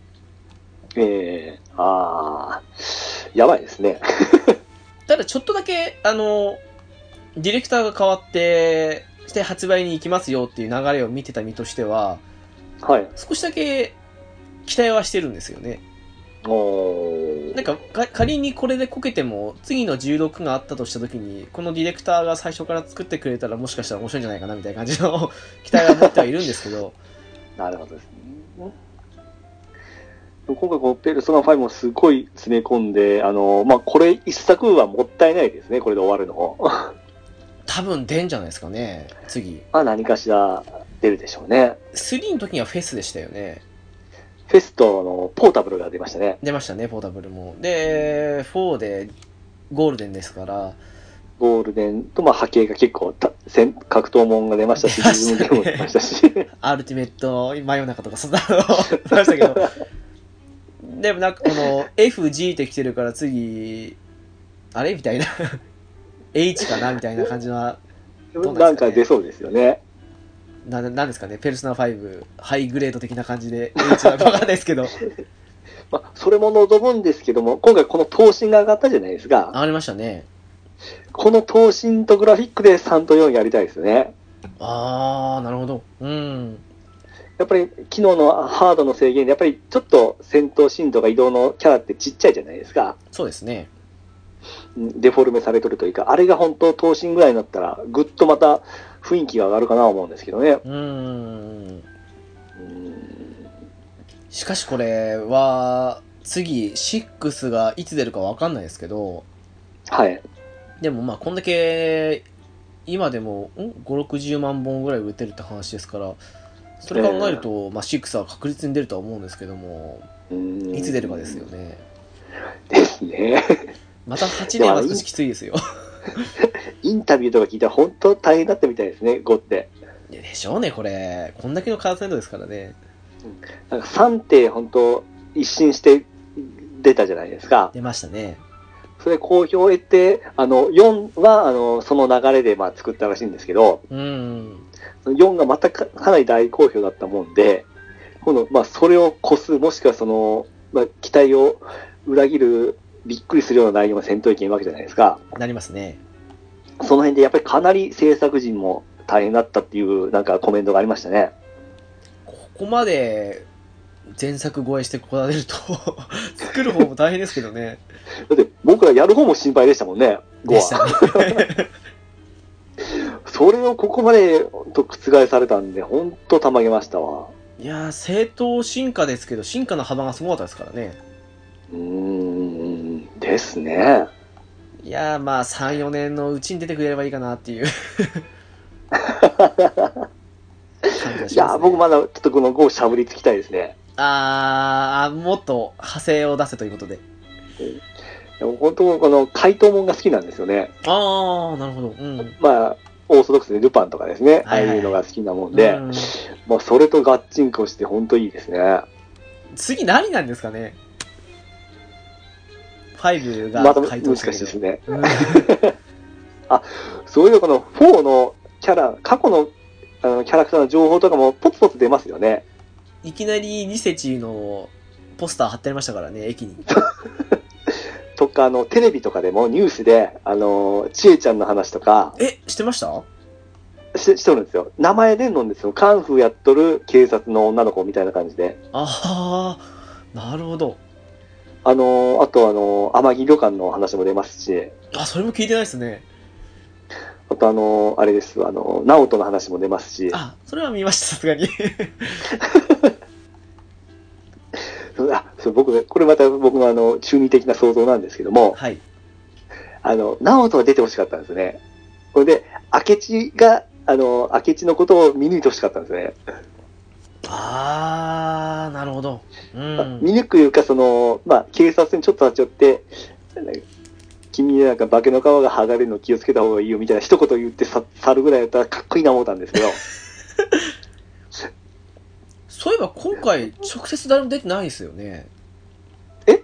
B: ええあー、やばいですね。
A: ただちょっとだけ、あの、ディレクターが変わって、して発売に行きますよっていう流れを見てた身としては、
B: はい。
A: 少しだけ期待はしてるんですよね。
B: お
A: なん
B: ー。
A: かか仮にこれでこけても次の16があったとした時にこのディレクターが最初から作ってくれたらもしかしたら面白いんじゃないかなみたいな感じの期待は持ってはいるんですけど
B: なるほどですね。今回このペルソナ5もすごい詰め込んで、あの、まあ、これ一作はもったいないですね、これで終わるのも。
A: 多分出んじゃないですかね次
B: まあ何かしら出るでしょうね。
A: 3の時にはフェスでしたよね
B: フェストのポータブルが出ましたね。
A: 出ましたねポータブルもで4でゴールデンですから
B: ゴールデンと、まあ、波形が結構た、戦格闘門が出ましたし、
A: 出ま
B: リ
A: し
B: ズム
A: た
B: ゲ
A: ね
B: ームも出まし たし。
A: アルティメット真夜中とかそんなの 出ましたけどでもなんかこの FG って来てるから次あれみたいな H かなみたいな感じはどうな
B: な
A: で
B: ん
A: すかね
B: んか出そうですよね。
A: ななんですかね、ペルソナ5、ハイグレード的な感じで、H なのかわかんないですけど、
B: まあ、それも望むんですけども、今回この闘神が上がったじゃないですか。
A: ありましたね。
B: この闘神とグラフィックで3と4やりたいですよね。
A: あー、なるほど。うん。
B: やっぱり、機能のハードの制限で、やっぱりちょっと戦闘深度が移動のキャラってちっちゃいじゃないですか。
A: そうですね。
B: うんデフォルメされとるというか、あれが本当、闘神ぐらいになったら、ぐっとまた雰囲気が上がるかなと思うんですけどね。
A: うーん。
B: うん
A: しかしこれは、次、6がいつ出るかわかんないですけど、
B: はい。
A: でもまあ、こんだけ、今でも、ん ?5、60万本ぐらい売れてるって話ですから、それ考えると、まあ、6は確実に出るとは思うんですけども、
B: うん
A: いつ出るかですよ。ね。
B: ですね。
A: また8年は少しきついですよ。
B: インタビューとか聞いたら本当大変だったみたいですね、5って。
A: いやでしょうね、これ。こんだけの完成度ですからね。
B: なんか3って本当一新して出たじゃないですか。
A: 出ましたね。
B: それ好評を得て、あの、4は、あの、その流れで、まあ、作ったらしいんですけど、
A: うん。
B: その4がまたかかなり大好評だったもんで、今度、まあ、それを越す、もしくはその、まあ、期待を裏切る、びっくりするような内容が戦闘機にいるわけじゃないですか。
A: なりますね。
B: その辺でやっぱりかなり制作陣も大変だったっていうなんかコメントがありましたね。
A: ここまで前作超えしてこられると 作る方も大変ですけどね。
B: だって僕らやる方も心配でしたもんね、5
A: でした
B: は。
A: ね。
B: それをここまでほんと覆されたんで、ほんとたまげましたわ。
A: いやー、正当進化ですけど、進化の幅がすごかったですからね。
B: うーん、ですね。
A: いやー、まあ、3、4年のうちに出てくれればいいかなっていう 感じが
B: い
A: します、
B: や、
A: ね。
B: 僕まだちょっとこの5をしゃぶりつきたいですね。
A: あー、もっと派生を出せということで。
B: でも本当、この怪盗もんが好きなんですよね。
A: あー、なるほど。うん。
B: まあ、オーソドックスでルパンとかですね、あ
A: は
B: あ
A: いはい
B: いうのが好きなもんで、
A: うん
B: まあ、それとガッチンコして本当いいですね。
A: 次何なんですかね ?5
B: ま
A: が
B: た
A: 回
B: 難
A: 答
B: しい
A: た
B: で
A: けど
B: すね。
A: うん
B: そういうのこの4のキャラ、過去のあのキャラクターの情報とかもポツポツ出ますよね。
A: いきなりニセチのポスター貼ってありましたからね、駅に。
B: とか、あの、テレビとかでもニュースで、あの、ちえちゃんの話とか
A: え、してました
B: ししてるんですよ。名前出んのんですよ。カンフーやっとる警察の女の子みたいな感じで。
A: あー、なるほど。
B: あの、あとあの、天城旅館の話も出ますし、
A: あ、それも聞いてないですね。
B: あとあの、あれです、あの、ナオトの話も出ますし、
A: あ、それは見ました、さすがに。
B: そうあそう僕、これまた僕のあの、中二的な想像なんですけども、
A: はい。
B: あの、直人が出てほしかったんですね。これで、明智が、あの、明智のことを見抜いてほしかったんですね。
A: あー、なるほど。う
B: まあ
A: ん。
B: 見抜くいうか、その、まあ、警察にちょっと立ち寄って、君なんか化けの皮が剥がれるの気をつけた方がいいよみたいな一言言ってさ去るぐらいだったらかっこいいな思ったんで すけど、
A: そういえば今回、直接誰も出てないですよね。
B: え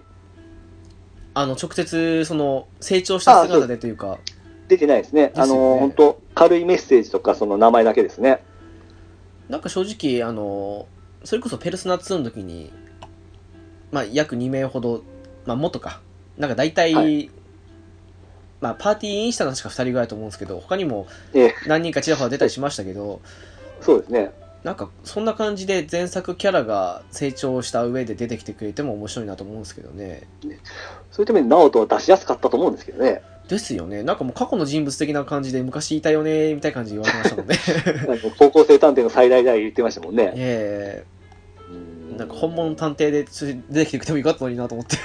A: あの、直接、その、成長した
B: あそ
A: 姿
B: う
A: でというか。
B: 出てないですね。あ
A: ですよ
B: の、
A: ね
B: 本当軽いメッセージとか、その名前だけですね。
A: なんか正直、あの、それこそペルソナ2の時に、まあ、約2名ほど、まあ、もっとか。なんか大体、
B: は
A: まあ、パーティーインしたのしか2人ぐらいだと思うんですけど、他にも
B: ええ
A: 何人かちらほら出たりしましたけど、
B: そうですね。
A: なんかそんな感じで前作キャラが成長した上で出てきてくれても面白いなと思うんですけどね。
B: そういうために直人は出しやすかったと思うんですけ どね。
A: ですよね。なんかもう過去の人物的な感じで昔いたよね、みたいな感じで言われましたも んね。
B: なんか高校生探偵の最大大言ってましたもんね。
A: ええ
B: うん
A: なんか本物探偵でちょっと出てきてくれてもよかったのになと思って。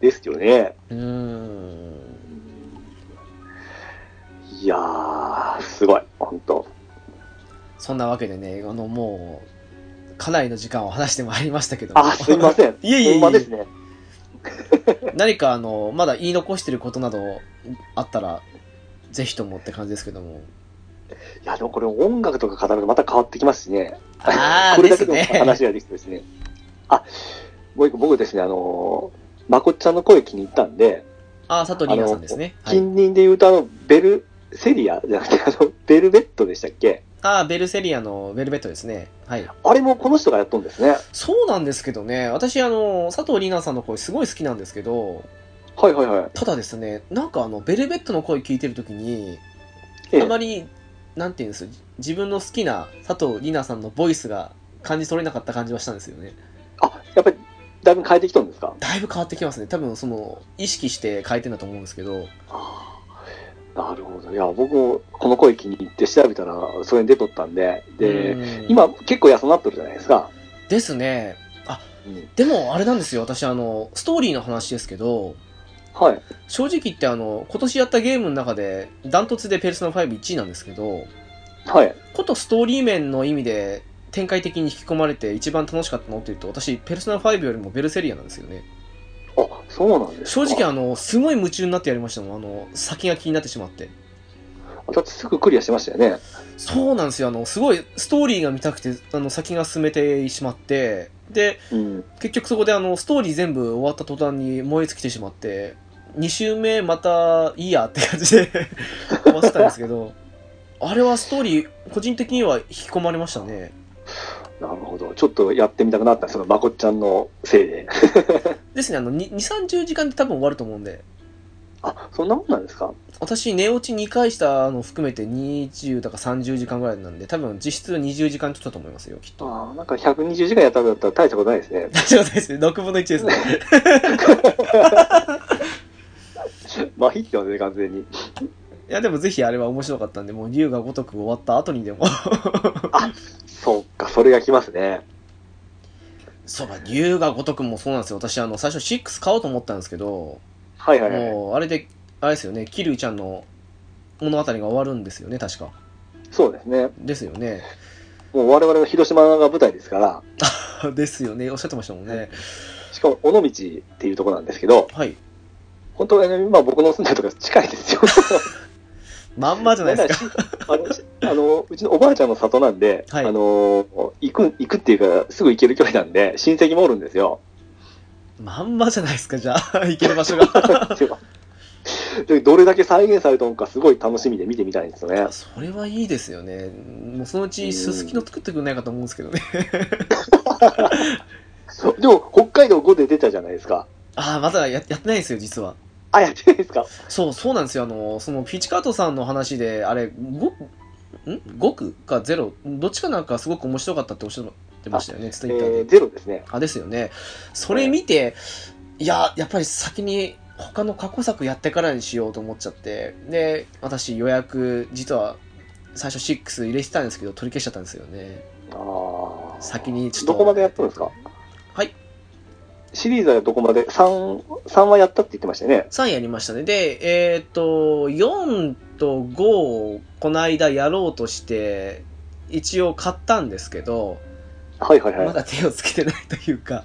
B: ですよね。
A: うーん。
B: いやー、すごい、本当
A: そんなわけでね、あのもう、かなりの時間を話してまいりましたけども
B: あ、すいません。
A: いえいえいえ
B: ほんまですね。
A: 何かあの、まだ言い残してることなどあったら、ぜひともって感じですけども。
B: いや、でもこれ音楽とか語るとまた変わってきますしね。
A: あー
B: これだけ
A: で
B: の
A: すね
B: 話ができてですね。あ、もう一個僕ですね、あのー、まこっちゃんの声気に入ったんで、
A: あ、佐藤里奈さんですね。はい。
B: 近隣で言うとあの、ベルセリアじゃなくて、あの、 ベルベットでしたっけ
A: あ、ベルセリアのベルベットですね。はい。
B: あれもこの人がやっとんですね。
A: そうなんですけどね、私、あの、佐藤里奈さんの声すごい好きなんですけど、
B: はいはいはい。
A: ただですね、なんかあの、ベルベットの声聞いてるときに、
B: え
A: あ
B: え
A: まり、なんていうんです自分の好きな佐藤里奈さんのボイスが感じ取れなかった感じはしたんですよね。
B: あ、やっぱり、だいぶ変えてきたんですか
A: だいぶ変わってきますね。多分、その、意識して変えてんだと思うんですけど、
B: あーなるほど。いや、僕もこの声気に入って調べたら、それに出とったんで、で、
A: うん
B: 今結構安なってるじゃないですか。
A: ですね、
B: うん
A: でも、あれなんですよ、私、あの、ストーリーの話ですけど、
B: はい。
A: 正直言って、あの、今年やったゲームの中で、ダントツでペルソナ51位なんですけど、
B: はい。
A: ことストーリー面の意味で展開的に引き込まれて一番楽しかったのって言うと私ペルソナ5よりもベルセリアなんですよね
B: あ、そうなんです
A: 正
B: か
A: 直あの、すごい夢中になってやりましたもん。あの、先が気になってしまって。
B: だってすぐクリアしてましたよね。
A: そうなんですよ。あの、すごいストーリーが見たくて、あの、先が進めてしまって、で、
B: うん。
A: 結局そこであの、ストーリー全部終わった途端に燃え尽きてしまって、2周目またいいやって感じで 終わってたんですけど、あれはストーリー、個人的には引き込まれましたね。
B: なるほど。ちょっとやってみたくなった、そのまこっちゃんのせいで。
A: ですね、あの、2、30時間で多分終わると思うんで、
B: あ、そんなもんなんですか
A: 私、寝落ち2回したの含めて20だか30時間ぐらいなんで、多分実質20時間ちょっとだと思いますよ、きっと。
B: ああ、なんか120時間やったんだったら大したことないですね。
A: 大丈夫ですね。6分の1ですね。
B: まあ、いいってますね、完全に。
A: いや、でもぜひあれは面白かったんで、もう竜が如く終わった後にでも。
B: そっか、それが来ますね。
A: そうか、竜が如くもそうなんですよ。私、あの、最初6買おうと思ったんですけど、
B: はいはいはい。
A: もう、あれで、あれですよね、桐生ちゃんの物語が終わるんですよね、確か。
B: そうですね。
A: ですよね。
B: もう我々の広島が舞台ですから、
A: ですよね、おっしゃってましたもんね。
B: しかも尾道っていうところなんですけど、
A: はい。
B: 本当はね、今僕の住んでるところ近い ですよ。
A: まんまじゃないですか。
B: あのしあの、うちのおばあちゃんの里なんで、
A: はい
B: あの、行く、行くっていうか、すぐ行ける距離なんで、親戚もおるんですよ。
A: まんまじゃないですか、じゃあ、 行ける場所が。
B: っていうか でどれだけ再現されたのか、すごい楽しみで見てみたいんですよね。
A: それはいいですよね。もうそのうち、すすきの作ってくれないかと思うんですけどね。
B: そうでも、北海道5で出たじゃないですか。
A: ああ、まだややってないんですよ、実は。
B: あ、やってないですか。
A: そう、そうなんですよ。あの、その、ピチカートさんの話で、あれ、ご、ん ?5 区か0、どっちかなんかすごく面白かったっておっしゃってましたよね、ツ
B: え
A: イッターで。
B: ー、ゼロですね。
A: あ、ですよね。それ見て、いや、やっぱり先に他の過去作やってからにしようと思っちゃって、で、私予約、実は、最初6入れてたんですけど、取り消しちゃったんですよね。
B: あー
A: 先にちょっと。
B: どこまでやったんですか
A: はい。
B: シリーズはどこまで ?3、三はやったって言ってましたよね。
A: 3やりましたね。で、えーっと、4と5をこの間やろうとして、一応買ったんですけど、
B: はいはいはい。
A: まだ手をつけてないというか、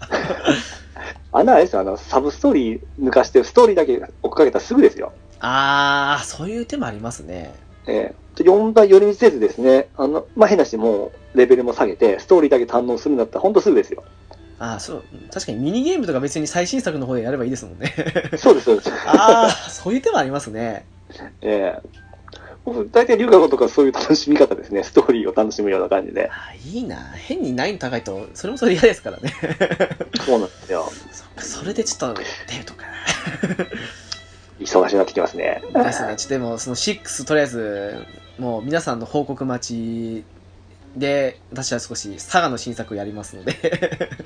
B: あのあれですよ、あの、サブストーリー抜かして、ストーリーだけ追っかけたらすぐですよ。
A: あー、そういう手もありますね。
B: えー、4倍寄り道せずですね、あの、まあ、変な話、もう、レベルも下げて、ストーリーだけ堪能するんだったら、ほんとす ぐですよ。
A: あー、そう、確かにミニゲームとか別に最新作の方でやればいいですもんね。
B: そうです、そうです。
A: あー、そういう手もありますね。
B: えー僕、大体、龍河とかそういう楽しみ方ですね。ストーリーを楽しむような感じで。
A: あーいいな。変に難易度高いと、それもそれ嫌ですからね。
B: そうなんですよ。
A: そっか、それでちょっと、手とかな。
B: 忙しくなってきますね。
A: ですね。ちょっとでも、その6、とりあえず、もう皆さんの報告待ちで、私は少し佐賀の新作をやりますので、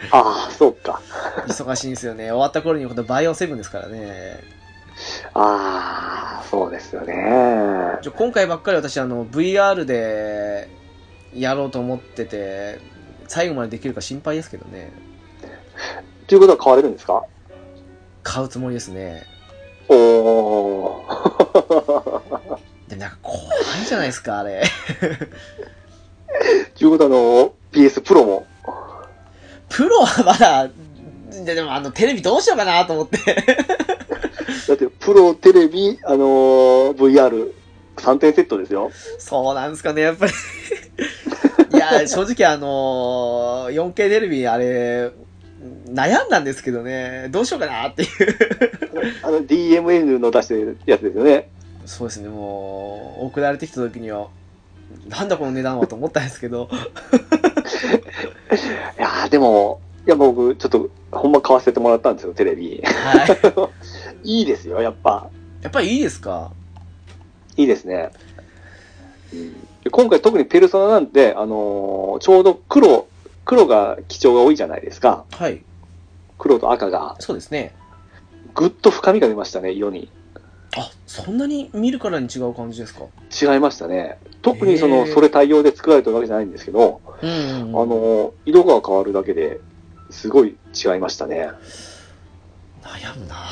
B: ああ、そうか。
A: 忙しいんですよね。終わった頃にこのバイオセブンですからね。
B: ああ、そうですよね。
A: ちょ今回ばっかり私、あの、VR でやろうと思ってて、最後までできるか心配ですけどね。
B: ということは変われるんですか
A: 買うつもりですね。
B: おお。
A: でもなんか怖いじゃないですか、あれ。
B: ということは、あの、PS プロも。
A: プロはまだ、ででもあの、テレビどうしようかなと思って。
B: だって、プロ、テレビ、あのー VR、3点セットですよ。
A: そうなんですかね、やっぱり。 いや、正直あのー 4K テレビ、あれ、悩んだんですけどね、どうしようかなっていう。
B: あの、DMN の出してるやつですよね。
A: そうですね、もう、送られてきた時には、なんだこの値段はと思ったんですけど、
B: いやーでも、いや、僕、ちょっと、ほんま買わせてもらったんですよ、テレ ビ。
A: はい。
B: いいですよ、やっぱ。
A: やっぱりいいですか
B: いいですね。うんで今回特にペルソナなんて、あのーちょうど黒、黒が基調が多いじゃないですか。
A: はい。
B: 黒と赤が。
A: そうですね。
B: ぐっと深みが出ましたね、色に。
A: あ、そんなに見るからに違う感じですか
B: 違いましたね。特にその、
A: へー
B: それ対応で作られてるわけじゃないんですけど、
A: うんうん
B: あ
A: うん、
B: のー色が変わるだけで、すごい違いましたね。
A: 悩むな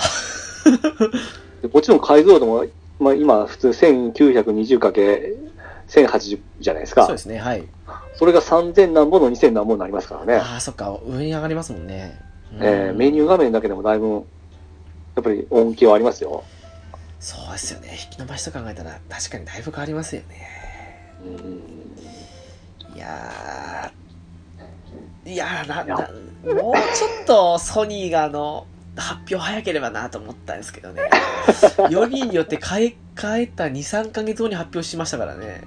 B: でもちろん解像度も、まあ、今普通 1920×1080 じゃないですか。
A: そうですね、はい。
B: それが3000何本の2000何本になりますからね。
A: ああ、そっか、上に上がりますもんね。
B: えーメニ
A: ュー。
B: ュー画面だけでもだいぶやっぱり恩恵はありますよ。
A: そうですよね。引き伸ばしと考えたら確かにだいぶ変わりますよね。
B: うん
A: いやー、いやーな、な、もうちょっとソニーがあの、発表早ければなと思ったんですけどね。4人によって変え、変えた2、3ヶ月後に発表しましたからね。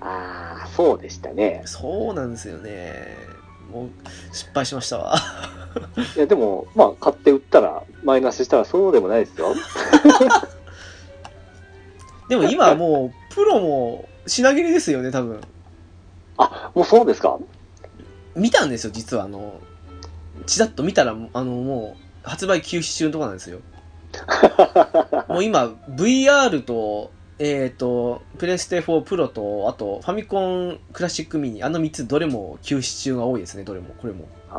B: ああ、そうでしたね。
A: そうなんですよね。もう、失敗しましたわ。
B: いや、でも、まあ、買って売ったら、マイナスしたら、そうでもないですよ。
A: でも今はもう、プロも品切れですよね、多分。
B: あ、もうそうですか
A: 見たんですよ、実は。あの、ちらっと見たら、あの、もう、発売休止中のとこなんです よ。もう今、VR と、えっ、と、プレステ4プロと、あと、ファミコンクラシックミニ、あの3つ、どれも休止中が多いですね、どれも、これも。
B: あ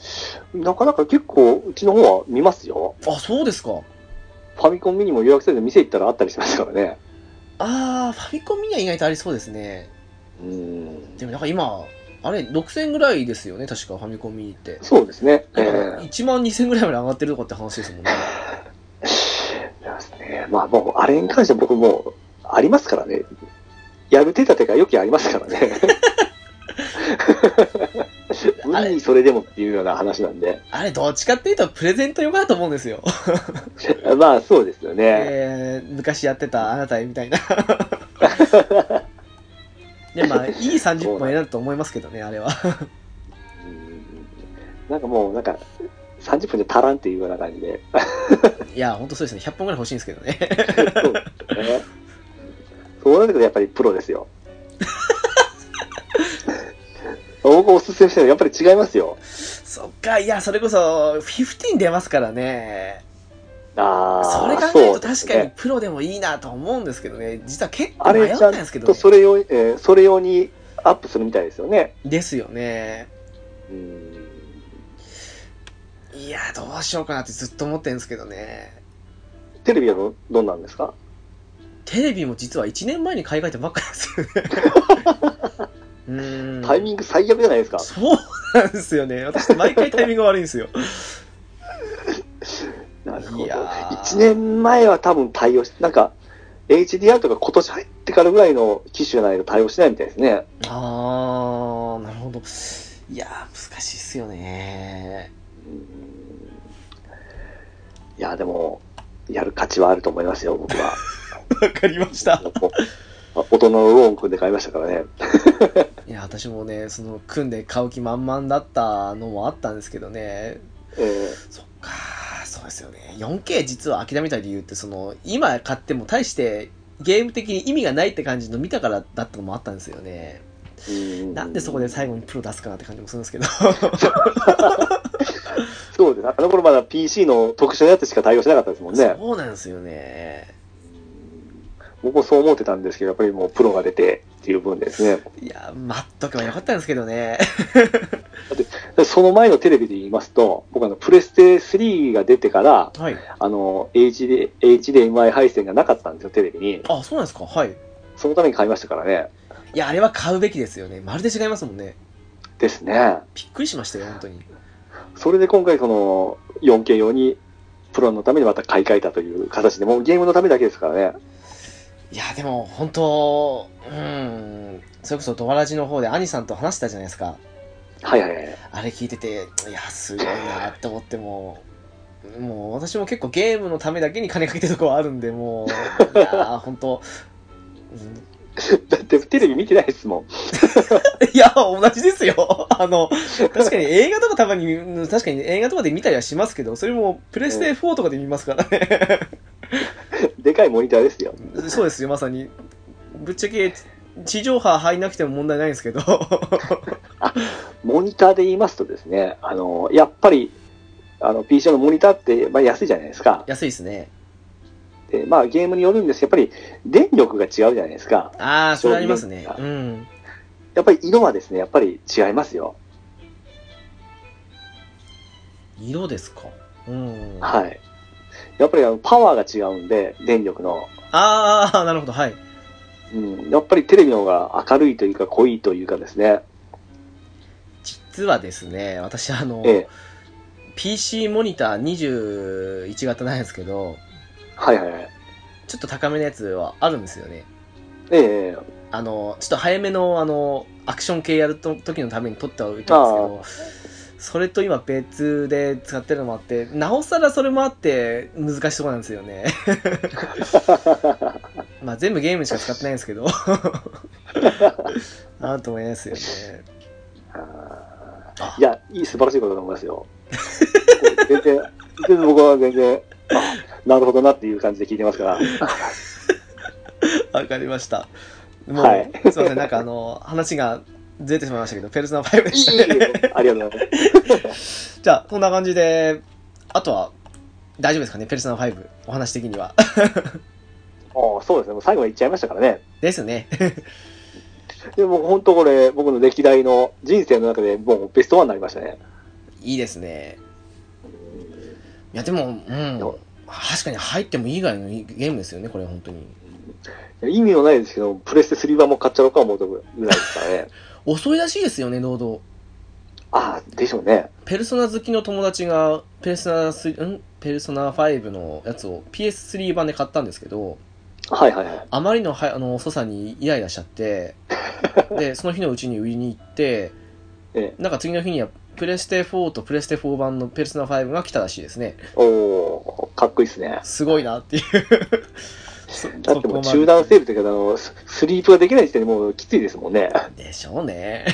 B: ーなかなか結構、うちの方は見ますよ。
A: あ、そうですか。
B: ファミコンミニも予約せず店行ったらあったりしますからね。
A: あー、ファミコンミニは意外とありそうですね。
B: うん。
A: でもなんか今、あれ、6000ぐらいですよね、確か、ファミコンミニって。
B: そうですね。ええ
A: 1万2000ぐらいまで上がってるとかって話ですもんね。
B: そうですね。まあ、もう、あれに関しては僕も、ありますからね。やる手立てがよきありますからね。 無理にそれでもっていうような話なんで。
A: あれ、どっちかっていうと、プレゼント用かなと思うんですよ。
B: まあ、そうですよね。
A: えー昔やってたあなたへみたいな。 でまあ、いい30分になると思いますけどね、あれは。
B: うんなんかもう、なんか、30分で足らんっていうような感じで。
A: いや、ほんとそうですね。100本ぐらい欲しいんですけどね。
B: そうですよね。そうなるとやっぱりプロ ですよ。僕おすすめしてるのはやっぱり違いますよ。
A: そっか、いや、それこそ、15出ますからね。
B: ああ。
A: それ考えると
B: そうです
A: 確
B: ね
A: かにプロでもいいなと思うんですけどね。実は結構
B: あ
A: 迷
B: れ
A: っ
B: ちゃ
A: たんですけ
B: ん
A: ど
B: と
A: ね。
B: それ用、えーそれ用にアップするみたいですよね。
A: ですよね。
B: うん。
A: いや、どうしようかなってずっと思ってるんですけどね。
B: テレビはどどんなんですか
A: テレビも実は1年前に買い替えてばっかりですよね。 うーん。
B: タイミング最悪じゃないですか。
A: そうなんですよね。私、毎回タイミングが悪いんです よ。
B: なるほ
A: い
B: ど。
A: やー
B: 1年前は多分対応し、なんか、HDR とか今年入ってからぐらいの機種じゃないと対応しないみたいですね。
A: あー、なるほど。いやー、難しいっすよね。
B: いや、でも、やる価値はあると思いますよ、僕 は。
A: わかりました。
B: 大人のローン組んで買いましたからね。
A: いや、私もね、その、組んで買う気満々だったのもあったんですけどね。
B: え
A: そっかー、そうですよね。4K 実は諦めた理由って、その、今買っても大して、ゲーム的に意味がないって感じの見たからだったのもあったんですよね。
B: ー
A: なんでそこで最後にプロ出すかなって感じもするんですけど。
B: そうです。あの頃まだ PC の特殊なやつしか対応しなかったですもんね。
A: そうなんですよね。
B: 僕もそう思ってたんですけど、やっぱりもうプロが出てっていう分ですね。
A: いや、待っとけばよかったんですけどね。
B: その前のテレビで言いますと、僕あの、プレステ3が出てから、
A: はい。
B: あの、HD HDMI 配線がなかったんですよ、テレビに。
A: あ、そうなんですかはい。
B: そのために買いましたからね。
A: いや、あれは買うべきですよね。まるで違いますもんね。
B: ですね。
A: びっくりしましたよ、本当に。
B: それで今回その 4K 用にプロのためにまた買い替えたという形で、もうゲームのためだけですからね。
A: いや、でも、本当うん、それこそドアラジの方で兄さんと話したじゃないですか。
B: はいはいはい。
A: あれ聞いてて、いや、すごいなって思ってもう、もう私も結構ゲームのためだけに金かけてるとこはあるんで、もう、いや、本当、うん、
B: だってテレビ見てないですもん。
A: いや、同じですよ。 あの、確かに映画とかたまに、うん確かに映画とかで見たりはしますけど、それもプレステ4とかで見ますからね。
B: でかいモニターですよ。
A: そうですよ、まさに。ぶっちゃけ、地上波入んなくても問題ないんですけど。
B: モニターで言いますとですね、あの、やっぱり、あの、PC のモニターって、まあ、安いじゃないですか。
A: 安いですね。
B: で、まあ、ゲームによるんですけど、やっぱり、電力が違うじゃないですか。
A: ああ、それありますね
B: そう。
A: う
B: い
A: ん。
B: やっぱり色はですね、やっぱり違いますよ。
A: 色ですか。うん。あ
B: はい。やっぱり、あの、パワーが違うんで、電力の。
A: あー、なるほど、はい。
B: うん。やっぱりテレビの方が明るいというか、濃いというかですね。
A: 実はですね、私、あの、
B: ええ。
A: PC モニター21型なんですけど、
B: はいはいはい。
A: ちょっと高めのやつはあるんですよね。
B: ええ
A: あの、ちょっと早めの、あの、アクション系やると時のために取っておいたんですけど、それと今別で使ってるのもあって、なおさらそれもあって難しいとこなんですよ ね。まあ全部ゲームしか使ってないんですけど。なんと思いますよね。
B: あ
A: あ
B: ーいや、いい、素晴らしいことだと思いますよ。全然、全然僕は全然、あなるほどなっていう感じで聞いてますから。
A: わかりました。もう、
B: はい
A: すいません、なんかあの、話がずれてしまいましたけど、ペルソナ5で
B: い
A: し
B: い
A: た
B: いい
A: ね。
B: よありがとうございます。
A: じゃあ、こんな感じで、あとは、大丈夫ですかね、ペルソナ5、お話的には。
B: ああ、そうですね。もう最後まで言っちゃいましたからね。
A: ですね。
B: でも本当これ、僕の歴代の人生の中で、もうベストワンになりましたね。
A: いいですね。いや、でも、うん
B: ど。
A: 確かに入ってもいいぐらいのゲームですよね、これ、本当に。
B: 意味のないですけど、プレステ3版も買っちゃおうか思うとぐらいですから ね。
A: 遅いらしいですよね、堂々。
B: ああ、でしょうね。
A: ペルソナ好きの友達が、ペルソナ3、んペルソナ5のやつを PS3 版で買ったんですけど、
B: はいはいはい。
A: あまりのはあの遅さにイライラしちゃ って、で、その日のうちに売りに行って、
B: え
A: なんか次の日にはプレステ4とプレステ4版のペルソナ5が来たらしいですね。
B: おおかっこいいですね。
A: すごいなっていう。そ
B: だっても
A: そこま
B: う
A: で
B: 中断セールというか、あの、ススリープができない時点でもうきついですもんね。
A: でしょうね。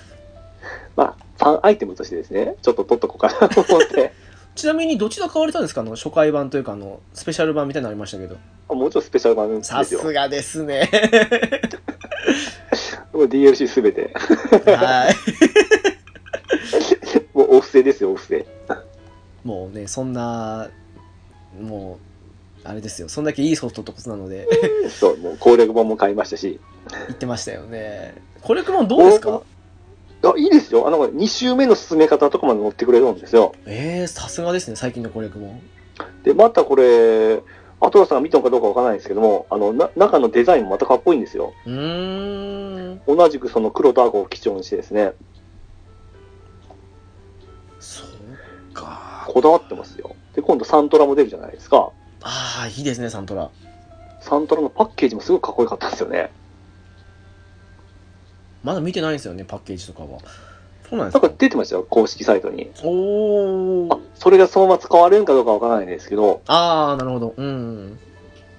B: まあ、ファンアイテムとしてですね、ちょっと取っとこうかなと思って。
A: ちなみにどちら買われたんですかあの初回版というかあのスペシャル版みたいになりましたけど。
B: もうちょっとスペシャル版です
A: さす
B: よ。
A: がですね。
B: もう DLC すべて。
A: はい。
B: もうお布施ですよ、お布施。
A: もうね、そんな、もう、あれですよ。そんだけいいソフトってことなので、
B: そう、もう攻略本も買いましたし。
A: 言ってましたよね。コレクモンどうですか
B: あ、いいですよ。あの、2周目の進め方とかまで乗ってくれるんですよ。
A: えー、さすがですね、最近のコレクモン。
B: で、またこれ、アトラスさんが見たのかどうかわからないんですけども、あの、な中のデザインもまたかっこいいんですよ。
A: うーん、
B: 同じくその黒と赤を基調にしてですね、
A: そうか。
B: こだわってますよ。で、今度サントラも出るじゃないですか。
A: ああ、いいですね、サントラ。
B: サントラのパッケージもすごくかっこよかったんですよね。
A: まだ見てないんですよね、パッケージとかは。そうなんで
B: な
A: す
B: んか
A: か。
B: 出てましたよ、公式サイトに。
A: お
B: あ
A: ー。、
B: それがそのまま使われるかどうかわからないですけど、
A: ああ、なるほど。うん。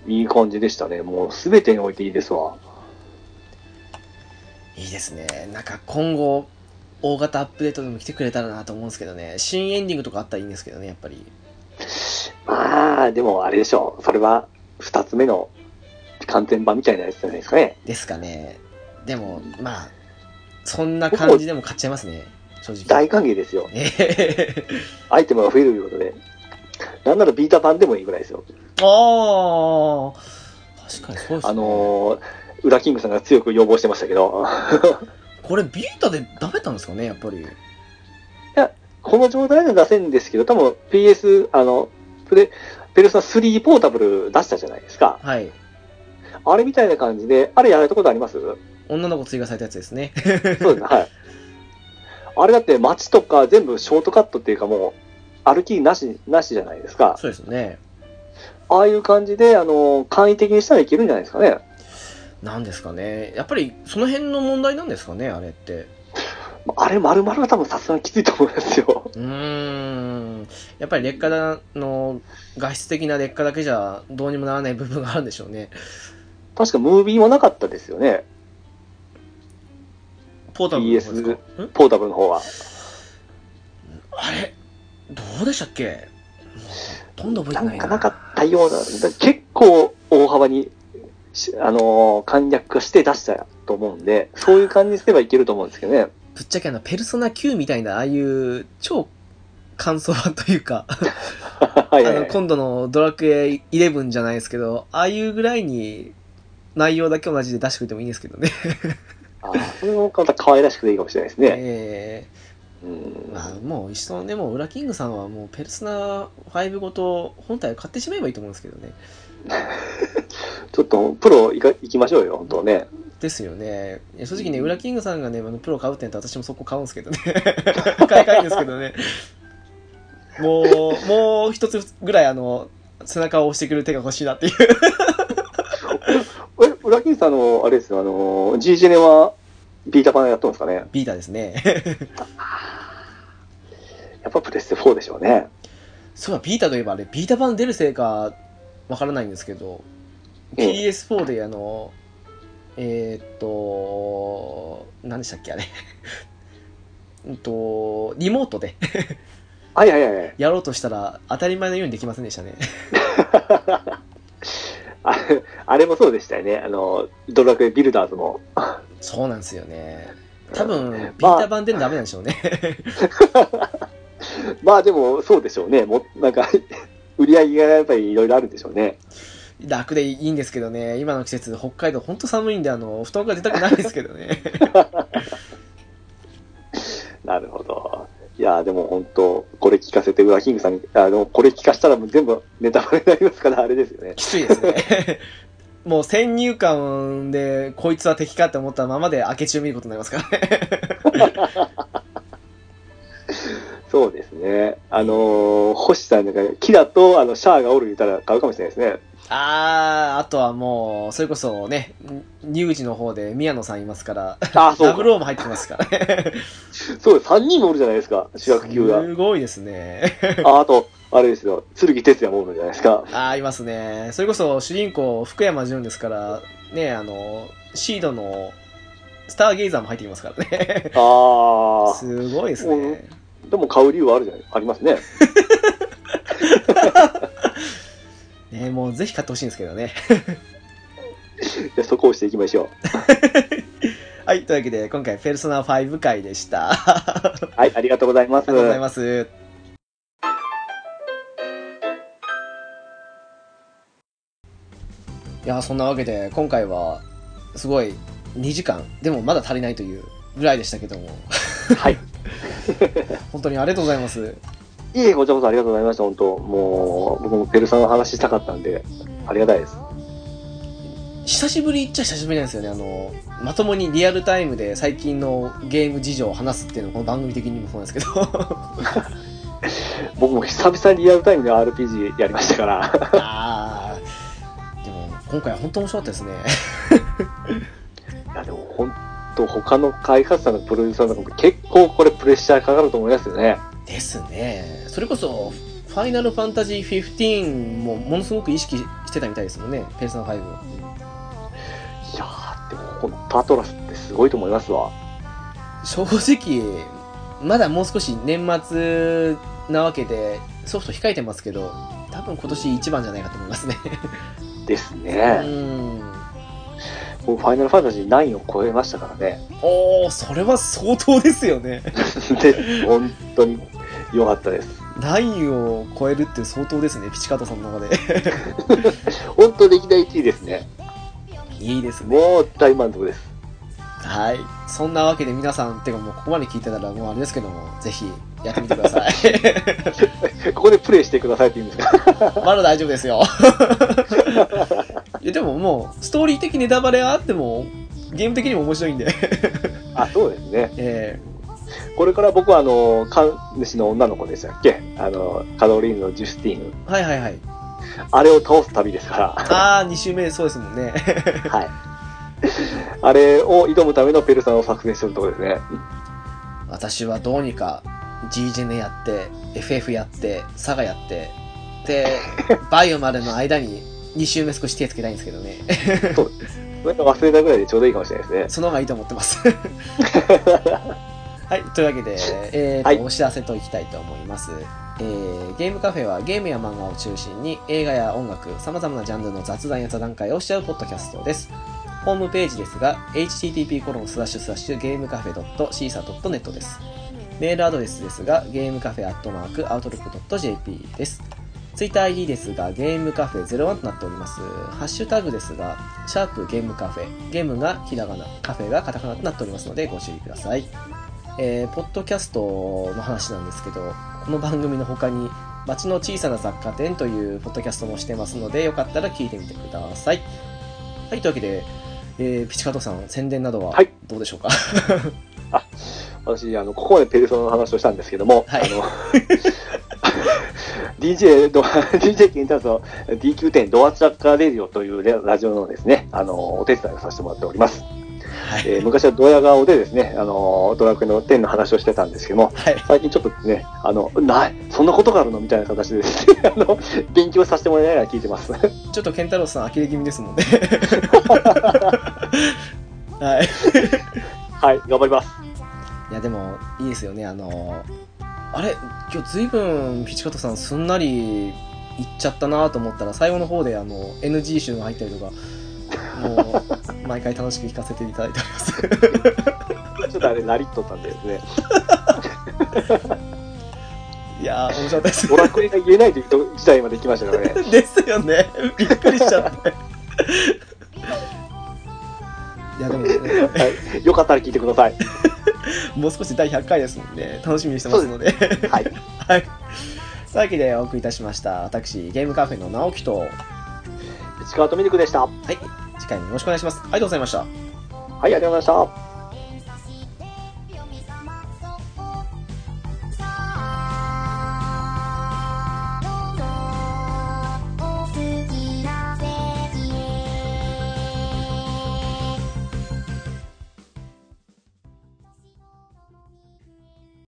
B: いい感じでしたね。もうすべてにおいていいですわ。
A: いいですね。なんか今後、大型アップデートでも来てくれたらなと思うんですけどね。新エンディングとかあったらいいんですけどね、やっぱり。
B: まあ、でもあれでしょう。それは二つ目の完全版みたいなやつじゃないですかね。
A: ですかね。でも、まあ、そんな感じでも買っちゃいますね、正
B: 大
A: 直。
B: 歓迎ですよ。
A: ええ
B: アイテムが増えるということで。なんならビータ版でもいいぐらいですよ。
A: ああ、確かにそうですね。
B: あのー、ウラキングさんが強く要望してましたけど、
A: これビータでダメだったんですかねやっぱり
B: この状態で出せんですけど、多分 PS、あの、プレ、ペルソナ3ポータブル出したじゃないですか。
A: はい
B: あれみたいな感じで、あれやられたことあります そう
A: 女の子追加されたやつですね
B: ですね、はい。あれだって街とか全部ショートカットっていうかもう、歩きなし、なしじゃないですか。
A: そうですね
B: ああいう感じで、あのー、簡易的にしたらいけるんじゃないですかね。
A: なんですかねやっぱりその辺の問題なんですかねあれって
B: あれ丸々は多分さすがにきついと思いますよ。
A: うーんやっぱり劣化だの画質的な劣化だけじゃどうにもならない部分があるんでしょうね
B: 確かムービーもなかったですよね。
A: ポータブルの方ですか
B: PS
A: ん
B: ポータブルの方は。
A: あれどうでしたっけもうほとんど覚え
B: な
A: てない
B: ん
A: な
B: かなかったような、だ結構大幅に、しあのー簡略化して出したと思うんで、そういう感じにすればいけると思うんですけ どね。
A: ぶっちゃけあのペルソナ9みたいなああいう超感想版というか
B: はいは
A: あ
B: いは
A: の、
B: い。
A: 今度のドラクエ11じゃないですけど、ああいうぐらいに内容だけ同じで出してくれてもいいんですけどね。
B: あーそれもまた可愛らしくていいかもしれないで すね。
A: え
B: う
A: え
B: ん
A: まあもう一緒、でも、ウラキングさんはもう、ペルソナ5ごと本体を買ってしまえばいいと思うんですけどね。
B: ちょっとプロいか行きましょうよ、本当ね。
A: ですよね。いや正直ね、 ウラキングさんがね、あのプロ買うってなったら私もそこ買うんですけどね。買い替えるんですけどね。もう、もう一つぐらいあの、背中を押してくる手が欲しいなっていう。
B: え、裏切りさんの、あれですよ、あの、G ジェネは、ビータパンやってますかね。
A: ビータですね。
B: やっぱプレステ4でしょうね。
A: そうだ、ビータといえばあれ、ビータ版出るせいか、わからないんですけど、
B: え
A: PS4 であの、えーっと、何でしたっけ、あれ。 うんと、リモートで
B: はいはいはいはい。
A: やろうとしたら、当たり前のようにできませんでしたね。
B: あれあれもそうでしたよね。あの、ドラクエビルダーズも。
A: そうなんですよね。多分、ビー
B: まあ
A: タ版出るのダメなんでしょうね。
B: まあでも、そうでしょうね。もうなんか、 売り上げがやっぱりいろいろあるんでしょうね。
A: 楽でいいんですけどね、今の季節、北海道ほんと寒いんで、あの、布団から出たくないですけどね。
B: なるほど。いやーでも本当、これ聞かせて、ウラキングさんに、あの、これ聞かしたらもう全部ネタバレになりますから、あれですよね。
A: きついですね。 もう先入観で、こいつは敵かって思ったままで明け中見ることになりますからね。
B: そうですね。あのー星さんなんか、キラとあのシャアがおる言ったら買うかもしれないですね。
A: あー、あとはもう、それこそね、乳児の方で宮野さんいますから、
B: ああ、そ
A: ダ
B: う
A: ブ
B: か。
A: ローも入ってきますからね。
B: そうです。3人もおるじゃないですか、主役級が。
A: すごいですね。
B: あ、あと、あれですよ、剣哲也もおるじゃないですか。
A: あー、いますね。それこそ主人公、福山潤ですから、ね、あの、シードの、スターゲイザーも入ってきますからね。
B: ああ。
A: すごいですね。
B: でも買う理由はあるじゃない、ありますね。
A: ね、もうぜひ買ってほしいんですけどね。
B: でそこをしていきましょ
A: はい、というわけで、今回、ペルソナ5回でした。
B: う。はい、ありがとうございます。
A: ありがとうございます。いやーそんなわけで今回はすごい2時間でもまだ足りないというぐらいでしたけども
B: はい。
A: 本当にありがとうございます
B: いえ、こちらこそありがとうございました、本当もう、僕もペルさんの話したかったんで、ありがたいです。
A: 久しぶりっちゃ久しぶりなんですよねあのまともにリアルタイムで最近のゲーム事情を話すっていうのはこの番組的にもそうなんですけど
B: 僕も久々にリアルタイムで RPG やりましたから、
A: あーでも今回は本当面白かったですね
B: いや、でも本当他の開発者のプロデューサーなんかも結構これプレッシャーかかると思いますよね。
A: ですねそれこそ「ファイナルファンタジー15」もものすごく意識してたみたいですもんね「ペルソナ5」を
B: いやー、でも本当アトラスってすごいと思いますわ。
A: 正直まだもう少し年末なわけでソフト控えてますけど多分今年一番じゃないかと思いますね
B: です
A: う
B: ね。
A: ん
B: もうファイナルファンタジー9を超えましたからね。
A: おおそれは相当ですよね
B: で、本当に良かったです。
A: 9を超えるって相当ですねピチカートさんの中で
B: 本当歴代1位ですね。
A: いいですね
B: もう大満足です。
A: はいそんなわけで皆さんてかもうここまで聞いてたらもうあれですけどもぜひやってみてください
B: ここでプレイしてくださいって言うんですか
A: まだ大丈夫ですよ。いやでももう、ストーリー的ネタバレはあっても、ゲーム的にも面白いんで。
B: あ、そうですね。
A: え
B: これから僕は、あの、神主の女の子でしたっけあの、カロリーヌのジュスティーヌ。
A: えはいはいはい。
B: あれを倒す旅ですか
A: あー、2周目そうですもんね。
B: ら。はい。あれを挑むためのペルさんを作戦してるところですね。
A: 私はどうにか、G ジェネやって、FF やって、サガやって、で、バイオまでの間に2周目少し手つけたいんですけどね。
B: それが忘れたぐらいでちょうどいいかもしれないですね。
A: その方がいいと思って ます。はい、というわけで、えーと
B: はい
A: お知らせといきたいと思います。えーゲームカフェはゲームや漫画を中心に映画や音楽、様々なジャンルの雑談や座談会をしちゃうポッドキャストです。ホームページですが、http:// コロンスラッシュスラッシュゲームカフェ .cisa.net です。メールアドレスですが、ゲームカフェアットマーク、アウトロック .jp です。ツイッター ID ですが、ゲームカフェ01となっております。ハッシュタグですが、シャープゲームカフェ、ゲームがひらがな、カフェがカタカナとなっておりますのでご注意ください。えーポッドキャストの話なんですけど、この番組の他に、街の小さな雑貨店というポッドキャストもしてますので、よかったら聞いてみてください。はい、というわけで、えーピチカートさん、宣伝などははいどうでしょうか、
B: 私、あの、ここまでペルソナの話をしたんですけども、
A: はい
B: あの、 DJ ド、DJ ケンタの DQ10 ドアチャッカーレディオというねラジオのですね、あの、お手伝いをさせてもらっております。
A: はい。
B: えー昔はドヤ顔でですね、あの、ドラクエの10の話をしてたんですけども、
A: はい。
B: 最近ちょっとですね、あの、ない、そんなことがあるのみたいな形で ですね、あの、勉強させてもらいながら聞いてます。
A: ちょっと健太郎さん呆れ気味ですもんね。はい。
B: はい、頑張ります。
A: いや、でも、いいですよね。あのあれ今日ずいぶん、ピチカトさんすんなりいっちゃったなと思ったら、最後の方で、あの、NG 集が入ったりとか、もう、毎回楽しく聞かせていただいております。
B: ちょっとあれ、なりっとったんでですね、
A: いやー、面白かったです
B: ド。ラクエが言えないという時代まで行きましたからね。
A: ですよね。びっくりしちゃって。いや、でも、ね、
B: はい、よかったら聞いてください。
A: もう少し第100回ですもんね。楽しみにしてますので。
B: はい。
A: はい。さあ、きでお送りいたしました。私、ゲームカフェの直樹と、は、
B: 市川とミルクでした。はい
A: 次回もよろしくお願いします。ありがとうございました。
B: い、ありがとうございました。